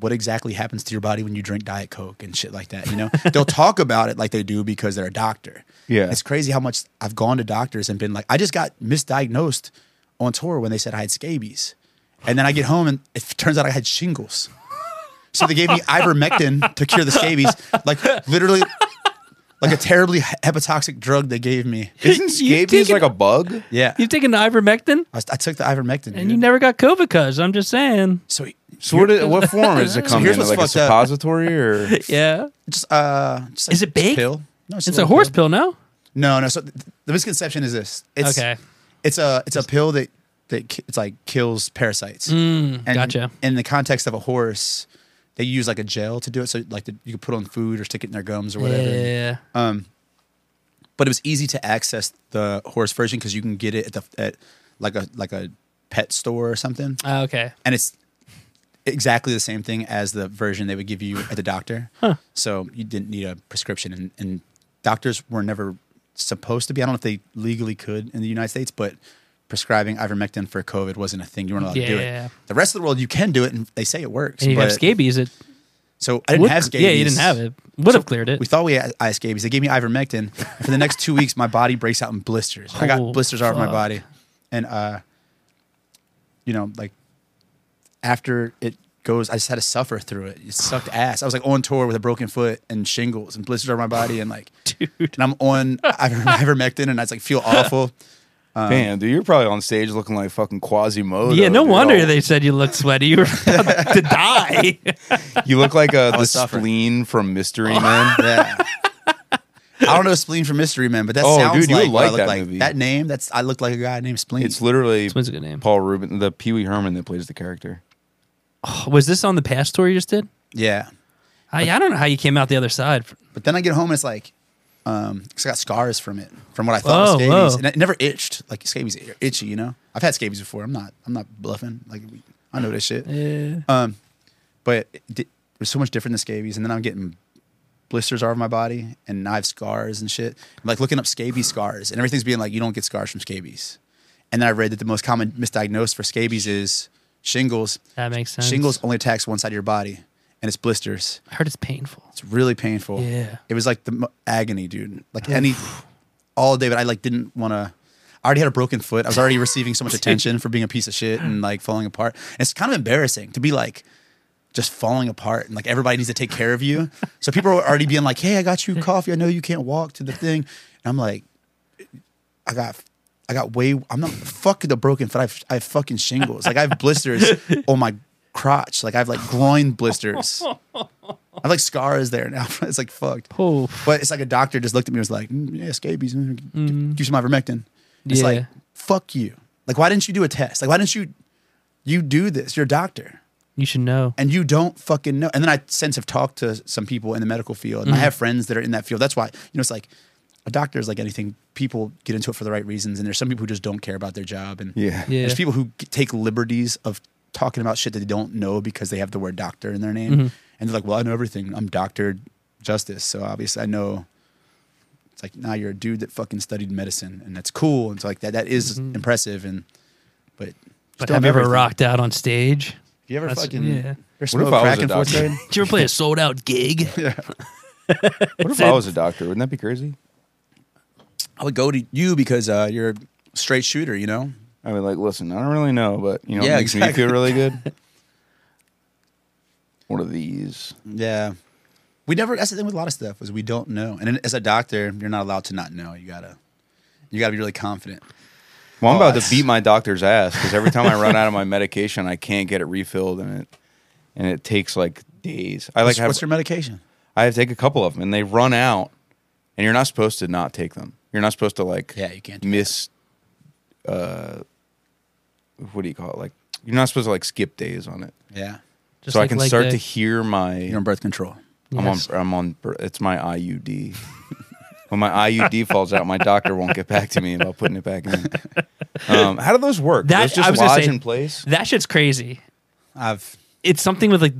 [SPEAKER 2] what exactly happens to your body when you drink diet coke and shit like that. You know, they'll talk about it like they do because they're a doctor.
[SPEAKER 3] Yeah.
[SPEAKER 2] it's crazy how much I've gone to doctors and been like, I just got misdiagnosed on tour when they said I had scabies, and then I get home and it turns out I had shingles. So they gave me ivermectin to cure the scabies. Like literally, like a terribly hepatotoxic drug they gave me.
[SPEAKER 3] Isn't
[SPEAKER 1] You
[SPEAKER 3] scabies
[SPEAKER 1] taking-
[SPEAKER 3] like a bug?
[SPEAKER 2] Yeah,
[SPEAKER 1] You've taken the ivermectin
[SPEAKER 2] I, I took the ivermectin,
[SPEAKER 1] and
[SPEAKER 2] dude.
[SPEAKER 1] you never got COVID cuz. I'm just saying.
[SPEAKER 2] So he-
[SPEAKER 3] So what, did, what form is it
[SPEAKER 2] So
[SPEAKER 3] coming
[SPEAKER 2] here's
[SPEAKER 3] in?
[SPEAKER 2] what's
[SPEAKER 3] Like a
[SPEAKER 2] fucked up.
[SPEAKER 3] suppository or
[SPEAKER 1] Yeah.
[SPEAKER 2] just uh, just like
[SPEAKER 1] Is it baked?
[SPEAKER 2] Pill? No, just
[SPEAKER 1] It's a
[SPEAKER 2] little
[SPEAKER 1] horse
[SPEAKER 2] pill.
[SPEAKER 1] pill, no?
[SPEAKER 2] No, no. So th- the misconception is this. It's,
[SPEAKER 1] Okay.
[SPEAKER 2] It's a it's a pill that that ki- it's like kills parasites. and
[SPEAKER 1] Mm, gotcha.
[SPEAKER 2] In the context of a horse, they use like a gel to do it. So like the, you could put on food or stick it in their gums or whatever.
[SPEAKER 1] Yeah.
[SPEAKER 2] But it was easy to access the horse version because you can get it at the at like a like a pet store or something,
[SPEAKER 1] Ah, okay.
[SPEAKER 2] and it's exactly the same thing as the version they would give you at the doctor. So you didn't need a prescription, and, and doctors were never supposed to be. I don't know if they legally could in the United States, but prescribing ivermectin for COVID wasn't a thing. You weren't allowed to do
[SPEAKER 1] Yeah.
[SPEAKER 2] it. The rest of the world, you can do it, and they say it works.
[SPEAKER 1] And you have
[SPEAKER 2] but-
[SPEAKER 1] scabies. It
[SPEAKER 2] So I didn't
[SPEAKER 1] would-
[SPEAKER 2] have scabies.
[SPEAKER 1] Yeah, you didn't have it. Would have cleared it.
[SPEAKER 2] We thought we had I had scabies. They gave me ivermectin. And for the next two weeks, my body breaks out in blisters. I
[SPEAKER 1] Oh,
[SPEAKER 2] got blisters all over my
[SPEAKER 1] fuck.
[SPEAKER 2] body, and uh, you know, like after it goes, I just had to suffer through it. It sucked ass. I was like on tour with a broken foot and shingles and blisters all over my body, and like, dude, and I'm on iver- ivermectin, and I just like feel awful.
[SPEAKER 3] man? Dude, you're probably on stage looking like fucking Quasimodo.
[SPEAKER 1] yeah, no
[SPEAKER 3] dude.
[SPEAKER 1] wonder
[SPEAKER 3] Oh,
[SPEAKER 1] they said you looked sweaty. You were about to die.
[SPEAKER 3] You look like uh, the
[SPEAKER 2] was suffering.
[SPEAKER 3] spleen from Mystery Man.
[SPEAKER 2] Yeah. I don't know Spleen from Mystery Man, but that
[SPEAKER 3] Oh,
[SPEAKER 2] sounds
[SPEAKER 3] dude, you
[SPEAKER 2] like,
[SPEAKER 3] would
[SPEAKER 2] what I
[SPEAKER 3] like
[SPEAKER 2] look
[SPEAKER 3] that
[SPEAKER 2] like.
[SPEAKER 3] movie.
[SPEAKER 2] That name, that's I look like a guy named Spleen.
[SPEAKER 3] It's literally
[SPEAKER 1] What's a good name?
[SPEAKER 3] Paul Rubin, the Pee Wee Herman that plays the character.
[SPEAKER 1] Was this on the past tour you just did?
[SPEAKER 2] yeah.
[SPEAKER 1] I, I don't know how you came out the other side.
[SPEAKER 2] But then I get home and it's like, um, 'cause I got scars from it, from what I thought
[SPEAKER 1] Whoa,
[SPEAKER 2] was scabies,
[SPEAKER 1] whoa.
[SPEAKER 2] and it never itched. Like scabies are itchy, you know. I've had scabies before. I'm not, I'm not bluffing. Like I know this shit.
[SPEAKER 1] Yeah.
[SPEAKER 2] Um, but it, di- it was so much different than scabies, and then I'm getting blisters all over my body, and I have scars and shit. I'm like looking up scabies scars, and everything's being like, you don't get scars from scabies. And then I read that the most common misdiagnosed for scabies is shingles.
[SPEAKER 1] That makes sense.
[SPEAKER 2] Shingles only attacks one side of your body, and it's blisters.
[SPEAKER 1] I heard it's painful.
[SPEAKER 2] It's really painful.
[SPEAKER 1] Yeah.
[SPEAKER 2] It was like the mo- agony, dude. Like any, all day, but I like didn't want to. I already had a broken foot. I was already receiving so much attention for being a piece of shit and like falling apart. And it's kind of embarrassing to be like just falling apart and like everybody needs to take care of you. So people are already being like, "Hey, I got you coffee. I know you can't walk to the thing." And I'm like, I got I got way I'm not fuck the broken foot. I've I have fucking shingles. Like I have blisters on my crotch. Like I have like groin blisters. I have like scars there now. It's like fucked.
[SPEAKER 1] Oh,
[SPEAKER 2] But it's like a doctor just looked at me and was like, mm, yeah, scabies, mm, g- do some ivermectin. It's
[SPEAKER 1] Yeah.
[SPEAKER 2] like, fuck you. Like, why didn't you do a test? Like, why didn't you you do this? You're a doctor
[SPEAKER 1] you should know.
[SPEAKER 2] and you don't fucking know. And then I since have talked to some people in the medical field,
[SPEAKER 1] Mm-hmm.
[SPEAKER 2] and I have friends that are in that field. That's why you know it's like a doctor is like anything. People get into it for the right reasons, and there's some people who just don't care about their job, and
[SPEAKER 3] Yeah.
[SPEAKER 1] Yeah.
[SPEAKER 2] there's people who g- take liberties of talking about shit that they don't know because they have the word doctor in their name,
[SPEAKER 1] Mm-hmm.
[SPEAKER 2] and they're like, "Well, I know everything. I'm Doctor Justice, so obviously I know." It's like, nah, you're a dude that fucking studied medicine, and that's cool. And so like that, that is impressive, and but.
[SPEAKER 1] Mm-hmm. But
[SPEAKER 2] don't
[SPEAKER 1] have you ever
[SPEAKER 2] everything.
[SPEAKER 1] rocked out on stage?
[SPEAKER 2] You ever
[SPEAKER 1] That's-
[SPEAKER 2] fucking?
[SPEAKER 1] yeah.
[SPEAKER 2] You're
[SPEAKER 3] What if
[SPEAKER 2] smoking
[SPEAKER 3] I was
[SPEAKER 2] crack
[SPEAKER 3] a
[SPEAKER 2] in fourth
[SPEAKER 3] doctor?
[SPEAKER 2] grade.
[SPEAKER 1] Did you ever play a sold out gig?
[SPEAKER 3] What if I was a doctor? Wouldn't that be crazy?
[SPEAKER 2] I would go to you because uh, you're a straight shooter, you know?
[SPEAKER 3] I mean, like, listen, I don't really know, but you know,
[SPEAKER 2] Yeah,
[SPEAKER 3] it makes
[SPEAKER 2] exactly.
[SPEAKER 3] me feel really good. One of these.
[SPEAKER 2] Yeah. We never that's the thing with a lot of stuff is we don't know. And then as a doctor, you're not allowed to not know. You gotta you gotta be really confident.
[SPEAKER 3] Well, I'm
[SPEAKER 2] Oh,
[SPEAKER 3] about to
[SPEAKER 2] that's-
[SPEAKER 3] beat my doctor's ass because every time I run out of my medication, I can't get it refilled, and it and it takes like days. I like
[SPEAKER 2] What's,
[SPEAKER 3] have
[SPEAKER 2] what's your medication?
[SPEAKER 3] I have to take a couple of them, and they run out, and you're not supposed to not take them. You're not supposed to like
[SPEAKER 2] Yeah, you can't do
[SPEAKER 3] miss. Uh, what do you call it? Like you're not supposed to like skip days on it.
[SPEAKER 2] Yeah.
[SPEAKER 1] Just
[SPEAKER 3] so I
[SPEAKER 1] like
[SPEAKER 3] can
[SPEAKER 1] leg
[SPEAKER 3] start
[SPEAKER 1] day.
[SPEAKER 3] to hear my.
[SPEAKER 2] You're on birth control.
[SPEAKER 3] I'm
[SPEAKER 1] Yes.
[SPEAKER 3] on. I'm on. br- It's my IUD. when my IUD falls out, my doctor won't get back to me about putting it back in. Um, how do those work?
[SPEAKER 1] That
[SPEAKER 3] those just
[SPEAKER 1] I was gonna
[SPEAKER 3] lodge
[SPEAKER 1] say,
[SPEAKER 3] in place.
[SPEAKER 1] That shit's crazy.
[SPEAKER 2] I've
[SPEAKER 1] It's something with like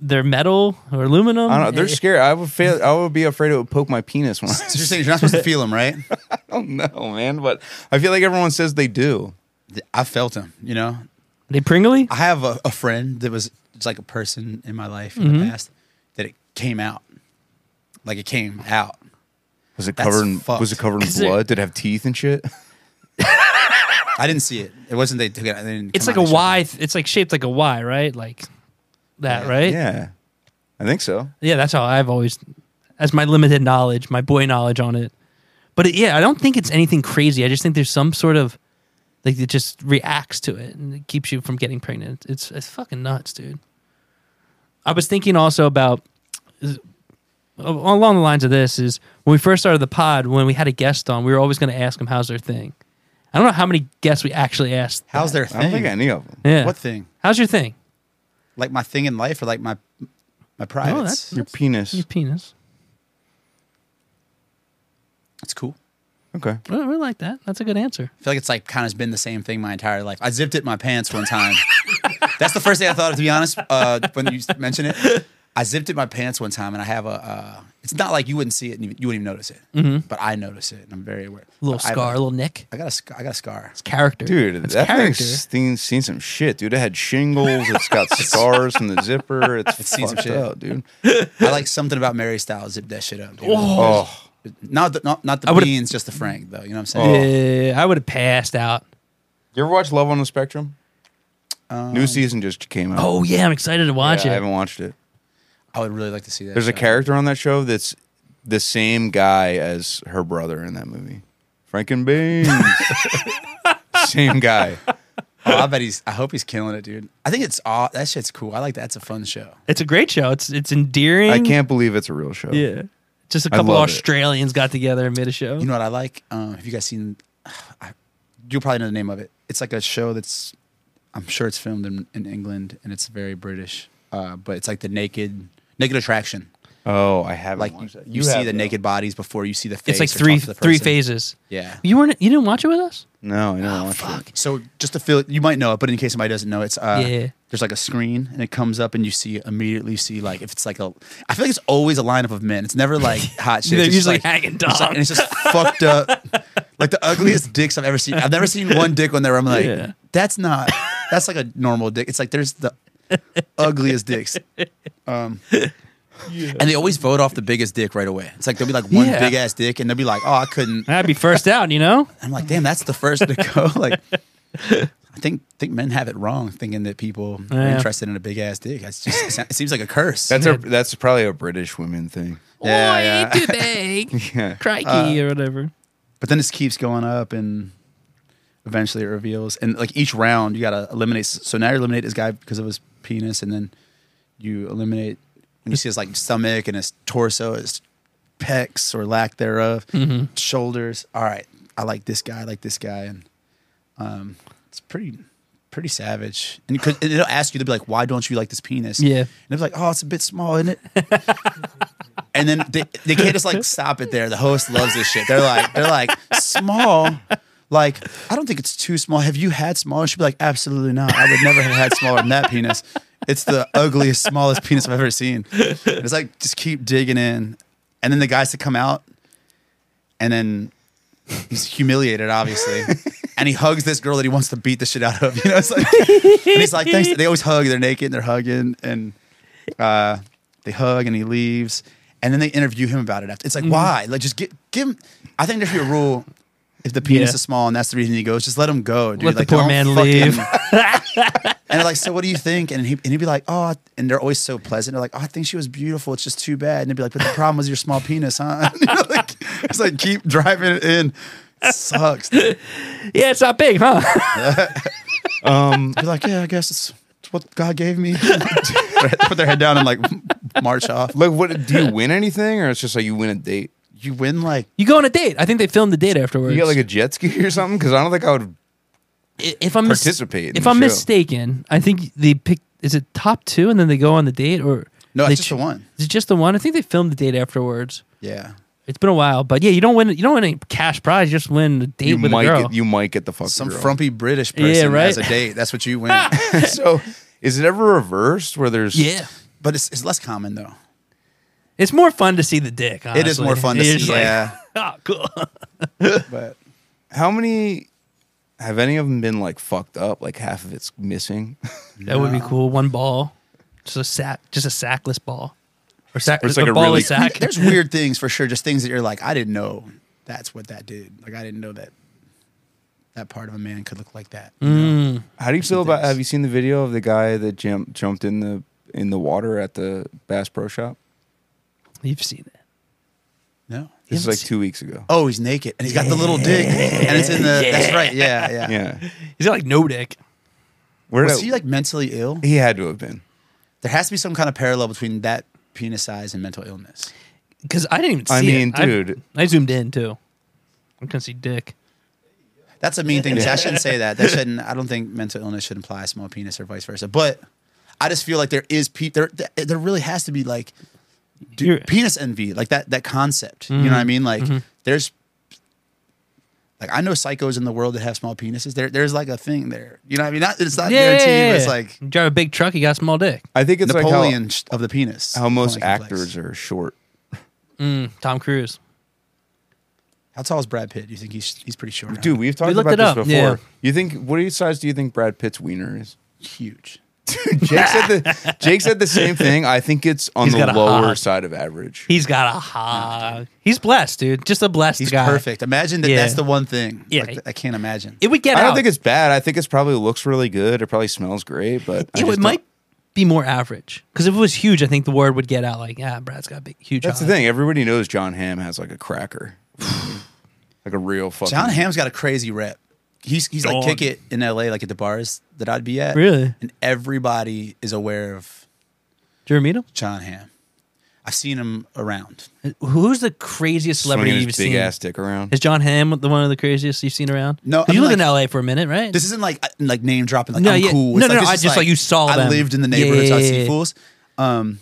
[SPEAKER 1] their metal or aluminum.
[SPEAKER 3] I don't know. They're
[SPEAKER 1] Eh,
[SPEAKER 3] scared. I would fail. I would be afraid it would poke my penis when I
[SPEAKER 2] so you're saying you're not supposed to feel them, right?
[SPEAKER 3] don't know, man. But I feel like everyone says they do.
[SPEAKER 2] I felt them, you know?
[SPEAKER 1] They pringly.
[SPEAKER 2] I have a, a friend that was it's like a person in my life in the past that it came out. Like it came out.
[SPEAKER 3] Was it
[SPEAKER 2] That's
[SPEAKER 3] covered? In,
[SPEAKER 2] fucked.
[SPEAKER 3] was it covered in
[SPEAKER 1] Is there-
[SPEAKER 3] blood? Did it have teeth and shit?
[SPEAKER 2] I didn't see it. It wasn't they took it. They didn't
[SPEAKER 1] It's
[SPEAKER 2] come
[SPEAKER 1] like
[SPEAKER 2] out,
[SPEAKER 1] a
[SPEAKER 2] they showed me.
[SPEAKER 1] Y. th- It's like shaped like a Y, right? Like that, right?
[SPEAKER 3] Yeah, I think so.
[SPEAKER 1] Yeah, that's how I've always as my limited knowledge, my boy knowledge on it. But it, yeah, I don't think it's anything crazy. I just think there's some sort of like it just reacts to it and it keeps you from getting pregnant. It's it's fucking nuts, dude. I was thinking also about along the lines of this is when we first started the pod when we had a guest on, we were always going to ask them how's their thing. I don't know how many guests we actually asked.
[SPEAKER 2] How's their
[SPEAKER 3] I don't
[SPEAKER 2] thing?
[SPEAKER 3] think any of them.
[SPEAKER 1] Yeah.
[SPEAKER 2] What thing?
[SPEAKER 1] How's your thing?
[SPEAKER 2] Like my thing in life, or like my my
[SPEAKER 1] Oh,
[SPEAKER 2] privates?
[SPEAKER 1] that's
[SPEAKER 2] It's
[SPEAKER 3] Your penis.
[SPEAKER 1] your penis.
[SPEAKER 2] cool.
[SPEAKER 3] Okay.
[SPEAKER 1] Well, we like that. That's a good answer.
[SPEAKER 2] I feel like it's like kind of been the same thing my entire life. I zipped it in my pants one time. That's the first thing I thought of, to be honest. Uh, when you mentioned it, I zipped it in my pants one time, and I have a. Uh, it's not like you wouldn't see it, and you you wouldn't even notice it, but I notice it, and I'm very aware.
[SPEAKER 1] Mm-hmm. little
[SPEAKER 2] But I have
[SPEAKER 1] scar,
[SPEAKER 2] a-
[SPEAKER 1] a little nick.
[SPEAKER 2] I got a scar. I got a scar.
[SPEAKER 1] It's character,
[SPEAKER 3] Dude,
[SPEAKER 1] It's
[SPEAKER 3] that
[SPEAKER 1] character.
[SPEAKER 3] thing's seen, seen some shit, dude. It had shingles. It's got scars from the zipper. It's,
[SPEAKER 2] seen some
[SPEAKER 3] fucked
[SPEAKER 2] shit.
[SPEAKER 3] up, dude.
[SPEAKER 2] I like something about Mary Styles. Zip that shit up. dude.
[SPEAKER 3] Oh,
[SPEAKER 2] Not the not, not the
[SPEAKER 1] I would've-
[SPEAKER 2] beans, just the Frank though. You know what I'm saying?
[SPEAKER 1] Yeah, Uh, I would have passed out.
[SPEAKER 3] you ever watch Love on the Spectrum? New season just came out.
[SPEAKER 1] Oh yeah, I'm excited to watch
[SPEAKER 3] Yeah, I
[SPEAKER 1] it.
[SPEAKER 3] haven't watched it.
[SPEAKER 1] Oh.
[SPEAKER 2] I would really like to see that.
[SPEAKER 3] There's a
[SPEAKER 2] show.
[SPEAKER 3] character on that show that's the same guy as her brother in that movie, Franken Beans. same guy.
[SPEAKER 2] Oh, I bet he's. I hope he's killing it, dude. I think it's aw That shit's cool. I like that. It's a fun show.
[SPEAKER 1] It's a great show. It's it's endearing.
[SPEAKER 3] I can't believe it's a real show.
[SPEAKER 1] Yeah, just a
[SPEAKER 3] I
[SPEAKER 1] couple
[SPEAKER 3] love it.
[SPEAKER 1] Australians got together and made a show.
[SPEAKER 2] You know what I like? Um, have you guys seen? I, you'll probably know the name of it. It's like a show that's. I'm sure it's filmed in, in England and it's very British, uh, but it's like the naked naked attraction.
[SPEAKER 3] Oh, I haven't
[SPEAKER 2] Like you,
[SPEAKER 3] watched that.
[SPEAKER 2] you see
[SPEAKER 3] have,
[SPEAKER 2] the
[SPEAKER 3] though.
[SPEAKER 2] naked bodies before you see the
[SPEAKER 1] it's
[SPEAKER 2] face.
[SPEAKER 1] like
[SPEAKER 2] or
[SPEAKER 1] three
[SPEAKER 2] talk to the
[SPEAKER 1] three
[SPEAKER 2] person.
[SPEAKER 1] phases.
[SPEAKER 2] Yeah.
[SPEAKER 1] You weren't you didn't watch it with us?
[SPEAKER 3] No, I don't watch it.
[SPEAKER 2] So just to feel, you might know it, but in case somebody doesn't know, it's uh,
[SPEAKER 1] Yeah.
[SPEAKER 2] there's like a screen and it comes up and you see immediately see like if it's like a, I feel like it's always a lineup of men. It's never like hot shit.
[SPEAKER 1] They're
[SPEAKER 2] It's just,
[SPEAKER 1] usually
[SPEAKER 2] like,
[SPEAKER 1] hanging
[SPEAKER 2] it's like-
[SPEAKER 1] dong.
[SPEAKER 2] and it's just fucked up, like the ugliest dicks I've ever seen. I've never seen one dick on there. where I'm like,
[SPEAKER 1] Yeah.
[SPEAKER 2] that's not, that's like a normal dick. It's like there's the ugliest dicks. Um, And they always vote off the biggest dick right away. It's like there'll be like one
[SPEAKER 1] Yeah.
[SPEAKER 2] big ass dick, and they'll be like, "Oh, I couldn't."
[SPEAKER 1] I'd be first out. You know,
[SPEAKER 2] I'm like, damn, that's the first to go. like, I think think men have it wrong, thinking that people are
[SPEAKER 1] Yeah.
[SPEAKER 2] interested in a big ass dick. It's just it seems like a curse.
[SPEAKER 3] That's a, that's probably a British women thing.
[SPEAKER 1] Oi, too big,
[SPEAKER 3] Yeah.
[SPEAKER 1] crikey or whatever.
[SPEAKER 2] but then this keeps going up, and eventually it reveals. And like each round, you gotta eliminate. So now you eliminate this guy because of his penis, and then you eliminate when you see his like stomach and his torso, his pecs or lack thereof, shoulders. All right, I like this guy. I like this guy, and um, it's pretty pretty savage. And because it'll ask you, they'll be like, "Why don't you like this penis?"
[SPEAKER 1] Yeah.
[SPEAKER 2] and they'll be like, "Oh, it's a bit small, isn't it?" and then they, they can't just like stop it there. The host loves this shit. They're like, they're like small. Like, I don't think it's too small. Have you had smaller? She'd be like, absolutely not. I would never have had smaller than that penis. It's the ugliest, smallest penis I've ever seen. It's like just keep digging in, and then the guys to come out, and then he's humiliated, obviously, and he hugs this girl that he wants to beat the shit out of. You know, it's like, and he's like, thanks. They always hug. They're naked. and They're hugging, and uh, they hug, and he leaves, and then they interview him about it after. It's like,
[SPEAKER 1] Mm-hmm.
[SPEAKER 2] why? Like, just get give him. I think there should be a rule. If the penis
[SPEAKER 1] Yeah.
[SPEAKER 2] is small and that's the reason he goes, just let him go, dude.
[SPEAKER 1] Let the
[SPEAKER 2] like,
[SPEAKER 1] poor
[SPEAKER 2] don't
[SPEAKER 1] man
[SPEAKER 2] fucking-
[SPEAKER 1] leave.
[SPEAKER 2] and they're like, so what do you think? And, he, and he'd be like, oh, and they're always so pleasant. They're like, oh, I think she was beautiful. It's just too bad. And they'd be like, but the problem was your small penis, huh? You know, like, it's like, keep driving it in. It sucks. They'd
[SPEAKER 1] Yeah, it's not big, huh?
[SPEAKER 3] Um,
[SPEAKER 2] be like, yeah, I guess it's, it's what God gave me. Put their head down and like march off.
[SPEAKER 3] like, what do you win anything, or it's just like you win a date?
[SPEAKER 2] You win like,
[SPEAKER 1] you go on a date. I think they filmed the date afterwards.
[SPEAKER 3] You got like a jet ski or something? Because I don't think I would.
[SPEAKER 1] I- if I'm mis-
[SPEAKER 3] participate in
[SPEAKER 1] if
[SPEAKER 3] the
[SPEAKER 1] I'm
[SPEAKER 3] show.
[SPEAKER 1] mistaken, I think they pick. Is it top two and then they go on the date or
[SPEAKER 2] No, it's
[SPEAKER 1] they
[SPEAKER 2] just the one.
[SPEAKER 1] Is it just the one? I think they filmed the date afterwards.
[SPEAKER 2] yeah.
[SPEAKER 1] It's been a while, but yeah, you don't win. You don't win any cash prize. You just win a date
[SPEAKER 3] You
[SPEAKER 1] with
[SPEAKER 3] might
[SPEAKER 1] a girl.
[SPEAKER 3] get you might get the fuck
[SPEAKER 2] Some
[SPEAKER 3] girl.
[SPEAKER 2] frumpy British person
[SPEAKER 1] right.
[SPEAKER 2] as a date. That's what you win.
[SPEAKER 3] so is it ever reversed where there's
[SPEAKER 1] yeah,
[SPEAKER 2] but it's, it's less common though.
[SPEAKER 1] it's more fun to see the dick.
[SPEAKER 2] It is more
[SPEAKER 1] honestly.
[SPEAKER 2] fun to
[SPEAKER 1] It's
[SPEAKER 2] see.
[SPEAKER 1] like,
[SPEAKER 2] yeah.
[SPEAKER 1] oh, cool.
[SPEAKER 2] But
[SPEAKER 3] how many have any of them been like fucked up like half of it's missing
[SPEAKER 1] That would be cool. One ball, just a sack, just a sackless ball, or sack,
[SPEAKER 3] Or it's like
[SPEAKER 1] a
[SPEAKER 3] a
[SPEAKER 1] ball
[SPEAKER 3] really-
[SPEAKER 1] of sack.
[SPEAKER 2] there's weird things for sure. Just things that you're like, I didn't know that's what that did. Like I didn't know that that part of a man could look like that.
[SPEAKER 3] how do you feel about
[SPEAKER 2] things.
[SPEAKER 3] have you seen the video of the guy that jump, jumped in the in the water at the Bass Pro Shop
[SPEAKER 1] You've seen it.
[SPEAKER 2] No.
[SPEAKER 3] This is like two weeks ago.
[SPEAKER 2] Oh, he's naked and he's got the little dick and it's in the. That's right. Yeah, yeah.
[SPEAKER 3] Yeah.
[SPEAKER 1] He's got like no dick.
[SPEAKER 3] Where
[SPEAKER 2] Was
[SPEAKER 3] did-
[SPEAKER 2] he like mentally ill?
[SPEAKER 3] he had to have been.
[SPEAKER 2] There has to be some kind of parallel between that penis size and mental illness.
[SPEAKER 1] Because I didn't even see
[SPEAKER 3] I mean,
[SPEAKER 1] it. I-
[SPEAKER 3] dude.
[SPEAKER 1] I, zoomed in too. I couldn't see dick.
[SPEAKER 2] That's a mean thing. to say. I shouldn't say that. That shouldn't. I don't think mental illness should imply a small penis or vice versa. But I just feel like there is pe- there there- there really has to be like
[SPEAKER 1] You're-
[SPEAKER 2] penis envy, like that that concept. You know
[SPEAKER 3] Mm-hmm.
[SPEAKER 2] what I mean? Like there's like I know psychos in the world that have small penises. There there's like a thing there. You know what I mean? Not, it's not guaranteed, but it's like
[SPEAKER 1] You drive a big truck, you got a small dick.
[SPEAKER 3] I think it's
[SPEAKER 2] Napoleon
[SPEAKER 3] like
[SPEAKER 2] sh- of the penis.
[SPEAKER 3] how, how most
[SPEAKER 2] Napoleon complex.
[SPEAKER 3] actors are short.
[SPEAKER 1] Tom Cruise.
[SPEAKER 2] How tall is Brad Pitt? You think he's he's pretty short? huh?
[SPEAKER 3] Dude, we've talked
[SPEAKER 1] looked
[SPEAKER 3] about
[SPEAKER 1] it
[SPEAKER 3] this
[SPEAKER 1] up,
[SPEAKER 3] before.
[SPEAKER 1] yeah.
[SPEAKER 3] You think what size do you think Brad Pitt's wiener is?
[SPEAKER 2] huge.
[SPEAKER 3] Jake said the Jake said the same thing. I think it's on
[SPEAKER 1] He's
[SPEAKER 3] the
[SPEAKER 1] got a
[SPEAKER 3] lower
[SPEAKER 1] hog.
[SPEAKER 3] side of average.
[SPEAKER 1] He's got a hog. He's blessed, dude. Just a blessed
[SPEAKER 2] He's
[SPEAKER 1] guy.
[SPEAKER 2] perfect. Imagine that.
[SPEAKER 1] Yeah.
[SPEAKER 2] That's the one thing.
[SPEAKER 1] Yeah.
[SPEAKER 2] Like, I can't imagine.
[SPEAKER 1] It would get
[SPEAKER 3] I don't
[SPEAKER 1] out.
[SPEAKER 3] think it's bad. I think it's probably looks really good. It probably smells great, but I
[SPEAKER 1] it,
[SPEAKER 3] just
[SPEAKER 1] it
[SPEAKER 3] don't-
[SPEAKER 1] might be more average. Because if it was huge, I think the word would get out like, ah, Brad's got a big, huge
[SPEAKER 3] That's the
[SPEAKER 1] hog."
[SPEAKER 3] thing. Everybody knows John Hamm has like a cracker, like a real fucking.
[SPEAKER 2] John Hamm's got a crazy rep. He's he's
[SPEAKER 1] Dog.
[SPEAKER 2] like kick it in L.A. like at the bars that I'd be at.
[SPEAKER 1] Really?
[SPEAKER 2] and everybody is aware of
[SPEAKER 1] Did you ever meet him?
[SPEAKER 2] John Hamm. I've seen him around.
[SPEAKER 1] Who's the craziest
[SPEAKER 3] swinging
[SPEAKER 1] celebrity
[SPEAKER 3] his
[SPEAKER 1] you've
[SPEAKER 3] big
[SPEAKER 1] seen?
[SPEAKER 3] ass dick around.
[SPEAKER 1] Is John Hamm the one of the craziest you've seen around?
[SPEAKER 2] No,
[SPEAKER 1] 'Cause
[SPEAKER 2] I
[SPEAKER 1] you
[SPEAKER 2] mean,
[SPEAKER 1] lived
[SPEAKER 2] like-
[SPEAKER 1] in LA for a minute, right?
[SPEAKER 2] This isn't like uh, like name dropping. Like
[SPEAKER 1] No,
[SPEAKER 2] I'm
[SPEAKER 1] yeah.
[SPEAKER 2] cool.
[SPEAKER 1] No,
[SPEAKER 2] It's
[SPEAKER 1] no,
[SPEAKER 2] like,
[SPEAKER 1] no,
[SPEAKER 2] this
[SPEAKER 1] I
[SPEAKER 2] is
[SPEAKER 1] just, like, you saw
[SPEAKER 2] I
[SPEAKER 1] them.
[SPEAKER 2] lived in the
[SPEAKER 1] Yeah,
[SPEAKER 2] neighborhood, so I
[SPEAKER 1] yeah,
[SPEAKER 2] see
[SPEAKER 1] yeah.
[SPEAKER 2] fools. Um,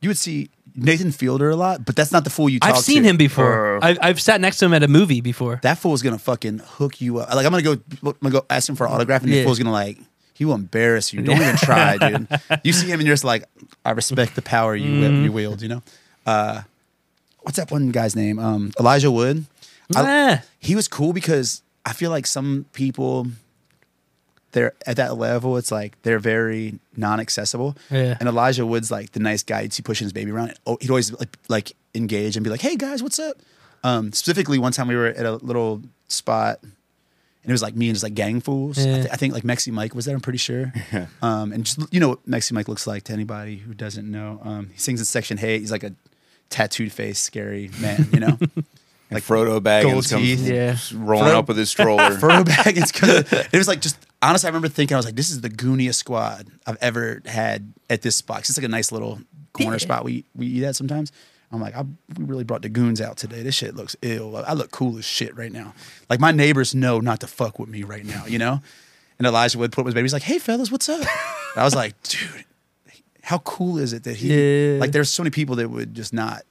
[SPEAKER 2] you would see Nathan Fielder a lot, but that's not the fool you.
[SPEAKER 1] I've
[SPEAKER 2] talk
[SPEAKER 1] seen
[SPEAKER 2] to.
[SPEAKER 1] him before. I've, I've sat next to him at a movie before.
[SPEAKER 2] That fool's gonna fucking hook you up. Like I'm gonna go, I'm gonna go ask him for an autograph, and
[SPEAKER 1] Yeah.
[SPEAKER 2] the fool's gonna like, he will embarrass you. Don't even try, dude. You see him, and you're just like, I respect the power you wi-
[SPEAKER 1] Mm-hmm.
[SPEAKER 2] you wield. You know, uh, what's that one guy's name? Um, Elijah Wood. I-
[SPEAKER 1] Ah.
[SPEAKER 2] he was cool because I feel like some people, they're at that level. It's like they're very non-accessible.
[SPEAKER 1] Yeah.
[SPEAKER 2] And Elijah Wood's like the nice guy. You'd see pushing his baby around. And, oh, he'd always like, like engage and be like, "Hey guys, what's up?" Um, specifically, one time we were at a little spot, and it was like me and just like gang fools. I,
[SPEAKER 1] Yeah.
[SPEAKER 2] thi- I think like Mexi Mike was there. I'm pretty sure. um, and just you know what Mexi Mike looks like to anybody who doesn't know. Um, he sings in Section Hey. He's like a tattooed face, scary man. You know.
[SPEAKER 3] Like Frodo Baggins
[SPEAKER 2] gold
[SPEAKER 3] comes
[SPEAKER 2] teeth.
[SPEAKER 1] Yeah.
[SPEAKER 3] rolling
[SPEAKER 2] Fro-
[SPEAKER 3] up with his stroller.
[SPEAKER 2] Frodo Baggins. Could, it was like just honestly, I remember thinking I was like, this is the gooniest squad I've ever had at this spot. 'Cause It's like a nice little corner spot we we eat at sometimes. I'm like, I, we really brought the goons out today. This shit looks ill. I look cool as shit right now. Like my neighbors know not to fuck with me right now, you know. And Elijah would put up his baby. He's like, hey fellas, what's up? And I was like, dude, how cool is it that he
[SPEAKER 1] Yeah.
[SPEAKER 2] like? There's so many people that would just not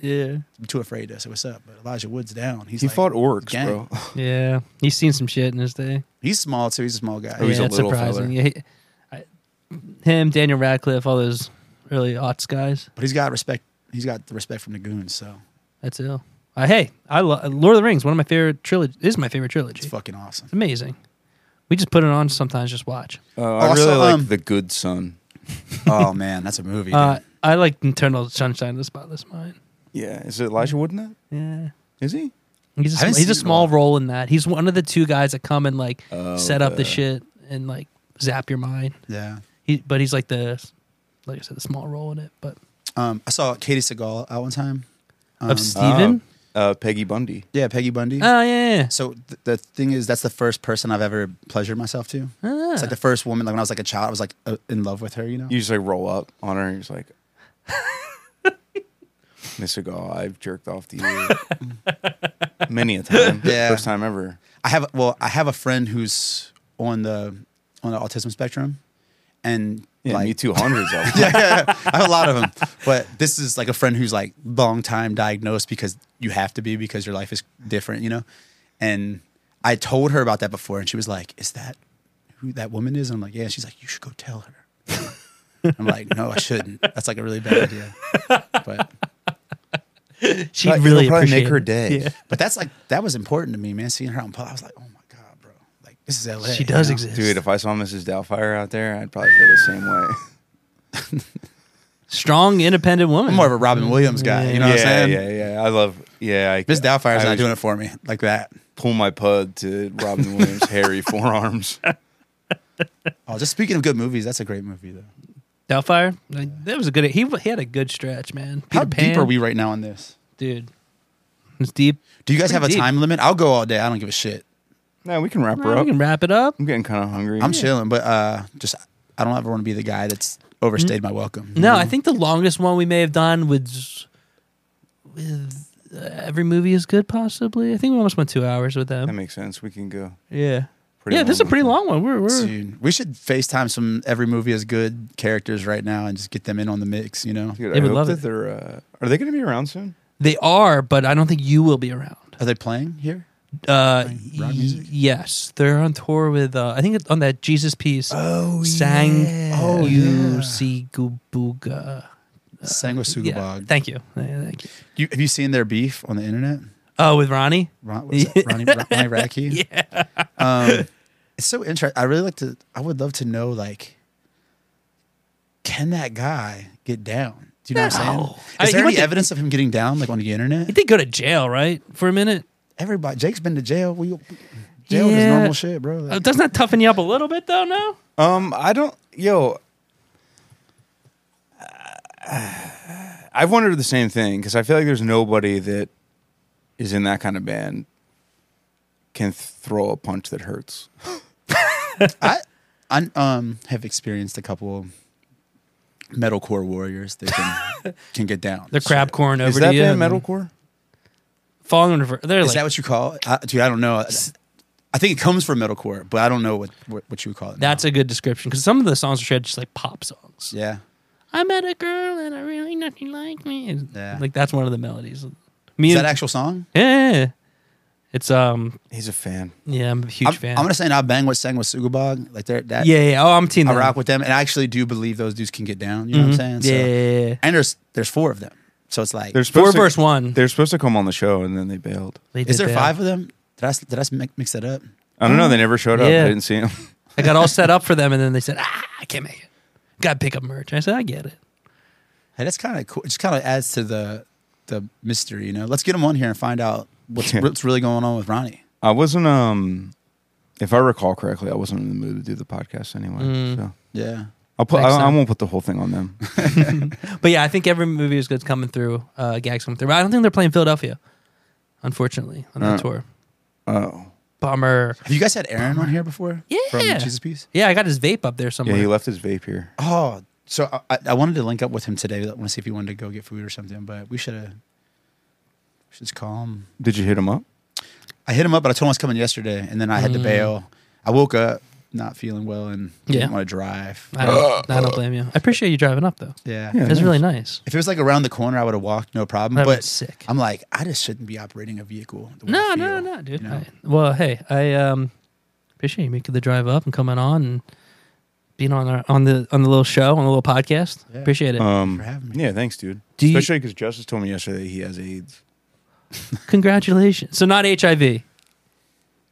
[SPEAKER 1] Yeah.
[SPEAKER 2] be too afraid to say what's up. But Elijah Wood's down. He's
[SPEAKER 3] he
[SPEAKER 2] like,
[SPEAKER 3] fought orcs,
[SPEAKER 2] gang.
[SPEAKER 3] bro.
[SPEAKER 1] Yeah. He's seen some shit in his day.
[SPEAKER 2] He's small too. He's a small guy.
[SPEAKER 3] Oh, he's
[SPEAKER 1] yeah,
[SPEAKER 3] a
[SPEAKER 1] it's
[SPEAKER 3] little
[SPEAKER 1] surprising.
[SPEAKER 3] feller.
[SPEAKER 1] Yeah, he- I- him, Daniel Radcliffe, all those early aughts guys.
[SPEAKER 2] But he's got respect. He's got the respect from the goons, so
[SPEAKER 1] That's ill. Uh, hey, I lo- Lord of the Rings, one of my favorite trilogy. Is my favorite trilogy.
[SPEAKER 2] it's fucking awesome.
[SPEAKER 1] It's amazing. We just put it on sometimes, just watch.
[SPEAKER 3] Uh, I
[SPEAKER 2] Also,
[SPEAKER 3] really
[SPEAKER 2] um,
[SPEAKER 3] like The Good Son.
[SPEAKER 2] oh man, that's a movie.
[SPEAKER 1] Uh,
[SPEAKER 2] dude.
[SPEAKER 1] I like Eternal Sunshine of the Spotless Mind.
[SPEAKER 3] Yeah, is it Elijah Wood in that?
[SPEAKER 1] Yeah.
[SPEAKER 3] Is he?
[SPEAKER 1] He's a, sm-
[SPEAKER 2] I haven't
[SPEAKER 1] he's a
[SPEAKER 2] seen it
[SPEAKER 1] small
[SPEAKER 2] all.
[SPEAKER 1] role in that. He's one of the two guys that come and like
[SPEAKER 3] Oh,
[SPEAKER 1] set up the
[SPEAKER 3] the-
[SPEAKER 1] shit and like zap your mind.
[SPEAKER 2] yeah.
[SPEAKER 1] He, but he's like the, like I said, the small role in it. But
[SPEAKER 2] Um, I saw Katie Seagal out one time. Um,
[SPEAKER 1] of Steven?
[SPEAKER 3] Oh, uh, Peggy Bundy.
[SPEAKER 2] Yeah, Peggy Bundy.
[SPEAKER 1] Oh, yeah. yeah.
[SPEAKER 2] so th- the thing is, that's the first person I've ever pleasured myself to.
[SPEAKER 1] Ah.
[SPEAKER 2] It's like the first woman. Like when I was like a child, I was like uh, in love with her. You know.
[SPEAKER 3] You just like roll up on her and you're just like, Miss Seagal, I've jerked off to you many a time.
[SPEAKER 2] Yeah.
[SPEAKER 3] First time ever.
[SPEAKER 2] I have well, I have a friend who's on the on the autism spectrum, and
[SPEAKER 3] Yeah,
[SPEAKER 2] like
[SPEAKER 3] me too. Hundreds of them.
[SPEAKER 2] I have a lot of them. But this is like a friend who's like long time diagnosed because you have to be because your life is different, you know? And I told her about that before and she was like, Is that who that woman is? And I'm like, Yeah. She's like, You should go tell her. I'm like, No, I shouldn't. That's like a really bad idea. But
[SPEAKER 1] She
[SPEAKER 3] Like,
[SPEAKER 1] really
[SPEAKER 3] it'll probably
[SPEAKER 1] appreciate
[SPEAKER 3] make her
[SPEAKER 1] it.
[SPEAKER 3] day.
[SPEAKER 1] Yeah.
[SPEAKER 2] but that's like that was important to me, man. Seeing her on pop, I was like, Oh my God, bro. Like this is LA.
[SPEAKER 1] She does
[SPEAKER 2] you know?
[SPEAKER 1] exist.
[SPEAKER 3] Dude, if I saw Mrs. Doubtfire out there, I'd probably feel the same way.
[SPEAKER 1] Strong, independent woman.
[SPEAKER 2] I'm more of a Robin Williams guy. You know what I'm
[SPEAKER 3] yeah,
[SPEAKER 2] saying?
[SPEAKER 3] yeah, yeah. I love. Yeah, I,
[SPEAKER 2] Miss Doubtfire's
[SPEAKER 3] I
[SPEAKER 2] not
[SPEAKER 3] would
[SPEAKER 2] doing it for me like that.
[SPEAKER 3] Pull my pud to Robin Williams' hairy forearms.
[SPEAKER 2] Oh, just speaking of good movies, that's a great movie though.
[SPEAKER 1] Doubtfire. Like, that was a good. He he had a good stretch, man. Peter
[SPEAKER 2] How
[SPEAKER 1] Pan,
[SPEAKER 2] deep are we right now on this?
[SPEAKER 1] dude? It's deep.
[SPEAKER 2] Do you guys have a
[SPEAKER 1] Pretty deep.
[SPEAKER 2] time limit? I'll go all day. I don't give a shit.
[SPEAKER 3] No, we can wrap her
[SPEAKER 1] Well,
[SPEAKER 3] up.
[SPEAKER 1] we can wrap it up.
[SPEAKER 3] I'm getting kind of hungry.
[SPEAKER 2] I'm chilling, but uh, just I don't ever want to be the guy that's overstayed my welcome.
[SPEAKER 1] Mm-hmm. No, I think the longest one we may have done was with uh, every movie is good. Possibly, I think we almost went two hours with
[SPEAKER 3] That
[SPEAKER 1] them.
[SPEAKER 3] makes sense. We can go.
[SPEAKER 1] Yeah,
[SPEAKER 3] Pretty
[SPEAKER 1] yeah. This is a
[SPEAKER 3] long
[SPEAKER 1] pretty long one. We're, we're
[SPEAKER 2] Dude, we should FaceTime some every movie is good characters right now and just get them in on the mix, you know?
[SPEAKER 3] Dude,
[SPEAKER 1] They
[SPEAKER 3] I
[SPEAKER 1] would
[SPEAKER 3] hope
[SPEAKER 1] love
[SPEAKER 3] that
[SPEAKER 1] it.
[SPEAKER 3] they're. Uh, are they going to be around soon?
[SPEAKER 1] they are, but I don't think you will be around.
[SPEAKER 2] Are they playing here?
[SPEAKER 1] Uh,
[SPEAKER 2] rock
[SPEAKER 1] y-
[SPEAKER 2] music?
[SPEAKER 1] yes, they're on tour with. Uh, I think it's on that Jesus piece. Oh, sang
[SPEAKER 2] Oh,
[SPEAKER 1] you see Gubuga.
[SPEAKER 2] Sang with
[SPEAKER 1] Uh, Yeah,
[SPEAKER 2] Sugabog.
[SPEAKER 1] thank you. Yeah, thank you.
[SPEAKER 2] You, have you seen their beef on the internet?
[SPEAKER 1] Oh, with Ronnie.
[SPEAKER 2] Ron, was it Ronnie, Ronnie Racky? Yeah. Um, it's so interesting. I really like to, I would love to know, like, can that guy get down? Do you know what I'm
[SPEAKER 1] No.
[SPEAKER 2] saying? Is
[SPEAKER 1] I- he
[SPEAKER 2] there
[SPEAKER 1] went
[SPEAKER 2] any
[SPEAKER 1] to-
[SPEAKER 2] evidence of him getting down, like, on the internet?
[SPEAKER 1] He did go to jail, right, for a minute.
[SPEAKER 2] Everybody, Jake's been to jail. We, jail is
[SPEAKER 1] Yeah.
[SPEAKER 2] normal shit, bro.
[SPEAKER 1] Uh, doesn't that toughen you up a little bit, though? No.
[SPEAKER 3] Um, I don't. Yo, I've wondered the same thing because I feel like there's nobody that is in that kind of band can th- throw a punch that hurts.
[SPEAKER 2] I, I um have experienced a couple metalcore warriors that can can get down.
[SPEAKER 1] The crab corn over
[SPEAKER 3] Is that
[SPEAKER 1] to you.
[SPEAKER 3] band
[SPEAKER 1] and
[SPEAKER 3] metalcore?
[SPEAKER 1] Falling over. They're
[SPEAKER 2] Is
[SPEAKER 1] like,
[SPEAKER 2] that what you call it? I, dude, I don't know. I think it comes from metalcore, but I don't know what what, what you would call it. now.
[SPEAKER 1] that's a good description because some of the songs are straight just like pop songs.
[SPEAKER 2] yeah.
[SPEAKER 1] I met a girl and I really nothing like me. And,
[SPEAKER 2] Yeah.
[SPEAKER 1] Like that's one of the melodies. Me
[SPEAKER 2] Is
[SPEAKER 1] and-
[SPEAKER 2] that actual song?
[SPEAKER 1] yeah, yeah, yeah. It's um
[SPEAKER 3] He's a fan.
[SPEAKER 1] yeah I'm a huge
[SPEAKER 2] I'm,
[SPEAKER 1] fan.
[SPEAKER 2] I'm gonna say now bang what sang with Sugabog. Like they're that
[SPEAKER 1] yeah yeah oh I'm team
[SPEAKER 2] I
[SPEAKER 1] them.
[SPEAKER 2] rock with them and I actually do believe those dudes can get down. You know what I'm saying?
[SPEAKER 1] yeah, yeah, yeah, yeah.
[SPEAKER 2] And there's there's four of them. So it's like
[SPEAKER 3] They're
[SPEAKER 1] four
[SPEAKER 3] supposed
[SPEAKER 1] verse
[SPEAKER 3] to,
[SPEAKER 1] one.
[SPEAKER 3] They're supposed to come on the show and then they bailed.
[SPEAKER 1] They
[SPEAKER 2] is
[SPEAKER 1] did
[SPEAKER 2] there
[SPEAKER 1] that.
[SPEAKER 2] five of them? Did I s- did I s- mi- mix that up?
[SPEAKER 3] I don't know. They never showed up.
[SPEAKER 1] Yeah.
[SPEAKER 3] I didn't see them.
[SPEAKER 1] I got all set up for them and then they said ah I can't make it. Got to pick up merch. I said I get it.
[SPEAKER 2] Hey, that's kind of cool. It just kind of adds to the the mystery, you know. Let's get him on here and find out what's
[SPEAKER 3] Yeah.
[SPEAKER 2] what's really going on with Ronnie.
[SPEAKER 3] I wasn't. Um, if I recall correctly, I wasn't in the mood to do the podcast anyway.
[SPEAKER 1] Mm.
[SPEAKER 3] So
[SPEAKER 2] Yeah,
[SPEAKER 3] I'll put. I,
[SPEAKER 1] Makes
[SPEAKER 3] I
[SPEAKER 1] sense.
[SPEAKER 3] won't put the whole thing on them.
[SPEAKER 1] But yeah, I think every movie is good's coming through. Uh, gags coming through. But I don't think they're playing Philadelphia, unfortunately, on that
[SPEAKER 3] Uh.
[SPEAKER 1] tour.
[SPEAKER 3] oh,
[SPEAKER 1] Bummer.
[SPEAKER 2] have you guys had Aaron on here before?
[SPEAKER 1] Yeah.
[SPEAKER 2] from Jesus Peace.
[SPEAKER 1] Yeah, I got his vape up there
[SPEAKER 3] yeah.
[SPEAKER 1] somewhere.
[SPEAKER 3] He left his vape here.
[SPEAKER 2] Oh, so I- I, I wanted to link up with him today. I want to see if he wanted to go get food or something, but we should have just call him.
[SPEAKER 3] Did you hit him up?
[SPEAKER 2] I hit him up, but I told him I was coming yesterday, and then I had to
[SPEAKER 1] Mm.
[SPEAKER 2] bail. I woke up not feeling well and
[SPEAKER 1] Yeah.
[SPEAKER 2] didn't want to drive.
[SPEAKER 1] I don't, I don't blame you. I appreciate you driving up though.
[SPEAKER 2] Yeah.
[SPEAKER 1] That's really nice.
[SPEAKER 2] If it was like around the corner, I would have walked, no problem.
[SPEAKER 1] That'd
[SPEAKER 2] but
[SPEAKER 1] been sick.
[SPEAKER 2] I'm like, I just shouldn't be operating a vehicle. the way I
[SPEAKER 1] No, no,
[SPEAKER 2] feel,
[SPEAKER 1] no, dude.
[SPEAKER 2] you know?
[SPEAKER 1] I- well, hey, I um, appreciate you making the drive up and coming on and being on our, on the on the little show on the little podcast.
[SPEAKER 2] Yeah.
[SPEAKER 1] Appreciate it.
[SPEAKER 3] Um,
[SPEAKER 2] for having me.
[SPEAKER 3] Yeah, thanks, dude.
[SPEAKER 1] Do you-
[SPEAKER 3] Especially because Justice told me yesterday he has AIDS.
[SPEAKER 1] Congratulations. So not HIV.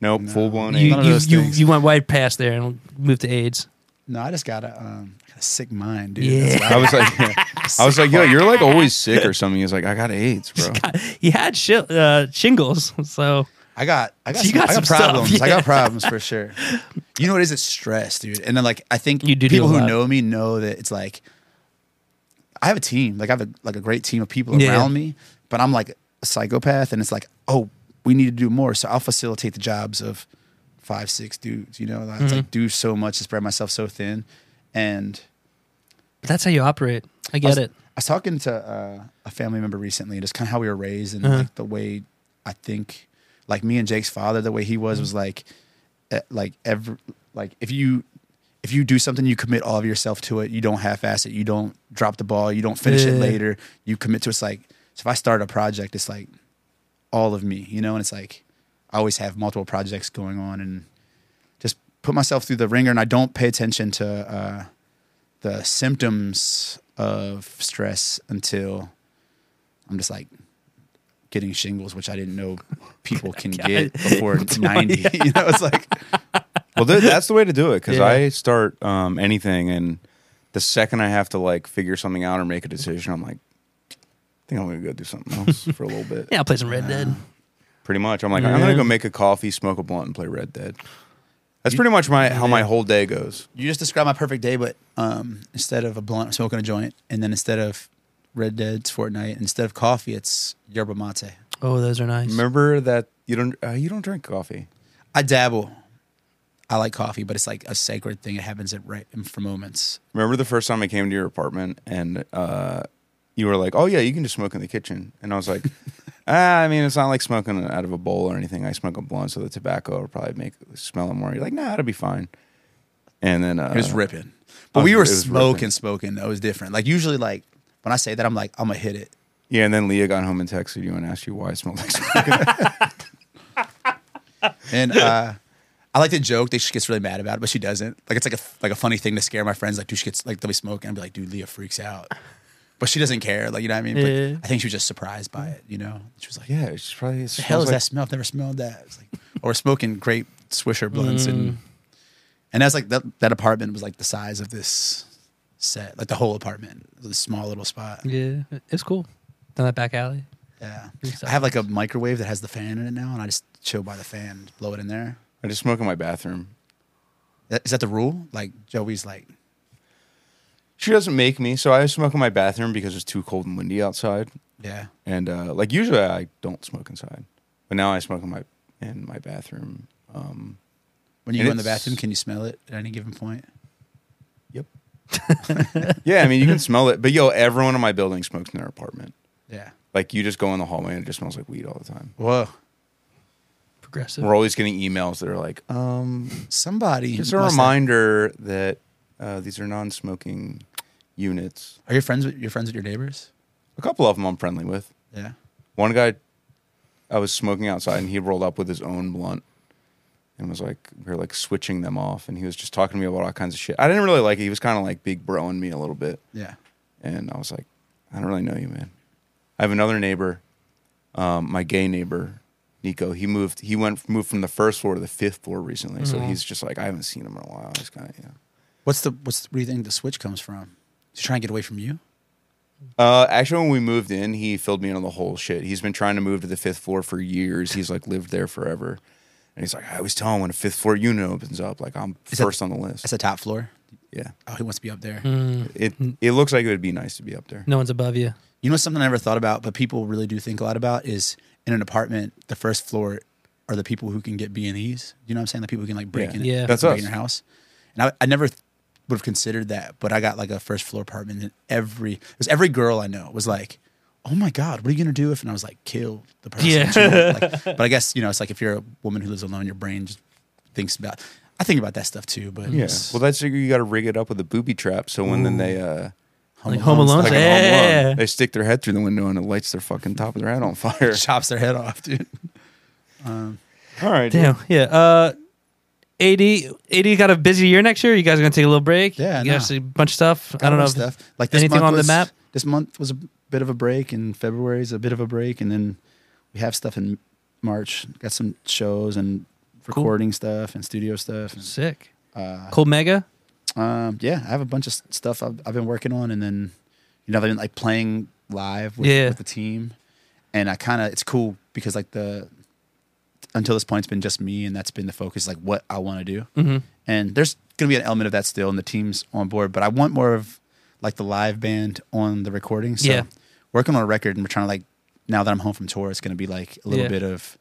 [SPEAKER 3] Nope, full blown
[SPEAKER 1] You
[SPEAKER 3] AIDS.
[SPEAKER 2] None of
[SPEAKER 1] you,
[SPEAKER 2] those
[SPEAKER 1] you,
[SPEAKER 2] things.
[SPEAKER 1] you went right past there and moved to AIDS.
[SPEAKER 2] No, I just got a, um, I got a sick mind, dude.
[SPEAKER 1] Yeah.
[SPEAKER 2] That's why
[SPEAKER 3] I was like, I was like, yo, you're like always sick or something. He's like, I got AIDS, bro.
[SPEAKER 1] He had shi- uh, shingles, so
[SPEAKER 2] I got, I got,
[SPEAKER 1] You
[SPEAKER 2] some,
[SPEAKER 1] got
[SPEAKER 2] I
[SPEAKER 1] some
[SPEAKER 2] got
[SPEAKER 1] stuff,
[SPEAKER 2] problems. I
[SPEAKER 1] yeah.
[SPEAKER 2] got problems for sure. You know what it is? It's stress, dude. And then like, I think
[SPEAKER 1] You do do
[SPEAKER 2] people
[SPEAKER 1] a
[SPEAKER 2] who
[SPEAKER 1] lot.
[SPEAKER 2] know me know that it's like, I have a team. Like I have a, like a great team of people
[SPEAKER 1] Yeah.
[SPEAKER 2] around me, but I'm like a psychopath, and it's like, oh, we need to do more. So I'll facilitate the jobs of five, six dudes. You know, It's
[SPEAKER 1] Mm-hmm.
[SPEAKER 2] like do so much to spread myself so thin, and.
[SPEAKER 1] that's how you operate. I get
[SPEAKER 2] I was,
[SPEAKER 1] it.
[SPEAKER 2] I was talking to uh, a family member recently, and just kind of how we were raised,
[SPEAKER 1] Uh-huh.
[SPEAKER 2] and like the way I think, like me and Jake's father, the way he
[SPEAKER 1] Mm-hmm.
[SPEAKER 2] was was like, eh, like every, like if you if you do something, you commit all of yourself to it. You don't half-ass it. You don't drop the ball. You don't finish it
[SPEAKER 1] Yeah.
[SPEAKER 2] later. You commit to it. it's like so. If I start a project, it's like all of me, you know, and it's like I always have multiple projects going on, and just put myself through the ringer, and I don't pay attention to. uh the symptoms of stress until I'm just like getting shingles, which I didn't know people can get before 90. you know, it's like,
[SPEAKER 3] well, th- that's the way to do it because
[SPEAKER 1] Yeah.
[SPEAKER 3] I start um, anything, and the second I have to like figure something out or make a decision, I'm like, I think I'm gonna go do something else for a little bit.
[SPEAKER 1] Yeah, I'll play some Red Dead.
[SPEAKER 3] Pretty much, I'm like, I'm gonna
[SPEAKER 1] Yeah.
[SPEAKER 3] go make a coffee, smoke a blunt, and play Red Dead. That's pretty much my how my whole day goes.
[SPEAKER 2] you just described my perfect day, but um, instead of a blunt, I'm smoking a joint. And then instead of Red Dead's Fortnite, instead of coffee, it's yerba mate.
[SPEAKER 1] Oh, those are nice.
[SPEAKER 3] Remember that you don't uh, you don't drink coffee.
[SPEAKER 2] I dabble. I like coffee, but it's like a sacred thing. It happens at right for moments.
[SPEAKER 3] Remember the first time I came to your apartment and uh, you were like, "Oh yeah, you can just smoke in the kitchen," and I was like, "Ah, I mean, it's not like smoking out of a bowl or anything. I smoke a blunt, so the tobacco will probably make smell it more." You're like, "Nah, it'll be fine." And then uh,
[SPEAKER 2] It was ripping, but
[SPEAKER 3] I
[SPEAKER 2] we were
[SPEAKER 3] was- it was
[SPEAKER 2] smoking,
[SPEAKER 3] ripping.
[SPEAKER 2] smoking. That was different. Like usually, like when I say that, I'm like, I'm gonna hit it.
[SPEAKER 3] Yeah, and then Leah got home and texted you and asked you why it smelled like smoke.
[SPEAKER 2] And uh, I like to joke that she gets really mad about it, but she doesn't. Like it's like a like a funny thing to scare my friends. Like, dude, she gets like they'll be smoking. and I'll be like, dude, Leah freaks out, but she doesn't care. Like you know what I mean? But
[SPEAKER 1] Yeah.
[SPEAKER 2] I think she was just surprised by it. You know? She was like, yeah,
[SPEAKER 3] yeah, it's probably it
[SPEAKER 2] the hell
[SPEAKER 3] smells
[SPEAKER 2] is
[SPEAKER 3] like-
[SPEAKER 2] that smell? I've never smelled that. It's like, or smoking grape swisher blunts and and that's like that that apartment was like the size of this set, like the whole apartment, it was a small little spot.
[SPEAKER 1] Yeah, it's cool. Down that back alley.
[SPEAKER 2] Yeah.
[SPEAKER 1] Makes
[SPEAKER 2] I have like a microwave that has the fan in it now, and I just chill by the fan, blow it in there.
[SPEAKER 3] I just smoke in my bathroom.
[SPEAKER 2] That- Is that the rule? Like Joey's like,
[SPEAKER 3] She doesn't make me, so I smoke in my bathroom because it's too cold and windy outside.
[SPEAKER 2] yeah.
[SPEAKER 3] And uh, like usually, I don't smoke inside, but now I smoke in my in my bathroom. Um,
[SPEAKER 2] When you
[SPEAKER 3] And
[SPEAKER 2] go in the
[SPEAKER 3] it's-
[SPEAKER 2] bathroom, can you smell it at any given point?
[SPEAKER 3] yep. yeah, I mean you can smell it, but yo, everyone in my building smokes in their apartment.
[SPEAKER 2] Yeah.
[SPEAKER 3] Like you just go in the hallway and it just smells like weed all the time.
[SPEAKER 2] Whoa.
[SPEAKER 1] Progressive.
[SPEAKER 3] We're always getting emails that are like, um,
[SPEAKER 2] Somebody.
[SPEAKER 3] just a
[SPEAKER 2] Oh, must have-
[SPEAKER 3] reminder that uh, these are non-smoking units.
[SPEAKER 2] Are you friends with your friends with your neighbors?
[SPEAKER 3] A couple of them I'm friendly with.
[SPEAKER 2] Yeah.
[SPEAKER 3] One guy, I was smoking outside, and he rolled up with his own blunt, and was like, we were like switching them off, and he was just talking to me about all kinds of shit. I didn't really like it. He was kind of like big broing me a little bit,
[SPEAKER 2] Yeah.
[SPEAKER 3] and I was like, I don't really know you, man. I have another neighbor, um, my gay neighbor, Nico. He moved. He went moved from the first floor to the fifth floor recently, so he's just like, I haven't seen him in a while. He's kind of yeah.
[SPEAKER 2] What's the what's where do you think the switch comes from? He's trying to get away from you.
[SPEAKER 3] Uh, actually, when we moved in, he filled me in on the whole shit. He's been trying to move to the fifth floor for years. He's like lived there forever, and he's like, I always tell him when a fifth floor unit opens up, like I'm
[SPEAKER 2] Is Mm-hmm. that-
[SPEAKER 3] first on the list.
[SPEAKER 2] That's the top floor.
[SPEAKER 3] yeah,
[SPEAKER 2] Oh, he wants to be up there.
[SPEAKER 3] it it looks like it would be nice to be up there.
[SPEAKER 1] No one's above you.
[SPEAKER 2] You know something I never thought about, but people really do think a lot about is in an apartment, the first floor are the people who can get B and E's. You know what I'm saying? The people who can like break
[SPEAKER 3] Yeah.
[SPEAKER 2] in,
[SPEAKER 1] Yeah.
[SPEAKER 3] That's
[SPEAKER 2] break
[SPEAKER 3] us.
[SPEAKER 2] in your house. And I, I never th- would have considered that, but I got like a first floor apartment, and every it was every girl I know was like, "Oh my god, what are you gonna do if?" And I was like, "Kill the person."
[SPEAKER 1] Yeah.
[SPEAKER 2] She won't, like- but I guess you know it's like if you're a woman who lives alone, your brain just thinks about. I think about that stuff too, but
[SPEAKER 3] Yeah.
[SPEAKER 2] it's-
[SPEAKER 3] Well, that's you got to rig it up with a booby trap. So when then they uh,
[SPEAKER 2] Home
[SPEAKER 1] Like Home Alone.
[SPEAKER 3] like
[SPEAKER 2] style.
[SPEAKER 3] a home
[SPEAKER 1] Yeah.
[SPEAKER 3] alone, they stick their head through the window and it lights their fucking top of their head on fire.
[SPEAKER 2] chops their head off, dude.
[SPEAKER 3] All right,
[SPEAKER 1] Damn. Yeah. Uh, AD, AD got a busy year next year. You guys are gonna take a little break.
[SPEAKER 2] Yeah,
[SPEAKER 1] You guys
[SPEAKER 2] no.
[SPEAKER 1] see a bunch of stuff. I don't know.
[SPEAKER 2] Other
[SPEAKER 1] if
[SPEAKER 2] stuff like this
[SPEAKER 1] anything
[SPEAKER 2] month
[SPEAKER 1] on
[SPEAKER 2] was-
[SPEAKER 1] the map.
[SPEAKER 2] This month was a bit of a break, and February is a bit of a break, and then we have stuff in March. Got some shows and
[SPEAKER 1] Cool.
[SPEAKER 2] recording stuff and studio stuff. and,
[SPEAKER 1] Sick.
[SPEAKER 2] Uh,
[SPEAKER 1] Cold Mega.
[SPEAKER 2] um, yeah, I have a bunch of s- stuff I've, I've been working on, and then you know I've been like playing live with,
[SPEAKER 1] Yeah.
[SPEAKER 2] with the team, and I kind of it's cool because like the until this point it's been just me, and that's been the focus, like what I want to do,
[SPEAKER 1] Mm-hmm.
[SPEAKER 2] and there's gonna be an element of that still, and the team's on board, but I want more of like the live band on the recording. So
[SPEAKER 1] Yeah.
[SPEAKER 2] working on a record, and we're trying to like now that I'm home from tour, it's gonna be like a little
[SPEAKER 1] Yeah.
[SPEAKER 2] bit of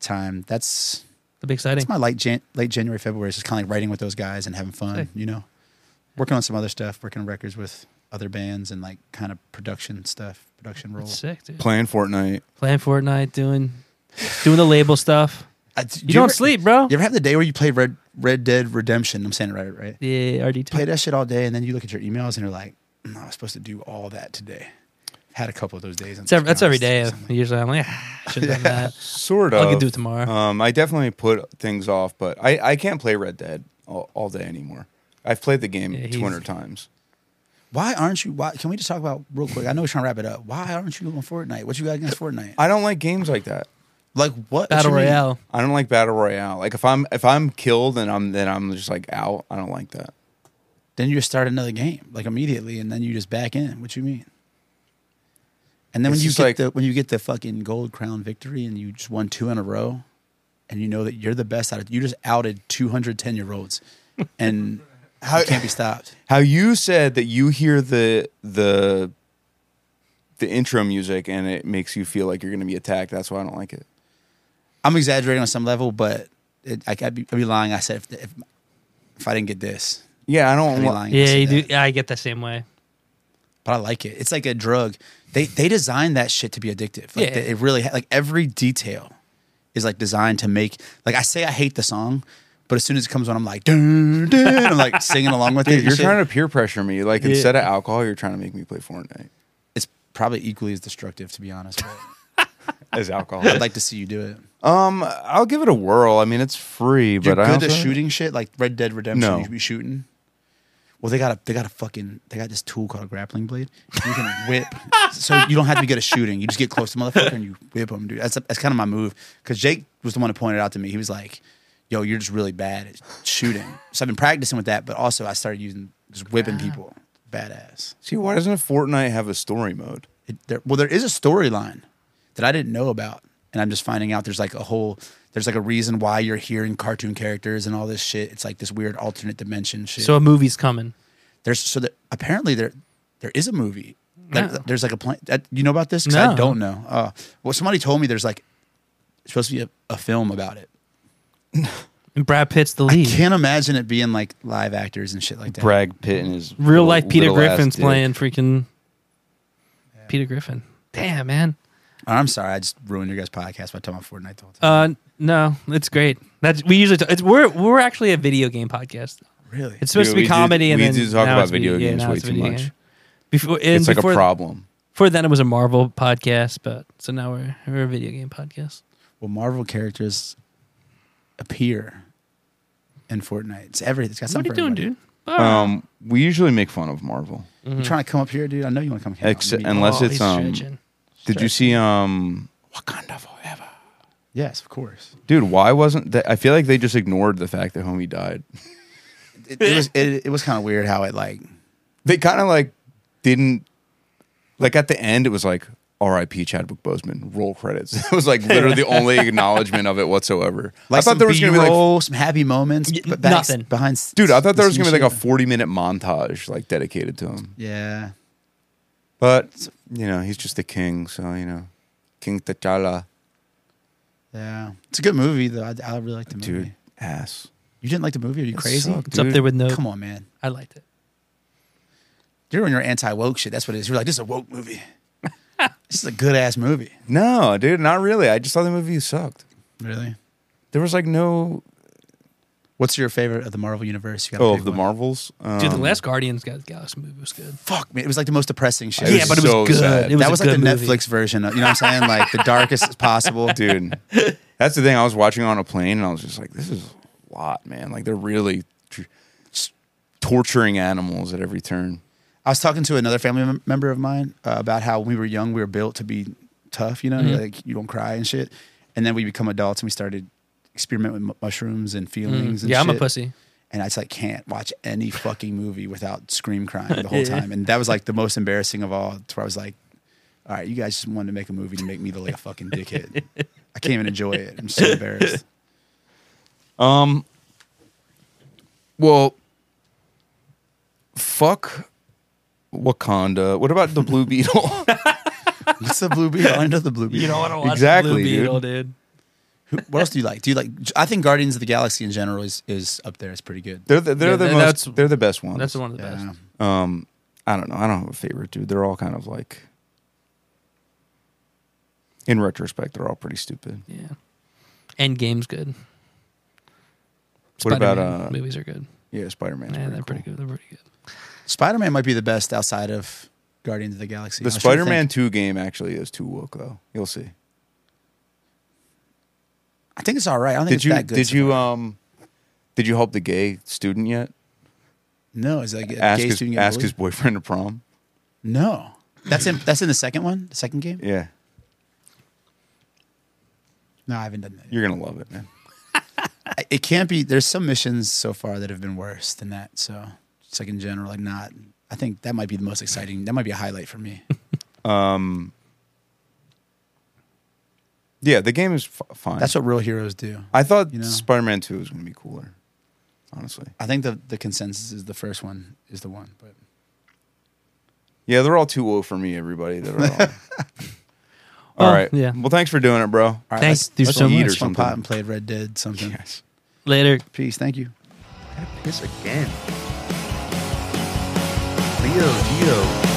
[SPEAKER 2] time. That's
[SPEAKER 1] That'd be exciting.
[SPEAKER 2] it's my late Jan- late January, February. It's just kind of like writing with those guys and having fun,
[SPEAKER 1] Sick.
[SPEAKER 2] you know, working on some other stuff, working on records with other bands and like kind of production stuff, production
[SPEAKER 1] That's
[SPEAKER 2] roles.
[SPEAKER 1] sick, dude.
[SPEAKER 3] playing Fortnite.
[SPEAKER 1] Playing Fortnite, doing doing the label stuff.
[SPEAKER 2] I- do
[SPEAKER 1] You, don't
[SPEAKER 2] ever-
[SPEAKER 1] sleep, bro.
[SPEAKER 2] You ever have the day where you play Red Red Dead Redemption? I'm saying it right, right?
[SPEAKER 1] Yeah, RD2.
[SPEAKER 2] Play that shit all day, and then you look at your emails and you're like, "Mm, I was supposed to do all that today. Had a couple of those days.
[SPEAKER 1] It's ev- that's every day. Usually I'm like, ah, should have done that.
[SPEAKER 3] Sort of.
[SPEAKER 1] I could do it tomorrow.
[SPEAKER 3] Um, I definitely put things off, but I, I can't play Red Dead all, all day anymore. I've played the game
[SPEAKER 1] Yeah, he's-
[SPEAKER 3] 200 times.
[SPEAKER 2] Why aren't you? Why can we just talk about real quick? I know we're trying to wrap it up. Why aren't you on Fortnite? What you got against Fortnite?
[SPEAKER 3] I don't like games like that.
[SPEAKER 2] Like what?
[SPEAKER 1] Battle
[SPEAKER 2] What you mean?
[SPEAKER 1] Royale.
[SPEAKER 3] I don't like battle royale. Like if I'm if I'm killed and I'm then I'm just like out. I don't like that.
[SPEAKER 2] then you just start another game like immediately and then you just back in what you mean and then
[SPEAKER 3] It's
[SPEAKER 2] when you
[SPEAKER 3] just
[SPEAKER 2] get
[SPEAKER 3] like-
[SPEAKER 2] the when you get the fucking gold crown victory and you just won two in a row and you know that you're the best out of you just outed 210 year olds and you can't be stopped
[SPEAKER 3] How you said that you hear the the the intro music and it makes you feel like you're going to be attacked. That's why I don't like it.
[SPEAKER 2] I'm exaggerating on some level, but it, I, I'd, be, I'd be lying. I said if, if if I didn't get this,
[SPEAKER 3] Yeah, I don't.
[SPEAKER 2] I'd be
[SPEAKER 3] Li-
[SPEAKER 2] lying. if I
[SPEAKER 1] Yeah,
[SPEAKER 2] said
[SPEAKER 1] you do.
[SPEAKER 2] that.
[SPEAKER 1] I get that same way.
[SPEAKER 2] But I like it. It's like a drug. They they designed that shit to be addictive. Like
[SPEAKER 1] Yeah.
[SPEAKER 2] they- it really ha- like every detail is like designed to make. Like I say, I hate the song, but as soon as it comes on, I'm like, dun, dun, I'm like singing along with it.
[SPEAKER 3] Dude, you're trying to peer pressure me. Like
[SPEAKER 1] Yeah.
[SPEAKER 3] instead of alcohol, you're trying to make me play Fortnite
[SPEAKER 2] It's probably equally as destructive, to be honest. but
[SPEAKER 3] as alcohol.
[SPEAKER 2] I'd like to see you do it.
[SPEAKER 3] um, I'll give it a whirl. I mean, it's free,
[SPEAKER 2] You're
[SPEAKER 3] but I
[SPEAKER 2] good at
[SPEAKER 3] also-
[SPEAKER 2] shooting shit like Red Dead Redemption.
[SPEAKER 3] No.
[SPEAKER 2] You should be shooting. Well, they got a they got a fucking they got this tool called a grappling blade. You can whip, so you don't have to be good at shooting. You just get close to motherfucker and you whip them, dude. That's that's kind of my move. Because Jake was the one who pointed out to me. He was like, "Yo, you're just really bad at shooting." So I've been practicing with that, but also I started using just whipping people. Badass.
[SPEAKER 3] See, why doesn't Fortnite have a story mode?
[SPEAKER 2] It, there, well, there is a storyline that I didn't know about, and I'm just finding out there's like a whole there's like a reason why you're hearing cartoon characters and all this shit. It's like this weird alternate dimension shit.
[SPEAKER 1] So a movie's coming.
[SPEAKER 2] there's so that apparently there there is a movie. Like,
[SPEAKER 1] No.
[SPEAKER 2] There's like a plan. That, you know about this? 'Cause I
[SPEAKER 1] No.
[SPEAKER 2] don't know. Uh, well, somebody told me there's like supposed to be a, a film about it.
[SPEAKER 1] And Brad Pitt's the
[SPEAKER 2] I
[SPEAKER 1] lead.
[SPEAKER 2] can't imagine it being like live actors and shit like that.
[SPEAKER 3] Brad Pitt and his
[SPEAKER 1] Real life
[SPEAKER 3] little-
[SPEAKER 1] Peter
[SPEAKER 3] little ass
[SPEAKER 1] Griffin's
[SPEAKER 3] dick.
[SPEAKER 1] playing freaking Peter Griffin. Damn, man.
[SPEAKER 2] I'm sorry, I just ruined your guys' podcast by talking about Fortnite the whole time.
[SPEAKER 1] Uh, no, it's great. That's we usually t- it's we're we're actually a video game podcast.
[SPEAKER 2] really?
[SPEAKER 1] It's supposed
[SPEAKER 3] Dude,
[SPEAKER 1] to
[SPEAKER 3] we
[SPEAKER 1] be
[SPEAKER 3] do-
[SPEAKER 1] comedy, and
[SPEAKER 3] we
[SPEAKER 1] then
[SPEAKER 3] do talk
[SPEAKER 1] now
[SPEAKER 3] about
[SPEAKER 1] it's
[SPEAKER 3] video
[SPEAKER 1] yeah,
[SPEAKER 3] games
[SPEAKER 1] now
[SPEAKER 3] way
[SPEAKER 1] it's
[SPEAKER 3] too
[SPEAKER 1] video
[SPEAKER 3] much.
[SPEAKER 1] game. Before and
[SPEAKER 3] It's like a
[SPEAKER 1] before,
[SPEAKER 3] problem.
[SPEAKER 1] Before then, it was a Marvel podcast, but so now we're we're a video game podcast.
[SPEAKER 2] Well, Marvel characters appear in Fortnite. It's everything. It's got
[SPEAKER 1] What are
[SPEAKER 2] something.
[SPEAKER 1] you doing,
[SPEAKER 2] for everybody.
[SPEAKER 1] dude?
[SPEAKER 3] Um, we usually make fun of Marvel.
[SPEAKER 1] Mm,
[SPEAKER 2] You trying to come up here, dude? I know you want to come here.
[SPEAKER 3] Mm-hmm. Ex- unless
[SPEAKER 1] Oh,
[SPEAKER 3] it's
[SPEAKER 1] he's
[SPEAKER 3] um.
[SPEAKER 1] stretching.
[SPEAKER 3] Did you see um Wakanda Forever?
[SPEAKER 2] yes, of course.
[SPEAKER 3] Dude, why wasn't that? I feel like they just ignored the fact that homie died.
[SPEAKER 2] It, it was it, it was kind of weird how it like
[SPEAKER 3] They kind of like didn't like at the end. It was like R.I.P. Chadwick Boseman. Roll credits. It was like literally the only acknowledgement of it whatsoever.
[SPEAKER 2] like
[SPEAKER 3] I thought
[SPEAKER 2] some
[SPEAKER 3] there was gonna be like,
[SPEAKER 2] B-roll, some happy moments,
[SPEAKER 1] Y-
[SPEAKER 2] but back,
[SPEAKER 1] nothing.
[SPEAKER 2] behind. s-
[SPEAKER 3] dude, I thought there
[SPEAKER 2] the
[SPEAKER 3] was gonna be
[SPEAKER 2] scenes
[SPEAKER 3] like a
[SPEAKER 2] shit.
[SPEAKER 3] forty-minute montage like dedicated to him.
[SPEAKER 2] yeah.
[SPEAKER 3] But you know, he's just the king. So you know, King T'Challa,
[SPEAKER 2] Yeah, it's a good movie though. I, I really like the movie.
[SPEAKER 3] dude, ass.
[SPEAKER 2] You didn't like the movie? Are you crazy?
[SPEAKER 3] sucked,
[SPEAKER 1] It's up
[SPEAKER 3] dude.
[SPEAKER 1] there with no.
[SPEAKER 2] Come on, man.
[SPEAKER 1] I liked it.
[SPEAKER 2] You're on your anti woke shit. That's what it is. You're like, this is a woke movie. this is a good ass movie.
[SPEAKER 3] No, dude, not really. I just thought the movie sucked.
[SPEAKER 2] Really?
[SPEAKER 3] There was like no
[SPEAKER 2] What's your favorite of the Marvel universe? You gotta
[SPEAKER 3] oh
[SPEAKER 2] pick
[SPEAKER 3] of the
[SPEAKER 2] one.
[SPEAKER 3] Marvels.
[SPEAKER 1] Dude, the
[SPEAKER 3] Um,
[SPEAKER 1] last Guardians got Galaxy movie was good.
[SPEAKER 2] fuck man, it was like the most depressing shit.
[SPEAKER 3] It
[SPEAKER 1] yeah,
[SPEAKER 3] was
[SPEAKER 1] but it was
[SPEAKER 3] so
[SPEAKER 1] good.
[SPEAKER 3] sad.
[SPEAKER 1] It was
[SPEAKER 2] that
[SPEAKER 1] a
[SPEAKER 2] was like the
[SPEAKER 1] good movie.
[SPEAKER 2] Netflix version. Of, you know what I'm saying? Like the darkest as possible.
[SPEAKER 3] dude. That's the thing. I was watching on a plane, and I was just like, "This is a lot, man. Like they're really tr- s- torturing animals at every turn."
[SPEAKER 2] I was talking to another family mem- member of mine uh, about how when we were young, we were built to be tough. You know, like you don't cry and shit. And then we become adults, and we started experimenting with mu- mushrooms and feelings. And
[SPEAKER 1] Yeah, I'm a
[SPEAKER 2] shit.
[SPEAKER 1] pussy.
[SPEAKER 2] And I just like can't watch any fucking movie without scream crying the whole time. And that was like the most embarrassing of all. To where I was like, all right, you guys just wanted to make a movie to make me look like a fucking dickhead. I can't even enjoy it. I'm so embarrassed.
[SPEAKER 3] Well, fuck Wakanda. What about the Blue Beetle?
[SPEAKER 2] What's the blue beetle? I know the blue beetle.
[SPEAKER 1] You don't want to watch
[SPEAKER 3] Exactly,
[SPEAKER 1] Blue
[SPEAKER 3] dude.
[SPEAKER 1] Beetle, dude.
[SPEAKER 2] Who- what else do you like? Do you like? I think Guardians of the Galaxy in general is is up there. It's pretty good.
[SPEAKER 3] they're the, they're
[SPEAKER 1] Yeah,
[SPEAKER 3] the
[SPEAKER 1] that-
[SPEAKER 3] most.
[SPEAKER 1] that's-
[SPEAKER 3] they're the best ones.
[SPEAKER 1] That's one of the
[SPEAKER 2] Yeah.
[SPEAKER 1] best.
[SPEAKER 3] Um, I don't know. I don't have a favorite, dude. They're all kind of like. In retrospect, they're all pretty stupid.
[SPEAKER 1] Yeah. End Game's good.
[SPEAKER 3] What about,
[SPEAKER 1] Spider-Man
[SPEAKER 3] uh,
[SPEAKER 1] movies are good?
[SPEAKER 3] Yeah, Spider Man's
[SPEAKER 1] Yeah,
[SPEAKER 3] pretty,
[SPEAKER 1] they're
[SPEAKER 3] cool.
[SPEAKER 1] pretty good. They're pretty good.
[SPEAKER 2] Spider Man might be the best outside of Guardians of the Galaxy.
[SPEAKER 3] The
[SPEAKER 2] I was trying to
[SPEAKER 3] Spider Man
[SPEAKER 2] think-
[SPEAKER 3] 2 game actually is too woke, though. You'll see.
[SPEAKER 2] I think it's all right. I don't think
[SPEAKER 3] did
[SPEAKER 2] it's
[SPEAKER 3] you
[SPEAKER 2] that good.
[SPEAKER 3] did you um did you help the gay student yet?
[SPEAKER 2] No, is like a
[SPEAKER 3] ask
[SPEAKER 2] gay
[SPEAKER 3] his,
[SPEAKER 2] student.
[SPEAKER 3] ask
[SPEAKER 2] Ask
[SPEAKER 3] his boyfriend to prom.
[SPEAKER 2] No, that's in that's in the second one, the second game.
[SPEAKER 3] Yeah,
[SPEAKER 2] No, I haven't done that. Yet.
[SPEAKER 3] you're gonna love it, man.
[SPEAKER 2] I- It can't be. There's some missions so far that have been worse than that. So it's like in general, like not. I think that might be the most exciting. That might be a highlight for me.
[SPEAKER 3] Yeah, the game is f- fine.
[SPEAKER 2] That's what real heroes do.
[SPEAKER 3] I thought.
[SPEAKER 2] you know.
[SPEAKER 3] Spider Man Two was gonna be cooler, honestly.
[SPEAKER 2] I think the the consensus is the first one is the one, but
[SPEAKER 3] Yeah, they're all too old for me, everybody. That are all. all
[SPEAKER 1] Well,
[SPEAKER 3] right.
[SPEAKER 1] yeah.
[SPEAKER 3] Well, thanks for doing it, bro.
[SPEAKER 2] All right,
[SPEAKER 1] Thanks, dude,
[SPEAKER 2] let's
[SPEAKER 1] so
[SPEAKER 2] go
[SPEAKER 1] much.
[SPEAKER 2] eat or
[SPEAKER 3] Something.
[SPEAKER 2] pot and played Red Dead something.
[SPEAKER 3] Yes.
[SPEAKER 1] Later.
[SPEAKER 2] Peace. Thank you.
[SPEAKER 3] Piss again. Leo, Dio.